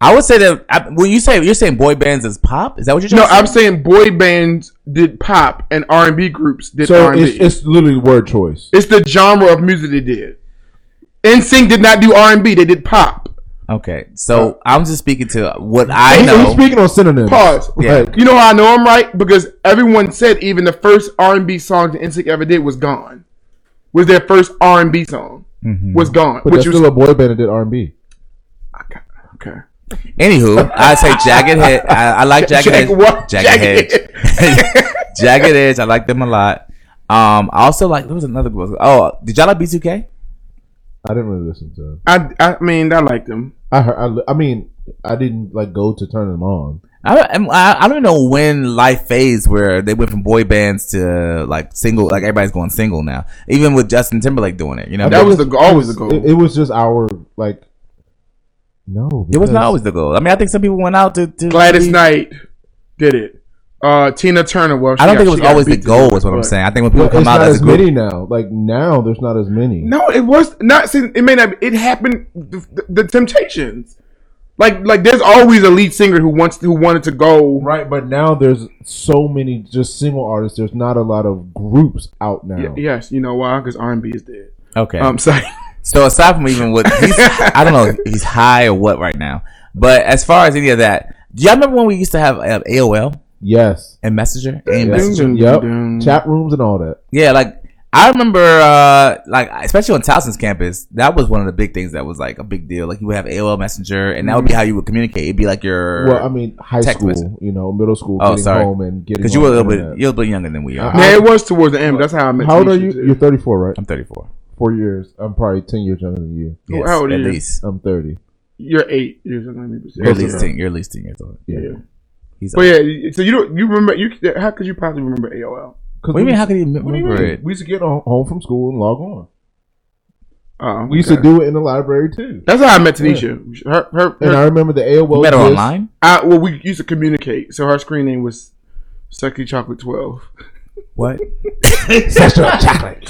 Speaker 4: I would say that I, when you say you're saying boy bands is pop, is that what you're
Speaker 6: No,
Speaker 4: trying
Speaker 6: I'm
Speaker 4: to say?
Speaker 6: saying boy bands did pop and R and B groups did
Speaker 5: So
Speaker 6: R and
Speaker 5: it's,
Speaker 6: B.
Speaker 5: it's literally word choice.
Speaker 6: It's the genre of music they did. NSYNC did not do R and B; they did pop.
Speaker 4: okay, so I'm just speaking to what I
Speaker 5: He-
Speaker 4: know.
Speaker 5: He's speaking on synonyms.
Speaker 6: Pause.
Speaker 4: Yeah.
Speaker 5: Like,
Speaker 6: You know how I know I'm right because everyone said even the first R and B song that NSYNC ever did was gone. Was their first R and B song was gone,
Speaker 5: Mm-hmm. but
Speaker 6: which
Speaker 5: that's
Speaker 6: was
Speaker 5: still a boy band that did R&B.
Speaker 6: okay.
Speaker 4: Anywho, I say jagged head. I, I like jagged
Speaker 6: Jag-
Speaker 4: edge.
Speaker 6: what?
Speaker 4: Jagged
Speaker 6: Jagged
Speaker 4: edge. jagged edge. I like them a lot. Um, I also like there was another. Oh, did y'all like B2K?
Speaker 5: I didn't really listen to them.
Speaker 6: I I mean I liked them.
Speaker 5: I heard. I, li- I mean, I didn't like go to turn them on.
Speaker 4: I don't, I'm- I, I don't know when life phase where they went from boy bands to like single, like everybody's going single now. Even with Justin Timberlake doing it, you know,
Speaker 6: That was the always the goal.
Speaker 5: It, it was just our like. No,
Speaker 4: it was
Speaker 5: because-
Speaker 4: not always the goal. I mean, I think some people went out to, to
Speaker 6: Gladys
Speaker 4: be-
Speaker 6: Knight did it. Uh, Tina Turner. Well, she
Speaker 4: I don't
Speaker 6: got-
Speaker 4: think it was
Speaker 6: she got
Speaker 4: always the
Speaker 6: beat to
Speaker 4: goal.
Speaker 6: it,
Speaker 4: Is what I'm
Speaker 6: but-
Speaker 4: saying. I think when
Speaker 5: Well,
Speaker 4: people
Speaker 5: it's
Speaker 4: come out
Speaker 5: not
Speaker 4: as
Speaker 5: as
Speaker 4: a group,
Speaker 5: many now. Like now, there's not as many.
Speaker 6: No, it was not. since- It may not. It happened. The, the Temptations. Like like, there's always a lead singer who wants who wanted to go.
Speaker 5: Right, but now there's so many just single artists. There's not a lot of groups out now.
Speaker 6: Y- yes, you know why? Because R&B is dead.
Speaker 4: okay.
Speaker 6: I'm sorry.
Speaker 4: So aside from even what he's, I don't know, if he's high or what right now. But as far as any of that, do y'all remember when we used to have uh, AOL
Speaker 5: Yes.
Speaker 4: and Messenger? And
Speaker 5: Yes.
Speaker 4: Messenger?
Speaker 6: Dun,
Speaker 5: Yep.
Speaker 6: dun, dun.
Speaker 5: Chat rooms and all that.
Speaker 4: Yeah, like I remember, uh, like especially on Towson's campus, that was one of the big things that was like a big deal. Like you would have AOL Messenger, and that
Speaker 6: Mm-hmm.
Speaker 4: would be how you would communicate. It'd be like your
Speaker 5: Well, I mean, high
Speaker 4: Text
Speaker 5: school,
Speaker 4: message.
Speaker 5: you know, middle school,
Speaker 4: Er, Oh,
Speaker 5: getting
Speaker 4: sorry.
Speaker 5: home and getting
Speaker 4: because you were
Speaker 5: on
Speaker 4: a little
Speaker 5: the
Speaker 4: bit,
Speaker 5: internet.
Speaker 4: you're a little younger than we are.
Speaker 5: Uh,
Speaker 6: Yeah, it was towards the end. That's how I met.
Speaker 5: How old are
Speaker 6: Tanisha,
Speaker 5: you?
Speaker 6: too.
Speaker 5: You're 34, right?
Speaker 4: I'm 34.
Speaker 5: four years. I'm probably 10 years younger than you.
Speaker 4: Yes,
Speaker 6: how old are
Speaker 4: at
Speaker 6: you?
Speaker 4: least.
Speaker 5: I'm 30.
Speaker 6: You're eight. You're, something like that.
Speaker 4: You're at least ten. You're at least ten years old.
Speaker 5: Yeah.
Speaker 4: He's.
Speaker 6: But yeah, you- so you don't you remember you? How could you possibly remember AOL?
Speaker 4: what do
Speaker 5: Cause
Speaker 4: you
Speaker 5: we-
Speaker 4: mean? How could he
Speaker 5: what do you
Speaker 4: remember
Speaker 5: mean?
Speaker 4: it?
Speaker 5: We used to get on, home from school and log on.
Speaker 6: Uh,
Speaker 5: We used to do it in the library too.
Speaker 6: That's how I met Tanisha. Her, her,
Speaker 5: And
Speaker 6: her
Speaker 5: I remember the
Speaker 4: Er,
Speaker 5: AOL.
Speaker 4: You met her
Speaker 5: exists.
Speaker 4: online.
Speaker 6: I, well, we used to communicate. So her screen name was Sexy Chocolate Twelve.
Speaker 4: What?
Speaker 5: Sexual chocolate.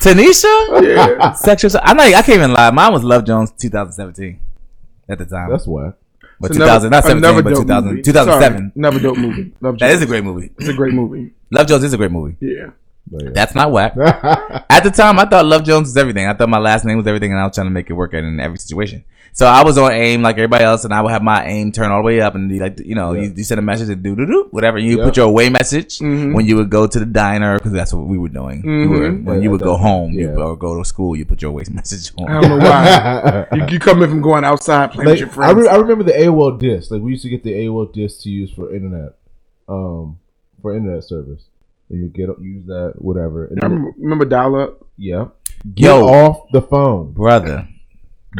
Speaker 4: Tanisha?
Speaker 6: Oh, Yeah.
Speaker 4: Sexual. I'm not. I can't even lie. Mine was Love Jones 2017 at the time.
Speaker 5: That's whack.
Speaker 4: but
Speaker 6: Another-
Speaker 4: 2000, not 17,
Speaker 6: another
Speaker 4: but
Speaker 6: dope
Speaker 4: 2000,
Speaker 6: movie.
Speaker 4: 2007.
Speaker 6: Sorry, another dope movie. Love
Speaker 4: That
Speaker 6: Jones.
Speaker 4: is a great movie.
Speaker 6: It's a great movie.
Speaker 4: Love Jones is a great movie.
Speaker 6: Yeah.
Speaker 4: That's not whack. At the time, I thought Love Jones was everything. I thought my last name was everything, and I was trying to make it work in every situation. So I was on AIM like everybody else, and I would have my AIM turn all the way up, and be like, you know, you, you send a message and do do do whatever. You
Speaker 5: Yeah. Mm-hmm.
Speaker 4: put your away message when you would go to the diner because that's what we were doing. You were, when you would go home you,
Speaker 5: Yeah.
Speaker 4: or go to school, you put your away message on.
Speaker 6: I don't know why. you, you come in from going outside playing with your
Speaker 5: like, I,
Speaker 6: friends.
Speaker 5: re- I remember the AOL disc. Like we used to get the AOL disc to use for internet, um, for internet service. And you get use that whatever. And
Speaker 6: I
Speaker 5: then-
Speaker 6: remember, remember dial up.
Speaker 5: yeah, get
Speaker 4: Yo.
Speaker 5: off the phone.
Speaker 4: brother.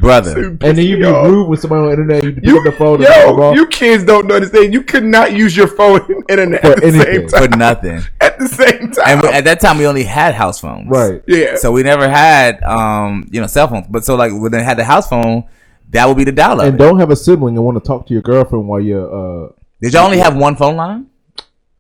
Speaker 4: brother.
Speaker 5: And then you be
Speaker 6: Yo.
Speaker 5: rude with somebody on the internet. You pick
Speaker 6: You,
Speaker 5: up the phone. and
Speaker 6: yo,
Speaker 5: fuck off.
Speaker 6: you kids don't understand. You could not use your phone and internet
Speaker 5: For
Speaker 6: at the same
Speaker 5: anything.
Speaker 6: time.
Speaker 4: for nothing.
Speaker 6: At the same time,
Speaker 4: And we, at that time, we only had house phones.
Speaker 5: right.
Speaker 6: yeah.
Speaker 4: So we never had, um, you know, cell phones. But so like when they had the house phone, that would be the dial
Speaker 5: And
Speaker 4: up.
Speaker 5: don't have a sibling and want to talk to your girlfriend while you're uh
Speaker 4: Did y'all only have one phone line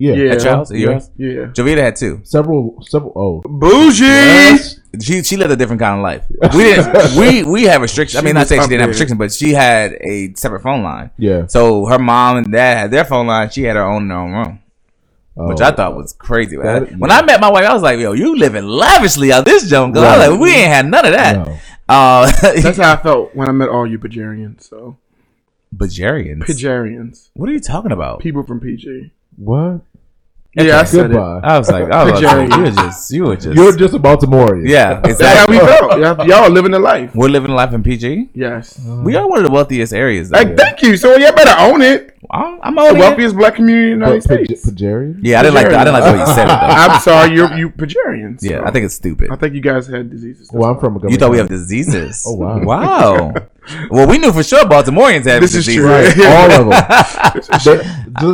Speaker 5: yeah,
Speaker 6: Yeah.
Speaker 4: at y'all's? At
Speaker 5: Yeah.
Speaker 4: yours?
Speaker 6: yeah,
Speaker 4: Jovita had two.
Speaker 5: several several oh
Speaker 6: bougie.
Speaker 4: She she lived a different kind of life. We didn't. we we had restrictions. I mean, not
Speaker 6: was
Speaker 4: saying she
Speaker 6: up
Speaker 4: didn't have
Speaker 6: there.
Speaker 4: restrictions, but she had a separate phone line.
Speaker 5: yeah.
Speaker 4: So her mom and dad had their phone line. She had her own in her own room, which
Speaker 5: Oh.
Speaker 4: I thought was crazy.
Speaker 5: That-
Speaker 4: when I met my wife, I was like, "Yo, you living lavishly out this junk." 'Cause I was like, "We ain't had none of that."
Speaker 5: No.
Speaker 4: Uh,
Speaker 6: That's how I felt when I met all you Pajarians. So
Speaker 4: Bajarians.
Speaker 6: Pajarians,
Speaker 4: what are you talking about?
Speaker 6: people from PG.
Speaker 5: What?
Speaker 6: Yeah, I said it.
Speaker 5: Goodbye.
Speaker 4: I was like, I was like,
Speaker 6: Bajarians.
Speaker 4: you were just, you were just,
Speaker 5: You're just a Baltimorean.
Speaker 4: yeah,
Speaker 6: That's how
Speaker 4: exactly.
Speaker 6: we felt. Y'all- Y'all are living the life.
Speaker 4: We're living life in PG.
Speaker 6: Yes.
Speaker 4: We are one of the wealthiest areas. Though.
Speaker 6: Like, thank you. So y'all better own it.
Speaker 4: I'm, I'm
Speaker 6: The
Speaker 4: old. Yeah,
Speaker 6: wealthiest black community in the
Speaker 5: But
Speaker 6: United
Speaker 5: Paj-
Speaker 6: States.
Speaker 5: Pajarian?
Speaker 4: Yeah, I didn't like. The, I didn't like the way you said it. Though.
Speaker 6: I'm sorry, you're you Pajarians.
Speaker 4: Yeah,
Speaker 6: so.
Speaker 4: I think it's stupid.
Speaker 6: I think you guys had diseases.
Speaker 5: Well, I'm from Montgomery
Speaker 4: You thought we have
Speaker 5: County.
Speaker 4: diseases.
Speaker 5: Oh, wow.
Speaker 4: Wow. well, we knew for sure Baltimoreans have
Speaker 6: This is
Speaker 4: diseases.
Speaker 6: true.
Speaker 5: Right, all of them. They, just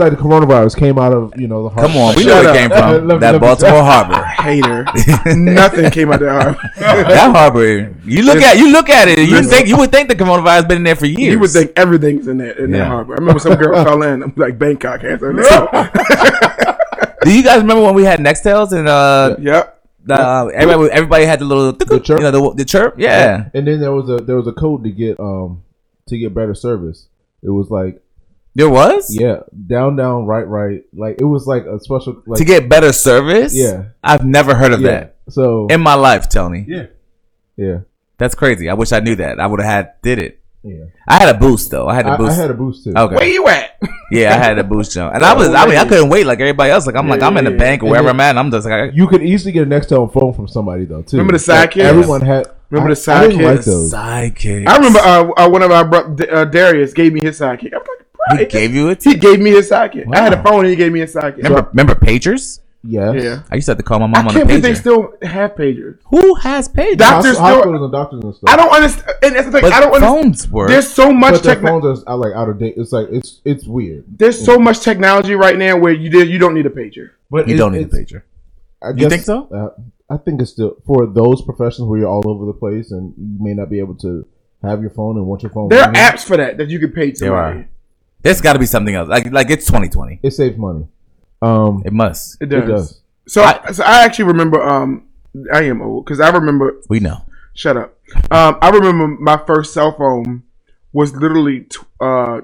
Speaker 5: like the coronavirus came out of you know the heart.
Speaker 4: Come on, we know
Speaker 6: Shut
Speaker 4: where it
Speaker 6: up.
Speaker 4: came from.
Speaker 5: Let me-
Speaker 4: that
Speaker 5: let me-
Speaker 4: Baltimore harbor.
Speaker 6: Hater. Nothing came out of that.
Speaker 4: That harbor. You look at you look at it. You
Speaker 6: Listen.
Speaker 4: think you would think the coronavirus been in there for years.
Speaker 6: You would think everything's in that in
Speaker 4: Yeah.
Speaker 6: that harbor. I remember some girl fell in. I'm like Bangkok has it. No.
Speaker 4: Do you guys remember when we had Nextels and uh,
Speaker 6: yep.
Speaker 4: the, uh everybody everybody had the little
Speaker 5: chirp?
Speaker 4: you know the, the chirp? Yeah.
Speaker 5: And then there was a there was a code to get um to get better service. It was like
Speaker 4: There was?
Speaker 5: yeah, down down right right. Like it was like a special like
Speaker 4: To get better service?
Speaker 5: Yeah.
Speaker 4: I've never heard of
Speaker 5: yeah.
Speaker 4: that.
Speaker 5: So
Speaker 4: In my life, Tony.
Speaker 5: yeah yeah
Speaker 4: That's crazy. I wish I knew that. I would have had did it.
Speaker 5: yeah.
Speaker 4: I had a boost though. I had
Speaker 5: I,
Speaker 4: a
Speaker 5: I
Speaker 4: boost.
Speaker 5: had a boost too.
Speaker 4: okay.
Speaker 6: Where you at?
Speaker 4: Yeah, I had a boost jump, and I was, I mean, I couldn't wait like everybody else. Like I'm, like I'm in the
Speaker 6: yeah,
Speaker 4: bank or
Speaker 5: yeah.
Speaker 4: wherever I'm at. and I'm just like,
Speaker 5: You could easily get a Nextel phone from somebody though too.
Speaker 6: Remember the
Speaker 5: Like,
Speaker 6: sidekicks?
Speaker 5: Everyone had.
Speaker 6: Remember
Speaker 5: I-
Speaker 6: the
Speaker 5: I didn't
Speaker 6: sidekicks?
Speaker 5: like those.
Speaker 4: sidekick.
Speaker 6: I remember uh, uh, one of our bro- D- uh, Darius gave me his sidekick. I'm like, bro,
Speaker 4: he gave you it.
Speaker 6: he gave me his sidekick. I had a phone and he gave me a sidekick.
Speaker 4: Remember, remember pagers?
Speaker 5: Yes.
Speaker 6: yeah.
Speaker 4: I used to have to call my
Speaker 6: I
Speaker 4: mom on a
Speaker 6: can't believe they
Speaker 4: pager.
Speaker 6: still have pagers.
Speaker 4: Who has pagers?
Speaker 6: Doc-
Speaker 5: Hos-
Speaker 6: Doctors still-
Speaker 5: hospitals and doctors and stuff.
Speaker 6: I don't understand. And that's the thing.
Speaker 4: but
Speaker 6: I don't understand.
Speaker 4: phones were.
Speaker 6: There's so much
Speaker 5: But their
Speaker 6: technology.
Speaker 5: phones are like out of date. It's like it's it's weird.
Speaker 6: There's so much technology right now where you did you don't need a pager.
Speaker 5: But
Speaker 4: you
Speaker 5: it-
Speaker 4: don't need a
Speaker 5: it's-
Speaker 4: pager.
Speaker 5: I
Speaker 4: You think so?
Speaker 5: Uh, I think it's still for those professions where you're all over the place and you may not be able to have your phone and want your phone.
Speaker 6: There are
Speaker 5: ringing.
Speaker 6: apps for that that you can pay somebody.
Speaker 4: Mm-hmm. are. There's got to be something else. Like, like it's 2020.
Speaker 5: It saves money. Um,
Speaker 4: It must.
Speaker 6: It
Speaker 5: it
Speaker 6: does.
Speaker 5: does.
Speaker 6: So I, so I actually remember. Um, I am old because I remember.
Speaker 4: We know.
Speaker 6: Shut up. Um, I remember my first cell phone was literally t- uh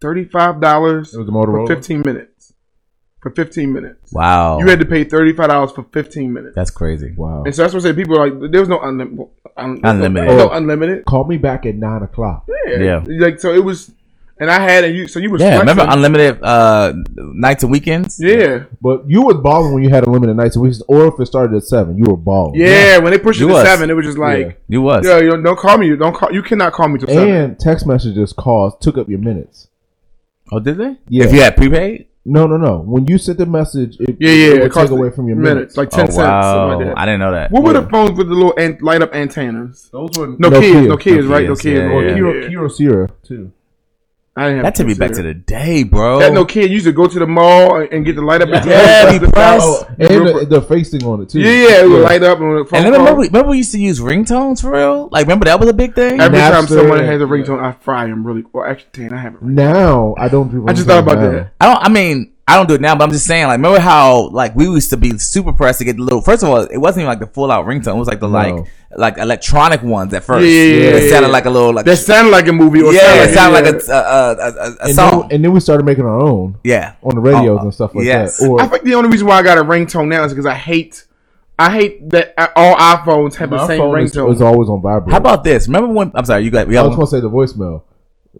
Speaker 6: thirty five dollars
Speaker 5: It was a
Speaker 6: for
Speaker 5: Motorola.
Speaker 6: fifteen minutes. For fifteen minutes,
Speaker 4: Wow.
Speaker 6: you had to pay thirty five dollars for fifteen minutes.
Speaker 4: That's crazy.
Speaker 5: Wow.
Speaker 6: And so that's what I say. People are like, there was no unlim- un-
Speaker 4: Unlimited.
Speaker 6: No,
Speaker 5: Oh.
Speaker 6: unlimited.
Speaker 5: Call me back at nine o'clock.
Speaker 4: Yeah.
Speaker 6: Like so, it was, and I had a you. So you were.
Speaker 4: Yeah.
Speaker 6: flexing.
Speaker 4: Remember unlimited uh, nights and weekends?
Speaker 6: Yeah.
Speaker 5: But you were balling when you had unlimited nights and weeks, or if it started at seven, you were balling.
Speaker 6: Yeah, when they pushed
Speaker 4: You
Speaker 6: it to
Speaker 4: was.
Speaker 6: seven, it was just like,
Speaker 4: You was.
Speaker 6: yo, yo, don't call me. Don't call. You cannot call me till seven.
Speaker 5: And text messages, calls took up your minutes.
Speaker 4: Oh, did they?
Speaker 5: Yeah.
Speaker 4: If you had prepaid.
Speaker 5: No, no, no. When you sent the message, it,
Speaker 6: Yeah,
Speaker 5: it
Speaker 6: yeah,
Speaker 5: would
Speaker 6: it cost
Speaker 5: take away from your minutes.
Speaker 6: minutes, like
Speaker 4: Oh
Speaker 6: ten cents.
Speaker 4: wow.
Speaker 6: something like that.
Speaker 4: I didn't know that.
Speaker 6: What were the phones with the little an- light up antennas?
Speaker 5: Those were
Speaker 6: No, kids, no kids, right? No
Speaker 4: kids,
Speaker 6: kids.
Speaker 4: yeah,
Speaker 6: no
Speaker 4: yeah.
Speaker 5: Kiro,
Speaker 6: kids.
Speaker 5: Kiro Sierra too.
Speaker 6: I didn't have
Speaker 4: That took me back to
Speaker 6: consider.
Speaker 4: the day, bro.
Speaker 6: That no kid. You used to go to the mall and, and get the light up antennas.
Speaker 4: Yeah, be pressed.
Speaker 5: Oh, and the, the facing on it too.
Speaker 6: yeah, yeah, it would light up and,
Speaker 4: And then remember, we, remember we used to use ringtones for real? Like, remember that was a big thing?
Speaker 6: every time
Speaker 5: Napster
Speaker 6: someone
Speaker 5: and-
Speaker 6: has a ringtone, I fry them really. Well, actually, Dan, I haven't.
Speaker 5: Now I don't do.
Speaker 6: I just thought
Speaker 5: ringtone
Speaker 6: about
Speaker 5: now.
Speaker 6: that.
Speaker 4: I don't, I mean, I don't do it now, but I'm just saying, like, remember how, like, we used to be super pressed to get the little, first of all, it wasn't even like the full out ringtone. It was like the, like, like electronic ones at first.
Speaker 6: Yeah, yeah, yeah,
Speaker 4: It
Speaker 6: yeah,
Speaker 4: sounded
Speaker 6: yeah.
Speaker 4: like a little, like,
Speaker 6: That sounded like a movie. Or
Speaker 4: yeah, it sounded
Speaker 6: yeah.
Speaker 4: like a, a, a, a, a
Speaker 5: And
Speaker 4: song.
Speaker 5: then, and then we started making our own
Speaker 4: yeah.
Speaker 5: on the radios
Speaker 4: Oh,
Speaker 5: and stuff like
Speaker 4: yes.
Speaker 5: that. Or
Speaker 6: I think the only reason why I got a ringtone now is because I hate, I hate that uh, all iPhones have the
Speaker 5: my
Speaker 6: same
Speaker 5: phone is,
Speaker 6: ringtone.
Speaker 5: is always on vibrate.
Speaker 4: How about this? Remember when, I'm sorry, you got, we
Speaker 5: I
Speaker 6: Oh,
Speaker 4: got
Speaker 5: was
Speaker 4: one-
Speaker 5: gonna say the voicemail.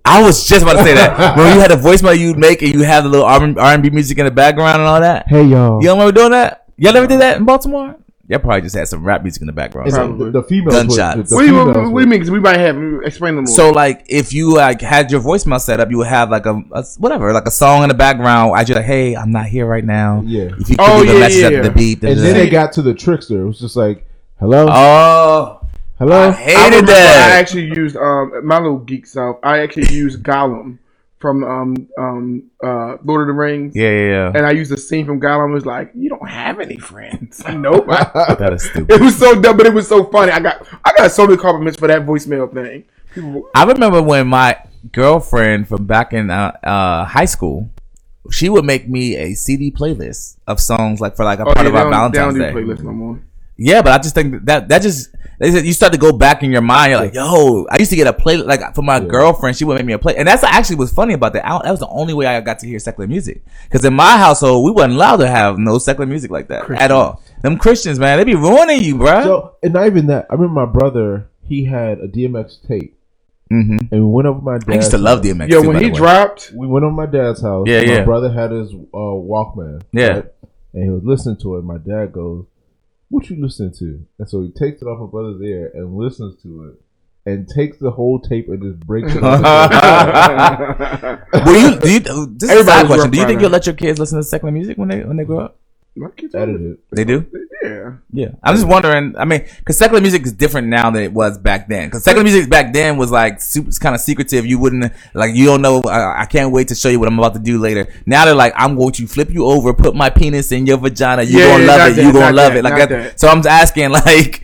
Speaker 4: I was just about to say that. when you had a voicemail you'd make and you have the little R&B music in the background and all that.
Speaker 5: Hey y'all.
Speaker 4: You don't remember doing that? Y'all never did that in Baltimore? Y'all probably just had some rap music in the background.
Speaker 5: It's
Speaker 4: So-
Speaker 5: like the, the females.
Speaker 4: Gunshots.
Speaker 5: Would, the, the
Speaker 6: What do you,
Speaker 5: females
Speaker 6: what do
Speaker 5: would-
Speaker 6: you mean? 'Cause we might have explain them more.
Speaker 4: So like, if you like had your voicemail set up, you would have like a, a- whatever, like a song in the background. I just like, hey, I'm not here right now.
Speaker 5: Yeah.
Speaker 4: If you could
Speaker 6: Oh,
Speaker 4: leave a
Speaker 6: yeah,
Speaker 4: message
Speaker 6: yeah,
Speaker 4: after
Speaker 6: yeah.
Speaker 4: the beep,
Speaker 5: And then they got to the trickster. It was just like, hello,
Speaker 4: oh, I
Speaker 5: Hello.
Speaker 6: I
Speaker 4: hated
Speaker 6: remember I
Speaker 4: that.
Speaker 6: actually used um my little geek self. I actually used Gollum from um um uh Lord of the Rings.
Speaker 4: Yeah, yeah, yeah.
Speaker 6: And I used a scene from Gollum. It was like, you don't have any friends. nope.
Speaker 4: That is stupid.
Speaker 6: it was so dumb, but it was so funny. I got I got so many compliments for that voicemail thing. People,
Speaker 4: I remember when my girlfriend from back in uh, uh, high school, she would make me a CD playlist of songs like for like a
Speaker 6: oh,
Speaker 4: part
Speaker 6: yeah,
Speaker 4: of our
Speaker 6: they don't, they
Speaker 4: Valentine's
Speaker 6: don't do
Speaker 4: Day.
Speaker 6: playlists no more.
Speaker 4: Yeah, but I just think that that just they said you start to go back in your mind. You're like, yo, I used to get a play like for my girlfriend. She would make me a play, and that's actually what's funny about that. I, that was the only way I got to hear secular music because in my household we wasn't allowed to have no secular music like that at all. Them Christians, man, they be ruining you, bruh.
Speaker 5: So, and not even that. I remember my brother. He had a DMX tape,
Speaker 4: hmm
Speaker 5: and we went over to my
Speaker 4: I used
Speaker 5: dad's.
Speaker 4: to love DMX.
Speaker 6: Yo,
Speaker 4: too,
Speaker 6: when
Speaker 4: by
Speaker 6: he
Speaker 4: the way.
Speaker 6: dropped,
Speaker 5: we went over to my dad's house.
Speaker 4: Yeah,
Speaker 5: and
Speaker 4: yeah.
Speaker 5: My brother had his uh, Walkman.
Speaker 4: Yeah.
Speaker 5: And he was listening to it. My dad goes, "What you listening to?" And so he takes it off my brother's ear and listens to it, and takes the whole tape and just breaks it. up.
Speaker 4: Will you, do you, this is a
Speaker 6: Everybody
Speaker 4: side
Speaker 6: was
Speaker 4: question.
Speaker 6: rough
Speaker 4: Do you think
Speaker 6: rider.
Speaker 4: you'll let your kids listen to secular music when they when they grow up?
Speaker 6: my kids are-
Speaker 5: Edited.
Speaker 4: They do.
Speaker 6: yeah.
Speaker 4: Yeah, I'm just wondering. I mean, because secular music is different now than it was back then. Because secular music back then was like super, kind of secretive. You wouldn't like you don't know. I, I can't wait to show you what I'm about to do later. Now they're like, I'm going to flip you over, put my penis in your vagina. You
Speaker 6: Yeah,
Speaker 4: gonna
Speaker 6: yeah,
Speaker 4: love
Speaker 6: not
Speaker 4: it.
Speaker 6: that,
Speaker 4: you gonna
Speaker 6: not
Speaker 4: love
Speaker 6: that,
Speaker 4: it. Like
Speaker 6: not
Speaker 4: that.
Speaker 6: that.
Speaker 4: So I'm just asking, like,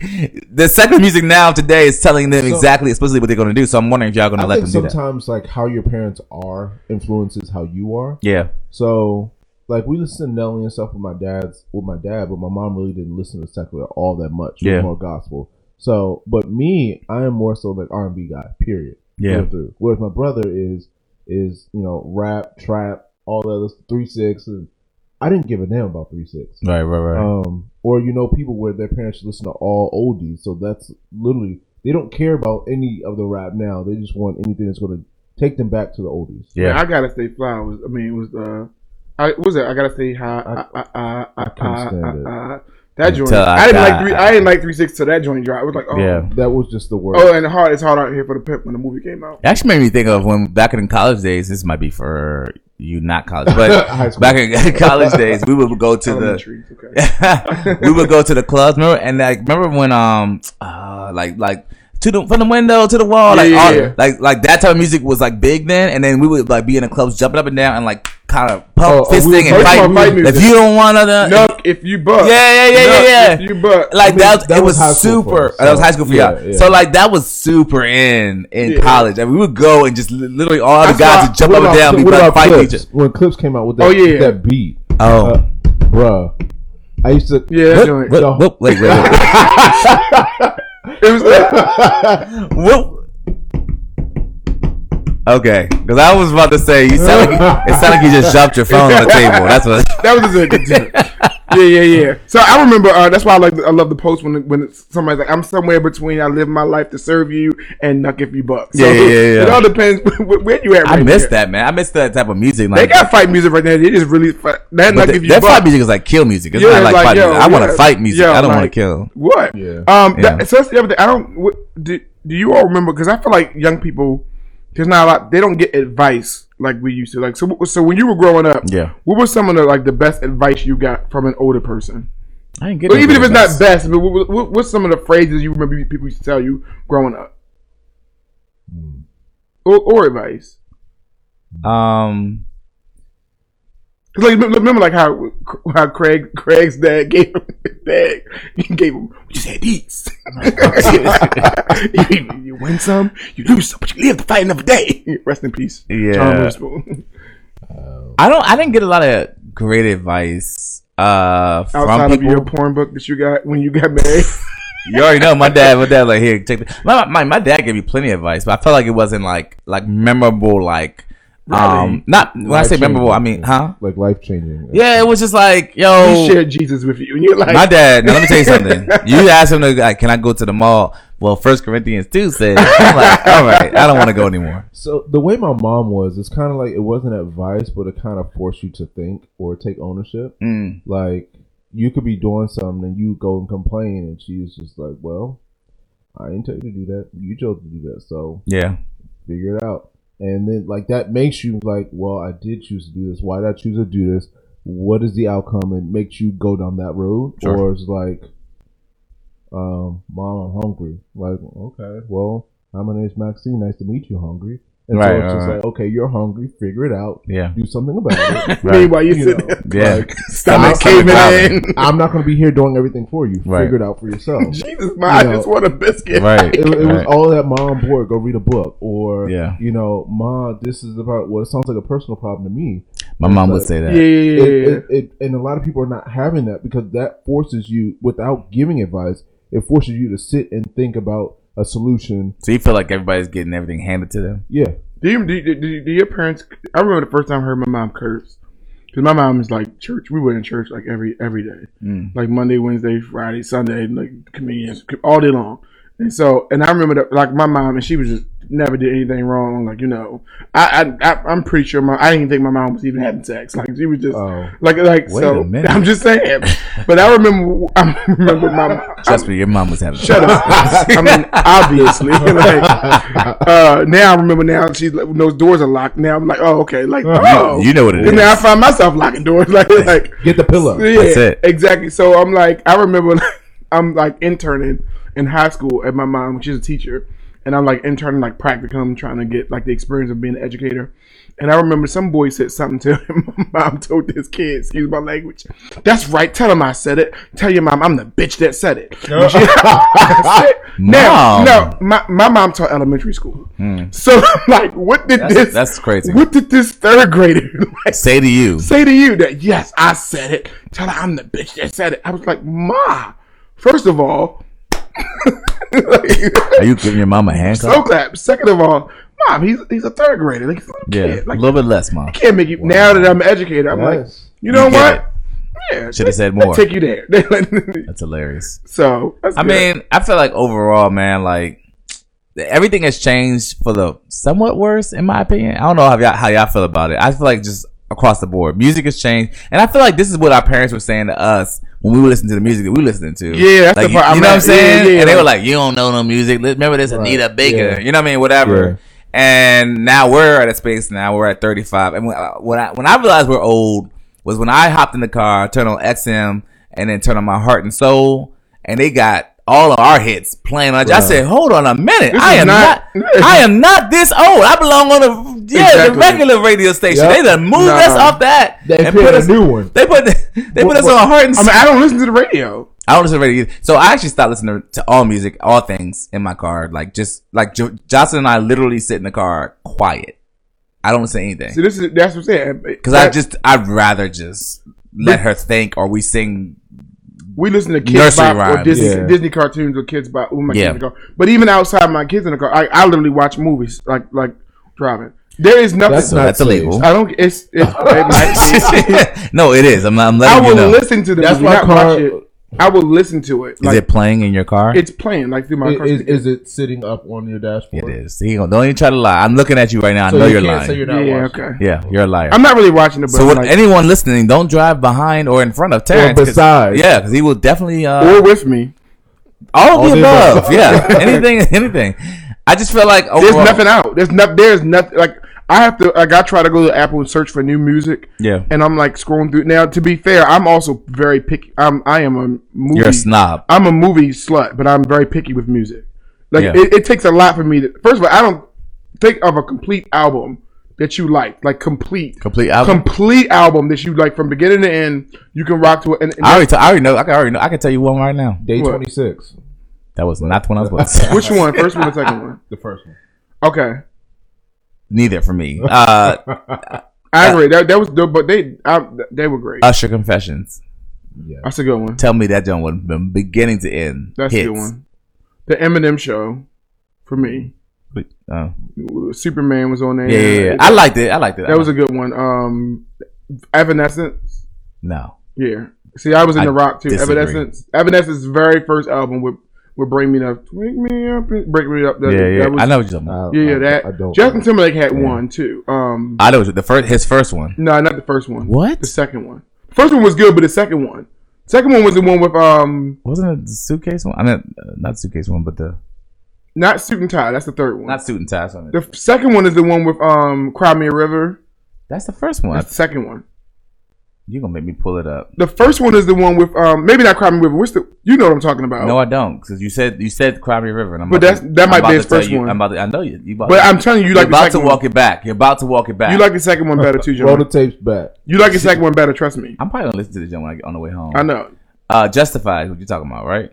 Speaker 4: the secular music now today is telling them exactly, explicitly what they're gonna do. So I'm wondering if y'all gonna
Speaker 5: I
Speaker 4: let
Speaker 5: think
Speaker 4: them do that.
Speaker 5: sometimes like how your parents are influences how you are.
Speaker 4: Yeah,
Speaker 5: So like we listened to Nelly and stuff with my dad's with my dad, but my mom really didn't listen to secular all that much. She was
Speaker 4: Yeah.
Speaker 5: more gospel. So, but me, I am more so like R and B guy. Period.
Speaker 4: Yeah.
Speaker 5: Through and Through. Whereas my brother is is you know rap, trap, all the other three six, and I didn't give a damn about three six.
Speaker 4: right, right, right.
Speaker 5: Um, or you know people where their parents listen to all oldies, so that's literally they don't care about any of the rap now. They just want anything that's going to take them back to the oldies.
Speaker 6: Man,
Speaker 4: yeah,
Speaker 6: I gotta say flowers. I mean, it was uh, I what was it? I gotta say hi. I, I, I, I,
Speaker 5: I couldn't stand
Speaker 6: I- I- that joint.
Speaker 4: Until I
Speaker 6: I, didn't like
Speaker 4: die.
Speaker 6: three. I didn't like three six till that joint dropped. It was like oh,
Speaker 4: yeah.
Speaker 5: That was just the worst.
Speaker 6: oh, and hard. It's hard out here for the pimp when the movie came out.
Speaker 4: It actually made me think of when back in college days. This might be for you, not college,
Speaker 5: High
Speaker 4: but
Speaker 5: school.
Speaker 4: back in college days, we would go to the
Speaker 6: Elementary. Okay.
Speaker 4: we would go to the clubs. Remember and like remember when um uh, like like to the from the window to the wall
Speaker 6: Yeah,
Speaker 4: like
Speaker 6: yeah,
Speaker 4: all,
Speaker 6: yeah.
Speaker 4: like like that type of music was like big then, and then we would like be in the clubs jumping up and down and like kind of pump
Speaker 5: Oh, oh, we
Speaker 4: fisting
Speaker 5: were
Speaker 4: and
Speaker 6: talking
Speaker 4: fighting.
Speaker 6: about fight music.
Speaker 4: if you don't want to,
Speaker 6: Nuck if you buck.
Speaker 4: Yeah, yeah, yeah,
Speaker 6: Nuck
Speaker 4: yeah,
Speaker 6: If
Speaker 4: yeah.
Speaker 6: you buck.
Speaker 4: like
Speaker 5: I mean,
Speaker 4: that,
Speaker 5: that
Speaker 4: it was,
Speaker 5: was high school
Speaker 4: super.
Speaker 5: for us,
Speaker 4: That was
Speaker 5: so-
Speaker 4: high school for
Speaker 5: yeah,
Speaker 4: y'all.
Speaker 5: yeah.
Speaker 4: So like that was super in in
Speaker 6: Yeah.
Speaker 4: college, and we would go and just li- literally all the
Speaker 6: That's
Speaker 4: guys
Speaker 6: why-
Speaker 4: would jump up
Speaker 5: What
Speaker 4: and
Speaker 5: about-
Speaker 4: down, be
Speaker 5: what
Speaker 4: like
Speaker 5: about
Speaker 4: fighting each
Speaker 5: Clips?
Speaker 4: other.
Speaker 5: When clips came out with that,
Speaker 6: Oh, yeah.
Speaker 5: that beat,
Speaker 4: Oh,
Speaker 5: uh, bruh, I used to.
Speaker 6: Yeah, that joint.
Speaker 4: Whoop, whoop, wait, wait, wait.
Speaker 6: It was uh, like,
Speaker 4: whoop. Okay, because I was about to say you sound like it sounded like you just dropped your phone on the table. That's what.
Speaker 6: that was a good joint. Yeah, yeah, yeah. So I remember. Uh, that's why I like. I love the post when when it's- somebody's like, "I'm somewhere between. I live my life to serve you and nuck if you buck." So
Speaker 4: Yeah, yeah, yeah, yeah.
Speaker 6: It all depends where you at. Right
Speaker 4: I missed
Speaker 6: there.
Speaker 4: that man. I missed that type of music.
Speaker 6: They
Speaker 4: Like
Speaker 6: got fight music right there. They just really fight.
Speaker 4: but
Speaker 6: that nuck
Speaker 4: th-
Speaker 6: if you
Speaker 4: that
Speaker 6: buck.
Speaker 4: fight music is like kill music. It's not like
Speaker 6: it's
Speaker 4: fight
Speaker 6: yo,
Speaker 4: music. I want
Speaker 6: yeah,
Speaker 4: to fight music.
Speaker 6: yo,
Speaker 4: I don't want to
Speaker 6: like,
Speaker 4: kill.
Speaker 6: What?
Speaker 5: Yeah.
Speaker 6: Um.
Speaker 4: Yeah.
Speaker 6: That, so that's the other thing. I don't. What, do, do you all remember? Because I feel like young people, there's not a lot. They don't get advice like we used to. Like so. what- So when you were growing up,
Speaker 4: Yeah.
Speaker 6: What was some of the like the best advice you got from an older person?
Speaker 4: I ain't get
Speaker 6: Or
Speaker 4: no
Speaker 6: even if
Speaker 4: good
Speaker 6: it's
Speaker 4: advice.
Speaker 6: not best, but what, what, what's some of the phrases you remember people used to tell you growing up? Or, or advice.
Speaker 4: Um,
Speaker 6: 'Cause, Like, remember, remember, like how how Craig Craig's dad gave him dad he gave him you said these. you, you win some, you lose some, but you live to fight another day. Rest in peace.
Speaker 4: Yeah.
Speaker 6: John Witherspoon.
Speaker 4: I don't. I didn't get a lot of great advice uh, from
Speaker 6: Outside of
Speaker 4: people.
Speaker 6: your porn book that you got when you got married.
Speaker 4: You already know my dad. My dad like here. Take the-" my, my my dad gave me plenty of advice, but I felt like it wasn't like like memorable. Like um, not when I say
Speaker 5: Life-changing.
Speaker 4: memorable, I mean huh?
Speaker 5: Like life changing.
Speaker 4: Yeah, it was just like
Speaker 6: he
Speaker 4: yo.
Speaker 6: shared Jesus with you, and you're like,
Speaker 4: My dad. Now let me tell you something. You asked him to like, can I go to the mall? Well, First Corinthians two said. I'm like, all right, I don't want to go anymore.
Speaker 5: So the way my mom was, it's kind of like it wasn't advice, but it kind of forced you to think or take ownership.
Speaker 4: Mm.
Speaker 5: Like you could be doing something and you go and complain, and she's just like, "Well, I didn't tell you to do that. You chose to do that, so
Speaker 4: Yeah.
Speaker 5: figure it out." And then like that makes you like, "Well, I did choose to do this. Why did I choose to do this? What is the outcome?" And makes you go down that road,
Speaker 4: Sure.
Speaker 5: or it's like, um, "Mom, I'm hungry." Like, okay, well, hi, my name's Maxine. Nice to meet you. Hungry. And so
Speaker 4: Right,
Speaker 5: it's just
Speaker 4: right,
Speaker 5: like, okay, you're hungry. Figure it out.
Speaker 4: Yeah.
Speaker 5: Do something about it.
Speaker 4: Right.
Speaker 6: Meanwhile, you
Speaker 5: You
Speaker 6: sit
Speaker 5: know.
Speaker 6: there,
Speaker 4: Yeah.
Speaker 6: stomach
Speaker 5: Stop
Speaker 6: caving in.
Speaker 5: it. I'm not going to be here doing everything for you.
Speaker 4: Right.
Speaker 5: Figure it out for yourself.
Speaker 6: Jesus, man,
Speaker 5: know.
Speaker 6: I just want a biscuit.
Speaker 4: Right.
Speaker 5: it, it was
Speaker 4: Right.
Speaker 5: all that mom board go read a book or
Speaker 4: Yeah.
Speaker 5: you know ma this is about well it sounds like a personal problem to me
Speaker 4: My mom would say
Speaker 6: Yeah,
Speaker 4: that.
Speaker 6: yeah, yeah,
Speaker 5: it,
Speaker 6: yeah.
Speaker 5: it, it, and a lot of people are not having that because that forces you without giving advice it forces you to sit and think about a solution
Speaker 4: So you feel like everybody's getting everything handed to them.
Speaker 5: yeah
Speaker 6: Do, you, do, you- do, you- do your parents? I remember the first time I heard my mom curse. Because my mom is like church. We were in church like every every day,
Speaker 4: Mm.
Speaker 6: like Monday, Wednesday, Friday, Sunday, like comedians all day long. And so, and I remember that, like my mom, and she was just never did anything wrong. Like you know, I, I, I I'm pretty sure my I didn't even think my mom was even having sex. Like she was just
Speaker 5: Oh.
Speaker 6: like like
Speaker 4: Wait
Speaker 6: so.
Speaker 4: a minute.
Speaker 6: I'm just saying. But I remember I remember my
Speaker 4: Trust me, your mom was having.
Speaker 6: Shut up. I mean, obviously. like, uh, now I remember now she's like, when those doors are locked. Now I'm like, oh, okay. Like, oh.
Speaker 4: Uh-huh. you know what it
Speaker 6: and now I
Speaker 4: is.
Speaker 6: find myself locking doors. Like, like
Speaker 5: get the pillow
Speaker 6: yeah,
Speaker 4: That's it.
Speaker 6: Exactly. So I'm like, I remember I'm like interning in high school at my mom, she's a teacher, and I'm like interning like practicum, trying to get like the experience of being an educator. And I remember some boy said something to him. My mom told this kid, excuse my language, that's right. Tell him I said it. Tell your mom I'm the bitch that said it. And she- That's it. Now,
Speaker 4: Mom. Hmm.
Speaker 6: now my, my mom taught elementary school. So I'm like, what did
Speaker 4: That's-
Speaker 6: this?
Speaker 4: that's crazy.
Speaker 6: What did this third grader like,
Speaker 4: Say to you,
Speaker 6: say to you that yes, I said it. Tell her I'm the bitch that said it. I was like, Ma, first of all,
Speaker 4: are you giving your mom a hand
Speaker 6: so
Speaker 4: clap?
Speaker 6: clap. Second of all, Mom, he's he's a third grader. Like, he's a little
Speaker 4: Yeah,
Speaker 6: kid.
Speaker 4: a
Speaker 6: Like,
Speaker 4: little bit less, mom.
Speaker 6: can't make you. Now that I'm an educator, I'm like,
Speaker 5: Yes.
Speaker 6: you know
Speaker 4: You get
Speaker 6: what? Yeah,
Speaker 4: Shoulda said
Speaker 6: they- they
Speaker 4: more.
Speaker 6: Take you there.
Speaker 4: That's hilarious.
Speaker 6: so that's
Speaker 4: I
Speaker 6: good.
Speaker 4: mean, I feel like overall, man, like everything has changed for the somewhat worse, in my opinion. I don't know how y'all, how y'all feel about it. I feel like just across the board, music has changed, and I feel like this is what our parents were saying to us when we were listening to the music that we listened to.
Speaker 6: Yeah, that's
Speaker 4: like,
Speaker 6: the
Speaker 4: you,
Speaker 6: part I'm
Speaker 4: you know what I'm
Speaker 6: at. Yeah,
Speaker 4: saying?
Speaker 6: yeah,
Speaker 4: and they
Speaker 6: yeah.
Speaker 4: were like, "You don't know no music. Let- Remember this Anita Baker?
Speaker 5: yeah.
Speaker 4: You know what I mean? Whatever." And now we're at a space now. We're at 35, and when I, when I when I realized we're old was when I hopped in the car, turned on XM, and then turned on my heart and soul, and they got all of our hits playing. I, I said, "Hold on a minute, I
Speaker 6: is
Speaker 4: am
Speaker 6: not-
Speaker 4: not, I am not this old. I belong on a yeah,
Speaker 6: Exactly.
Speaker 4: the regular radio station.
Speaker 5: Yep.
Speaker 4: They done moved
Speaker 6: Nah.
Speaker 4: us off that
Speaker 5: They
Speaker 4: and
Speaker 5: created
Speaker 4: put
Speaker 5: a
Speaker 4: us
Speaker 5: new one.
Speaker 4: They put they put us on heart and
Speaker 6: I
Speaker 4: soul.
Speaker 6: mean, I don't listen to the radio.
Speaker 4: I don't listen to radio either. So I actually stopped listening to all music, all things in my car. Like just like jo- Jocelyn and I literally sit in the car quiet. I don't listen to
Speaker 6: See,
Speaker 4: anything
Speaker 6: this is that's what I'm saying.
Speaker 4: because I just I'd rather just let her think or we sing.
Speaker 6: We listen to Kids
Speaker 4: Nursery
Speaker 6: Bop or
Speaker 4: rhymes.
Speaker 6: Disney,
Speaker 5: Yeah.
Speaker 6: Disney cartoons or Kids Bop with my kids
Speaker 4: Yeah.
Speaker 6: in the car. But even outside my kids in the car, I, I literally watch movies like like driving. There is nothing.
Speaker 5: That's
Speaker 4: So
Speaker 5: not
Speaker 4: that's illegal.
Speaker 6: I don't. It's, it's it might be.
Speaker 4: no, it is. I'm I'm
Speaker 6: I
Speaker 4: letting
Speaker 6: will
Speaker 4: you know.
Speaker 6: listen to the
Speaker 5: That's
Speaker 6: movie,
Speaker 5: why
Speaker 6: not
Speaker 5: car-
Speaker 6: watch it. I will listen to it.
Speaker 4: Is
Speaker 6: Like
Speaker 4: it playing in your car?
Speaker 6: it's playing like through my car.
Speaker 5: is, is it sitting up on your dashboard
Speaker 4: It is. See, don't don't even try to lie. I'm looking at you right now. I
Speaker 5: so
Speaker 4: know
Speaker 5: you
Speaker 4: you are
Speaker 5: can't
Speaker 4: lying.
Speaker 5: say you're not
Speaker 6: yeah,
Speaker 5: watching
Speaker 6: okay.
Speaker 4: yeah, you're a liar.
Speaker 6: I'm not really watching it, but
Speaker 4: so, with
Speaker 6: like,
Speaker 4: anyone listening, don't drive behind or in front of Terrence. 'cause-
Speaker 5: beside.
Speaker 4: yeah, because he will definitely uh,
Speaker 6: or with me.
Speaker 4: All of
Speaker 5: All
Speaker 4: the
Speaker 5: the above.
Speaker 4: above. Yeah. anything, anything. I just feel like
Speaker 6: There's
Speaker 4: overall,
Speaker 6: nothing out. There's not. There's nothing. Like I have to. Like I try to go to Apple and search for new music.
Speaker 4: Yeah.
Speaker 6: And I'm like scrolling through. Now, to be fair, I'm also very picky. I'm. I am a movie.
Speaker 4: You're a snob.
Speaker 6: I'm a movie slut, but I'm very picky with music. Like
Speaker 4: Yeah.
Speaker 6: it, it takes a lot for me to. First of all, I don't think of a complete album that you like, like complete,
Speaker 4: Complete album.
Speaker 6: complete album that you like from beginning to end. You can rock to it. And, and
Speaker 4: I already, t- I already know. I can already know. I can tell you one right now.
Speaker 5: day
Speaker 6: What?
Speaker 5: 26
Speaker 4: That was not the one I was about to say.
Speaker 6: which one? First one or second one?
Speaker 5: the first one
Speaker 6: Okay,
Speaker 4: Neither for me. Uh,
Speaker 6: I agree. That that was dope, but they I, they were great.
Speaker 4: Usher Confessions.
Speaker 6: That's a good one.
Speaker 4: Tell me that don't one from beginning to end.
Speaker 6: That's
Speaker 4: hits.
Speaker 6: a good one. The Eminem show for me.
Speaker 4: Oh.
Speaker 6: Superman was on there.
Speaker 4: Yeah, yeah, yeah. I liked it. I liked it.
Speaker 6: that was a good one. Um, Evanescence.
Speaker 4: no.
Speaker 6: Yeah. See, I was in
Speaker 4: I
Speaker 6: the rock too.
Speaker 4: disagree.
Speaker 6: Evanescence. Evanescence's very first album would would bring me up, wake me up, and break me up. That,
Speaker 4: yeah, yeah.
Speaker 6: That was,
Speaker 4: I know what you're talking about.
Speaker 5: I-
Speaker 6: Yeah, yeah.
Speaker 5: I-
Speaker 6: That
Speaker 5: I don't
Speaker 6: Justin Timberlake had one too. Um,
Speaker 4: I know what you- the first his first one.
Speaker 6: no, not the first one.
Speaker 4: What
Speaker 6: The second one. First one was good, but the second one. Second one was the one with um,
Speaker 4: wasn't it the suitcase one? I mean, uh, not suitcase one, but the
Speaker 6: not suit and tie. That's the third one.
Speaker 4: not suit and tie. Something.
Speaker 6: the second one is the one with um, Cry Me a River.
Speaker 4: That's the first one.
Speaker 6: That's the second one.
Speaker 4: You're gonna make me pull it up.
Speaker 6: The first one is the one with um maybe not Crimea River. What's the you know what I'm talking about?
Speaker 4: No, I don't, because you said you said Crimea River, and I'm
Speaker 6: Oh. But
Speaker 4: about
Speaker 6: that's- that
Speaker 4: I'm
Speaker 6: might be
Speaker 4: about
Speaker 6: his
Speaker 4: to tell
Speaker 6: first
Speaker 4: you-
Speaker 6: one.
Speaker 4: I'm about to, I know you. you about
Speaker 6: but
Speaker 4: to,
Speaker 6: I'm telling you, you
Speaker 4: you're
Speaker 6: like the
Speaker 4: about to
Speaker 6: second
Speaker 4: walk
Speaker 6: one.
Speaker 4: it back. You're about to walk it back.
Speaker 6: You like the second one better too,
Speaker 5: Roll the
Speaker 6: John.
Speaker 5: tapes back.
Speaker 6: You like the second one better. Trust me.
Speaker 4: I'm probably gonna listen to the gym when I get on the way home.
Speaker 6: I know.
Speaker 4: Uh, Justified. What you talking about, right?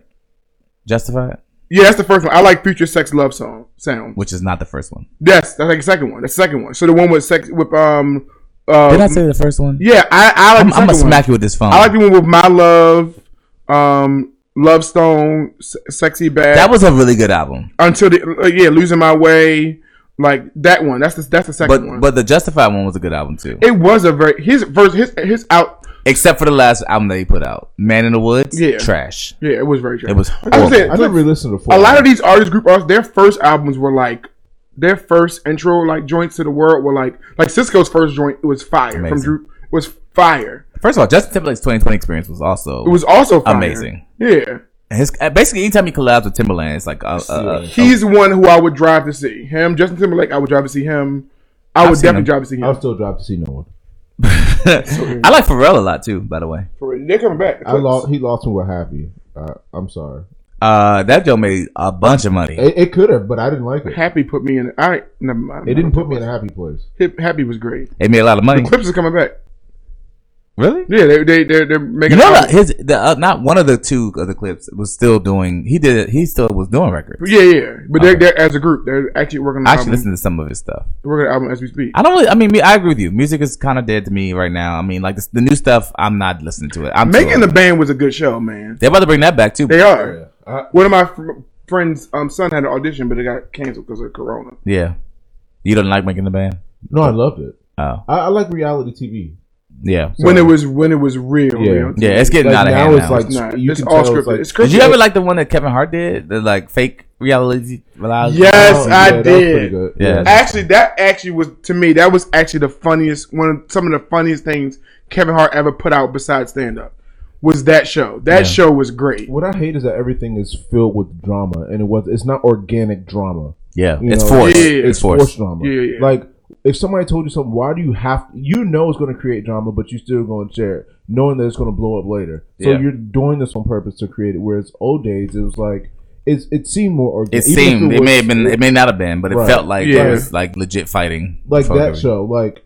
Speaker 4: Justified,
Speaker 6: Yeah, that's the first one. I like Future Sex Love Song sound.
Speaker 4: which is not the first one.
Speaker 6: Yes, that's like the second one. That's the second one. So the one with sex with um. Uh,
Speaker 4: Did I say the first one?
Speaker 6: Yeah, I, I like
Speaker 4: I'm, I'm
Speaker 6: the second
Speaker 4: gonna
Speaker 6: one.
Speaker 4: smack you with this phone.
Speaker 6: I like the one with my love, um, love stone, Se- sexy bad.
Speaker 4: that was a really good album,
Speaker 6: until the uh, yeah, losing my way, like that one. That's the that's the second
Speaker 4: but
Speaker 6: one.
Speaker 4: but the Justified one was a good album too,
Speaker 6: it was a very his verse his his out.
Speaker 4: except for the last album that he put out, Man in the Woods.
Speaker 6: Yeah.
Speaker 4: trash.
Speaker 6: Yeah, it was very. Trash.
Speaker 4: It was
Speaker 6: I was saying,
Speaker 5: I didn't really listen to four.
Speaker 6: a lot of these artists, group artists, their first albums were like their first intro like joints to the world were like like Cisco's first joint was fire from
Speaker 4: Amazing.
Speaker 6: Drew was fire.
Speaker 4: First of all, Justin Timberlake's 2020 experience was also
Speaker 6: It was also fire.
Speaker 4: Amazing.
Speaker 6: Yeah,
Speaker 4: his uh, basically anytime he collabs with Timberland, it's like uh, uh, uh,
Speaker 6: he's one who I would drive to see. Him, Justin Timberlake, I would drive to see him. I would
Speaker 4: seen
Speaker 6: definitely
Speaker 4: him.
Speaker 6: drive to see him.
Speaker 5: I'll still drop to see no one.
Speaker 4: I like Pharrell a lot too, by the way.
Speaker 6: For real. They're coming back.
Speaker 5: I lost. He lost me with Happy. Uh, I'm sorry.
Speaker 4: Uh, that Joe made a bunch of money.
Speaker 5: It, it could have, but I didn't like it.
Speaker 6: Happy put me in. I never mind.
Speaker 5: It didn't put me in a happy place.
Speaker 6: Hip- Happy was great.
Speaker 4: It made a lot of money.
Speaker 6: Clips are coming back.
Speaker 4: Really?
Speaker 6: Yeah, they they they're, they're
Speaker 4: You
Speaker 6: making.
Speaker 4: know
Speaker 6: albums.
Speaker 4: that his the, uh, not one of the two of the clips was still doing. He did it. He still was doing records.
Speaker 6: Yeah, yeah. But they're, they're as a group. They're actually working on the
Speaker 4: I actually
Speaker 6: album.
Speaker 4: listened to some of his stuff.
Speaker 6: They're working on the album as we speak.
Speaker 4: I don't. Really, I mean, me. I agree with you. Music is kind of dead to me right now. I mean, like this, the new stuff. I'm not listening to it. I'm too
Speaker 6: Making
Speaker 4: old.
Speaker 6: the band was a good show, man.
Speaker 4: They're about to bring that back too.
Speaker 6: They are.
Speaker 5: Yeah. I,
Speaker 6: One of my fr- friends' um, son had an audition, but it got canceled because of Corona.
Speaker 4: yeah. You don't like making the band?
Speaker 5: no, I loved it.
Speaker 4: Oh,
Speaker 5: I, I like reality TV.
Speaker 4: yeah.
Speaker 6: when it was when it was real.
Speaker 5: Yeah.
Speaker 6: real.
Speaker 4: Yeah, it's getting out
Speaker 5: Like,
Speaker 4: of
Speaker 5: now
Speaker 4: hand
Speaker 5: it's
Speaker 4: now.
Speaker 5: like
Speaker 6: Nah,
Speaker 5: you
Speaker 6: it's
Speaker 5: can
Speaker 6: all
Speaker 5: tell
Speaker 6: scripted.
Speaker 5: it's like
Speaker 6: it's
Speaker 4: Did
Speaker 6: scripted.
Speaker 4: you ever like the one that Kevin Hart did? The like fake reality. reality?
Speaker 6: Yes,
Speaker 5: Oh,
Speaker 6: I
Speaker 5: yeah, that was pretty
Speaker 6: did.
Speaker 5: good.
Speaker 4: Yeah.
Speaker 6: Actually, that actually was to me. That was actually the funniest one. Of, some of the funniest things Kevin Hart ever put out besides stand up was that show. That show was great.
Speaker 5: What I hate is that everything is filled with drama, and it was it's not organic drama.
Speaker 4: Yeah,
Speaker 5: You
Speaker 4: it's
Speaker 5: know,
Speaker 4: forced.
Speaker 6: yeah,
Speaker 4: it's
Speaker 5: It's
Speaker 4: forced.
Speaker 5: forced, drama.
Speaker 6: Yeah, yeah.
Speaker 5: Like if somebody told you something, why do you have? You know it's going to create drama, but you still going to share it, knowing that it's going to blow up later. So
Speaker 4: Yeah.
Speaker 5: you're doing this on purpose to create it. Whereas old days, it was like it's it seemed more
Speaker 4: It
Speaker 5: organic. Even if
Speaker 4: seemed it
Speaker 5: was-
Speaker 4: may have been it may not have been, but it
Speaker 5: Right.
Speaker 4: felt like
Speaker 6: Yeah.
Speaker 4: it was like legit fighting.
Speaker 5: like
Speaker 4: Fuck
Speaker 5: that
Speaker 4: it.
Speaker 5: show. Like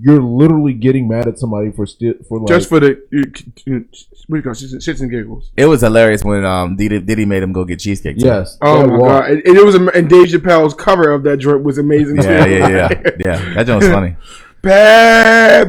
Speaker 5: you're literally getting mad at somebody for still for like
Speaker 6: Just for the you- what do you call it? shits and- shits and giggles.
Speaker 4: It was hilarious when um Diddy, Diddy made him go get cheesecake. too.
Speaker 5: yes.
Speaker 6: Oh
Speaker 5: that
Speaker 6: my
Speaker 5: walk.
Speaker 6: god! And, and it was am- and Dave Chappelle's cover of that joint was amazing. too.
Speaker 4: yeah, yeah, yeah, yeah. That joint was funny.
Speaker 6: Bad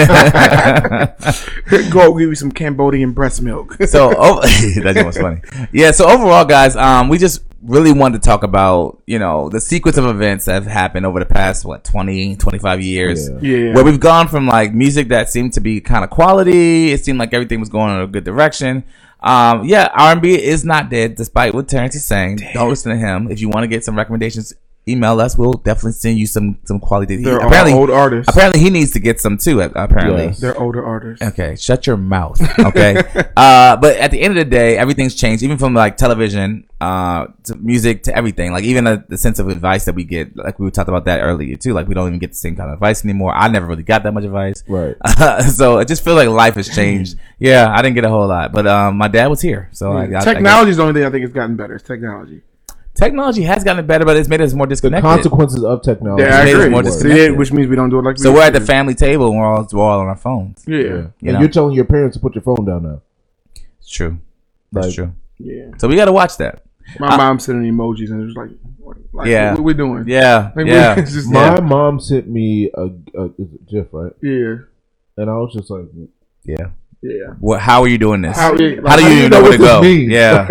Speaker 6: boy. Go give you some Cambodian breast milk.
Speaker 4: So over, that joint was funny. Yeah. So overall, guys, um, we just really wanted to talk about you know the sequence of events that have happened over the past what 20 25 years
Speaker 6: Yeah.
Speaker 4: where we've gone from like music that seemed to be kind of quality it seemed like everything was going in a good direction um yeah r&b is not dead despite what terrence is saying don't listen to him if you want to get some recommendations email us we'll definitely send you some some quality he,
Speaker 6: They're all
Speaker 4: apparently
Speaker 6: old artists.
Speaker 4: apparently he needs to get some too apparently
Speaker 5: Yes.
Speaker 6: They're older artists.
Speaker 4: Okay, shut your mouth. Okay, uh, but at the end of the day, everything's changed, even from like television uh, to music to everything. Like even the the sense of advice that we get, like we talked about that earlier too. Like we don't even get the same kind of advice anymore. I never really got that much advice,
Speaker 5: Right.
Speaker 4: so it just feels like life has changed. yeah, I didn't get a whole lot, but um, my dad was here, so I, I- I, guess-
Speaker 6: Technology is the only thing I think has gotten better. It's technology.
Speaker 4: technology has gotten better, but it's made us more
Speaker 5: The
Speaker 4: disconnected.
Speaker 5: consequences of technology.
Speaker 6: Yeah, I
Speaker 4: made us
Speaker 6: agree.
Speaker 4: more
Speaker 6: It did,
Speaker 4: disconnected.
Speaker 6: which means we don't do it like we
Speaker 4: so we're
Speaker 6: used
Speaker 4: at the
Speaker 6: to.
Speaker 4: family table and we're all, we're all on our phones.
Speaker 6: Yeah.
Speaker 5: And
Speaker 4: You know.
Speaker 5: you're telling your parents to put your phone down now.
Speaker 4: It's true. That's
Speaker 5: Like-
Speaker 4: true.
Speaker 6: Yeah.
Speaker 4: So we got to watch that.
Speaker 6: My mom sending emojis and it was like, what- like
Speaker 4: Yeah.
Speaker 6: what, we doing?
Speaker 4: Yeah,
Speaker 6: Like, we-
Speaker 4: yeah.
Speaker 6: it's just-
Speaker 5: My mom sent me a, a is it GIF, right?
Speaker 6: Yeah.
Speaker 5: And I was just like,
Speaker 4: yeah.
Speaker 6: Yeah.
Speaker 4: What? How are you doing this?
Speaker 6: How, yeah,
Speaker 4: How do you even know where to go? Yeah, yeah.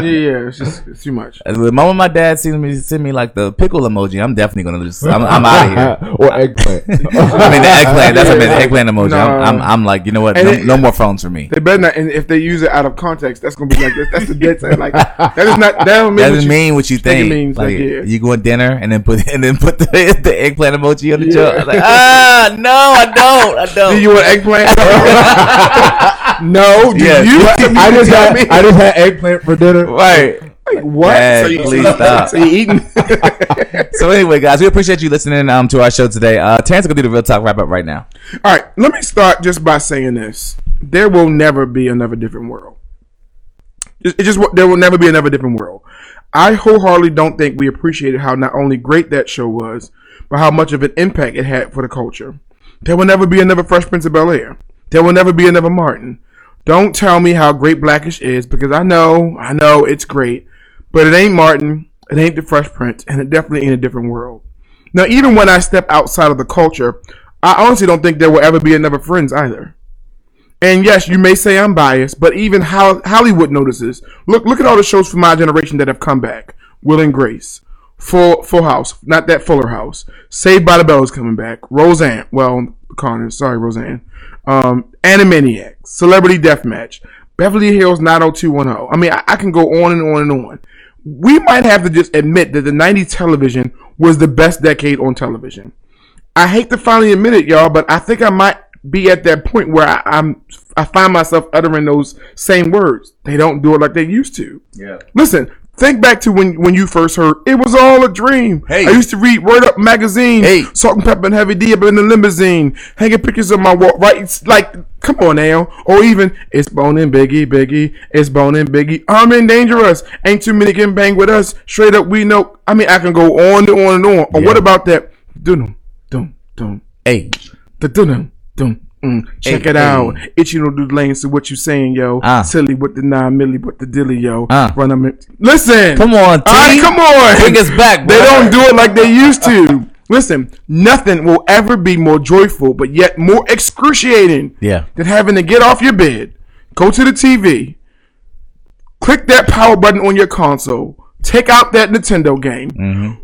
Speaker 6: yeah, it's just it's too much.
Speaker 4: Uh, The moment my dad sends me send me like the pickle emoji, I'm definitely gonna just I'm, I'm out of here.
Speaker 5: or eggplant.
Speaker 4: I mean the eggplant. That's what I mean. The eggplant emoji. I'm, I'm I'm like you know what?
Speaker 6: And
Speaker 4: No,
Speaker 6: it-
Speaker 4: no more phones for me.
Speaker 6: They better not, and if they use it out of context, that's gonna be like that's, that's the dead side. Like that is not that don't mean,
Speaker 4: That
Speaker 6: what
Speaker 4: doesn't
Speaker 6: you-
Speaker 4: mean what you
Speaker 6: think it
Speaker 4: think.
Speaker 6: means,
Speaker 4: like
Speaker 6: like, yeah.
Speaker 4: you go on dinner and then put and then put the, the eggplant emoji on the
Speaker 6: Yeah.
Speaker 4: job. Like ah no, I don't, I
Speaker 6: Do
Speaker 4: don't.
Speaker 6: you want eggplant? no. Do
Speaker 4: Yes.
Speaker 6: you?
Speaker 5: I just had I just had eggplant for dinner.
Speaker 4: right.
Speaker 6: what?
Speaker 4: Dad,
Speaker 6: so you,
Speaker 4: please stop.
Speaker 6: So you eating?
Speaker 4: So anyway, guys, we appreciate you listening um to our show today. Uh, Terrence gonna do the real talk wrap up right now.
Speaker 6: All right, let me start just by saying this: there will never be another different world. It it just there will never be another different world. I wholeheartedly don't think we appreciated how not only great that show was, but how much of an impact it had for the culture. There will never be another Fresh Prince of Bel Air. There will never be another Martin. Don't tell me how great Blackish is because I know, I know it's great, but it ain't Martin, it ain't the Fresh Prince, and it definitely ain't a different world. Now, even when I step outside of the culture, I honestly don't think there will ever be another Friends either. And yes, you may say I'm biased, but even Hol- Hollywood notices. Look, look at all the shows from my generation that have come back. Will and Grace, Full Full House, not that Fuller House. Saved by the Bell is coming back. Roseanne, well, Connor, sorry, Roseanne. Um, Animaniacs, Celebrity Deathmatch, Beverly Hills 90210. I mean, I, I can go on and on and on. We might have to just admit that the 90s television was the best decade on television. I hate to finally admit it, y'all, but I think I might be at that point where I, I'm I find myself uttering those same words. They don't do it like they used to. Yeah. Listen, think back to when when you first heard it was all a dream.
Speaker 4: Hey.
Speaker 6: I used to read Word Up magazine,
Speaker 4: Hey.
Speaker 6: Salt and Pepper and Heavy D up in the limousine, hanging pictures of my wall. Right? It's like, come on now. Or even it's Bone and Biggie, Biggie, it's Bone and Biggie. I'm in dangerous. Ain't too many can bang with us. Straight up, we know. I mean, I can go on and on and on. Or what about that? Dum dum dum
Speaker 4: Hey,
Speaker 6: the dun dun dun. Check
Speaker 4: Mm, Hey,
Speaker 6: it out. Itchy don't do the lane. So what you saying, yo?
Speaker 4: Uh.
Speaker 6: Silly with the nine milli, with the dilly, yo.
Speaker 4: Uh.
Speaker 6: Run them. In. Listen.
Speaker 4: Come on, T.
Speaker 6: All right, come on.
Speaker 4: Bring us back,
Speaker 6: They
Speaker 4: boy.
Speaker 6: don't do it like they used to. Listen, nothing will ever be more joyful, but yet more excruciating
Speaker 4: Yeah.
Speaker 6: than having to get off your bed, go to the TV, click that power button on your console, take out that Nintendo game,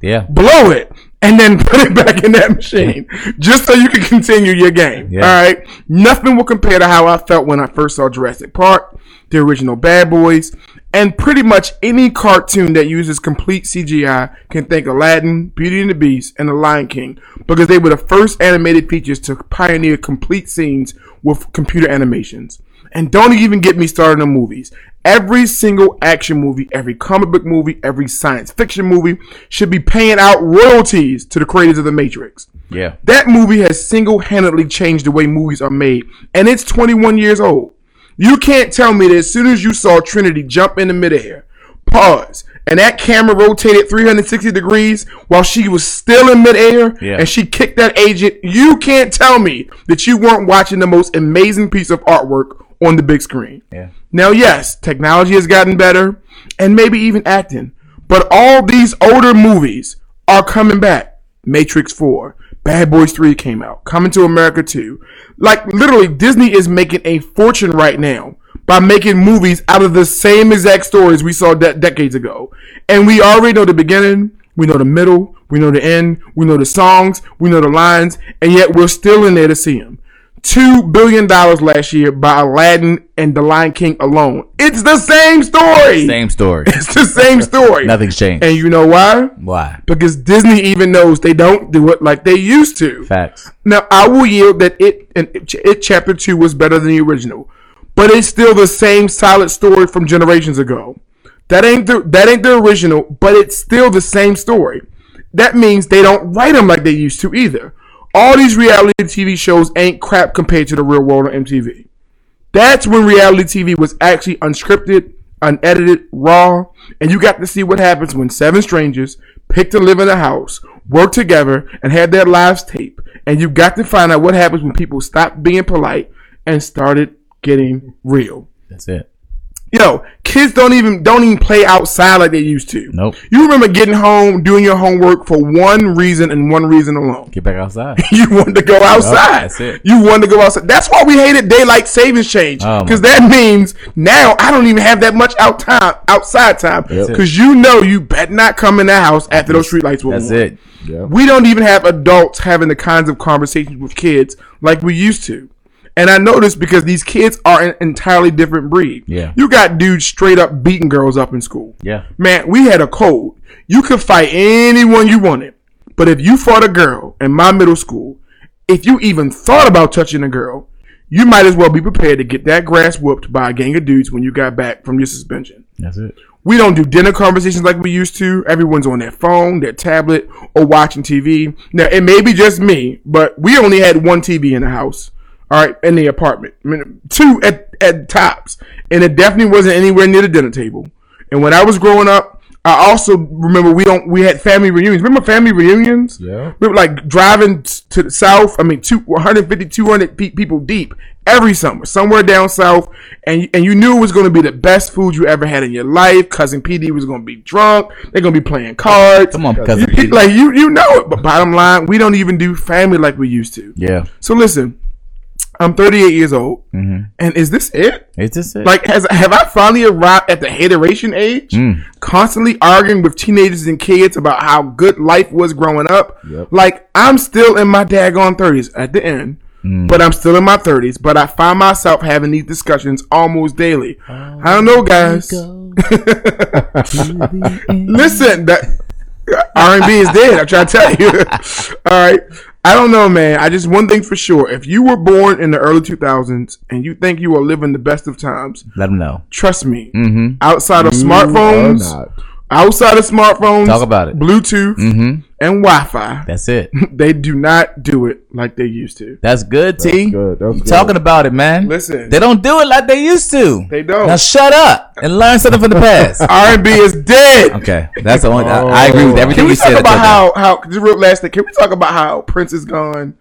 Speaker 4: yeah,
Speaker 6: blow it and then put it back in that machine just so you can continue your game.
Speaker 4: Yeah.
Speaker 6: All right. Nothing will compare to how I felt when I first saw Jurassic Park, the original Bad Boys, and pretty much any cartoon that uses complete CGI can thank Aladdin, Beauty and the Beast, and The Lion King because they were the first animated features to pioneer complete scenes with computer animations. And don't even get me started on movies. Every single action movie, every comic book movie, every science fiction movie should be paying out royalties to the creators of The Matrix.
Speaker 4: yeah.
Speaker 6: That movie has single handedly changed the way movies are made, and it's 21 years old. You can't tell me that as soon as you saw Trinity jump into midair, pause, and that camera rotated 360 degrees while she was still in midair
Speaker 4: Yeah.
Speaker 6: and she kicked that agent, you can't tell me that you weren't watching the most amazing piece of artwork on the big screen.
Speaker 4: Yeah.
Speaker 6: Now, yes, technology has gotten better and maybe even acting, but all these older movies are coming back. Matrix 4, Bad Boys 3 came out, Coming to America 2. Like, literally, Disney is making a fortune right now by making movies out of the same exact stories we saw de- decades ago. And we already know the beginning, we know the middle, we know the end, we know the songs, we know the lines, and yet we're still in there to see them two billion dollars last year by Aladdin and The Lion King alone. It's the same story.
Speaker 4: Same story.
Speaker 6: It's the same story.
Speaker 4: Nothing's changed.
Speaker 6: And you know why?
Speaker 4: Why?
Speaker 6: Because Disney even knows they don't do it like they used to.
Speaker 4: Facts.
Speaker 6: Now I will yield that it and it, it chapter two was better than the original, but it's still the same solid story from generations ago. That ain't the that ain't the original, but it's still the same story. That means they don't write them like they used to either. All these reality TV shows ain't crap compared to the real world on MTV. That's when reality TV was actually unscripted, unedited, raw, and you got to see what happens when seven strangers pick to live in a house, work together, and have their lives taped. And you got to find out what happens when people stop being polite and started getting real.
Speaker 4: That's it.
Speaker 6: Yo, kids don't even don't even play outside like they used to.
Speaker 4: Nope.
Speaker 6: You remember getting home, doing your homework for one reason and one reason alone
Speaker 4: Get back outside.
Speaker 6: you wanted to go outside.
Speaker 4: that's it.
Speaker 6: You wanted to go outside. That's why we hated daylight savings change
Speaker 4: Oh, my
Speaker 6: because that means now I don't even have that much out time outside time
Speaker 4: it.
Speaker 6: because you know you bet not come in the house after those streetlights were
Speaker 4: That's
Speaker 6: on.
Speaker 4: it.
Speaker 6: We don't even have adults having the kinds of conversations with kids like we used to. And I know this because these kids are an entirely different breed.
Speaker 4: Yeah.
Speaker 6: You got dudes straight up beating girls up in school.
Speaker 4: Yeah.
Speaker 6: Man, we had a code. You could fight anyone you wanted. But if you fought a girl in my middle school, if you even thought about touching a girl, you might as well be prepared to get that grass whooped by a gang of dudes when you got back from your suspension.
Speaker 4: That's it.
Speaker 6: We don't do dinner conversations like we used to. Everyone's on their phone, their tablet, or watching TV. Now, it may be just me, but we only had one TV in the house, all right, in the apartment. I mean, two at, at tops. And it definitely wasn't anywhere near the dinner table. And when I was growing up, I also remember we don't we had family reunions. Remember family reunions?
Speaker 5: Yeah.
Speaker 6: We were like driving t- to the south. I mean, two, 150, 200 pe- people deep every summer, somewhere down south, and and you knew it was going to be the best food you ever had in your life. Cousin PD was going to be drunk. They're going to be playing cards.
Speaker 4: Come on, cousin.
Speaker 6: You- you-
Speaker 4: Pete.
Speaker 6: like you you know it. But bottom line, we don't even do family like we used to.
Speaker 4: yeah.
Speaker 6: So listen, I'm 38 years old,
Speaker 4: Mm-hmm.
Speaker 6: and is this it?
Speaker 4: Is this it?
Speaker 6: Like, has have I finally arrived at the hateration age? Constantly arguing with teenagers and kids about how good life was growing up. Like, I'm still in my daggone thirties at the end, but I'm still in my thirties. But I find myself having these discussions almost daily. I don't know, guys. Listen, that R and B is dead. I'm trying to tell you. All right. I don't know, man. I just one thing for sure. If you were born in the early 2000s and you think you are living the best of times,
Speaker 4: Let them know. Mm-hmm.
Speaker 6: trust me. Outside of
Speaker 5: Or
Speaker 6: smartphones,
Speaker 5: not.
Speaker 6: outside of smartphones,
Speaker 4: Talk about it. Mm.
Speaker 6: Bluetooth and Wi-Fi,
Speaker 4: Mm-hmm. That's it.
Speaker 6: they do not do it like they used to.
Speaker 4: That's good, T.
Speaker 5: good. That's
Speaker 4: you
Speaker 5: good.
Speaker 4: talking about it, man.
Speaker 6: Listen.
Speaker 4: They don't do it like they used to.
Speaker 6: They don't.
Speaker 4: Now shut up and learn something from the past.
Speaker 6: R and B is dead.
Speaker 4: okay. That's the only I, I agree with everything
Speaker 6: Can we
Speaker 4: you said.
Speaker 6: talk about
Speaker 4: until now.
Speaker 6: how how just real last thing? Can we talk about how Prince is gone?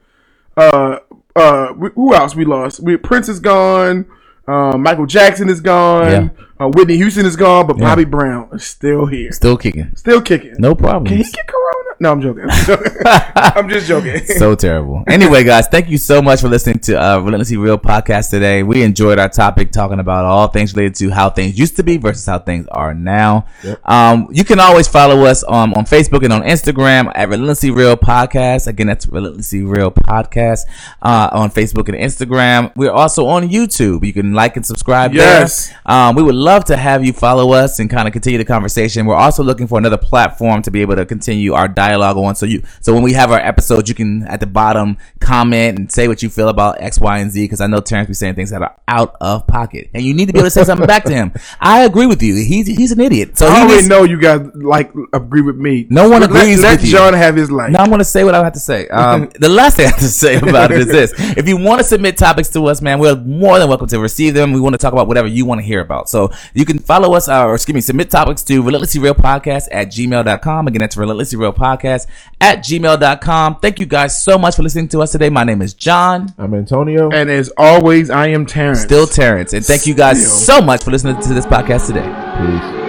Speaker 6: Uh, uh, we- who else we lost? We Prince is gone. Um, Michael Jackson is gone. Uh, Whitney Houston is gone, but Bobby Brown is still here,
Speaker 4: Still kicking.
Speaker 6: still kicking.
Speaker 4: No problem.
Speaker 6: Can he get Corona? No, I'm joking. I'm joking. I'm just joking.
Speaker 4: so terrible. Anyway, guys, thank you so much for listening to uh, Relentlessly Real podcast today. We enjoyed our topic talking about all things related to how things used to be versus how things are now. Um, you can always follow us um, on, on Facebook and on Instagram at Relentlessly Real Podcast. Again, that's Relentlessly Real Podcast uh, on Facebook and Instagram. We're also on YouTube. You can like and subscribe
Speaker 6: Yes.
Speaker 4: there. Um, we would love to have you follow us and kind of continue the conversation. We're also looking for another platform to be able to continue our dialogue on. So you, so when we have our episodes, you can at the bottom comment and say what you feel about X, Y, and Z. Because I know Terrence be saying things that are out of pocket, and you need to be able to say something back to him. I agree with you. He's he's an idiot. So
Speaker 6: I
Speaker 4: he
Speaker 6: already
Speaker 4: needs,
Speaker 6: know you guys like agree with me.
Speaker 4: No one
Speaker 6: Let-
Speaker 4: agrees
Speaker 6: let,
Speaker 4: with you.
Speaker 6: John have his life.
Speaker 4: Now I'm going to say what I have to say. Um, the last thing I have to say about it is this: if you want to submit topics to us, man, we're more than welcome to receive them. We want to talk about whatever you want to hear about. So you can follow us, uh, or excuse me, submit topics to relentlessly real podcast at gmail.com. Again, that's relentlessly real podcast at gmail.com. Thank you guys so much for listening to us today. My name is John,
Speaker 5: I'm Antonio.
Speaker 6: And as always, I am Terrence.
Speaker 4: still Terrence, and thank you guys so much for listening to this podcast today.
Speaker 5: Peace.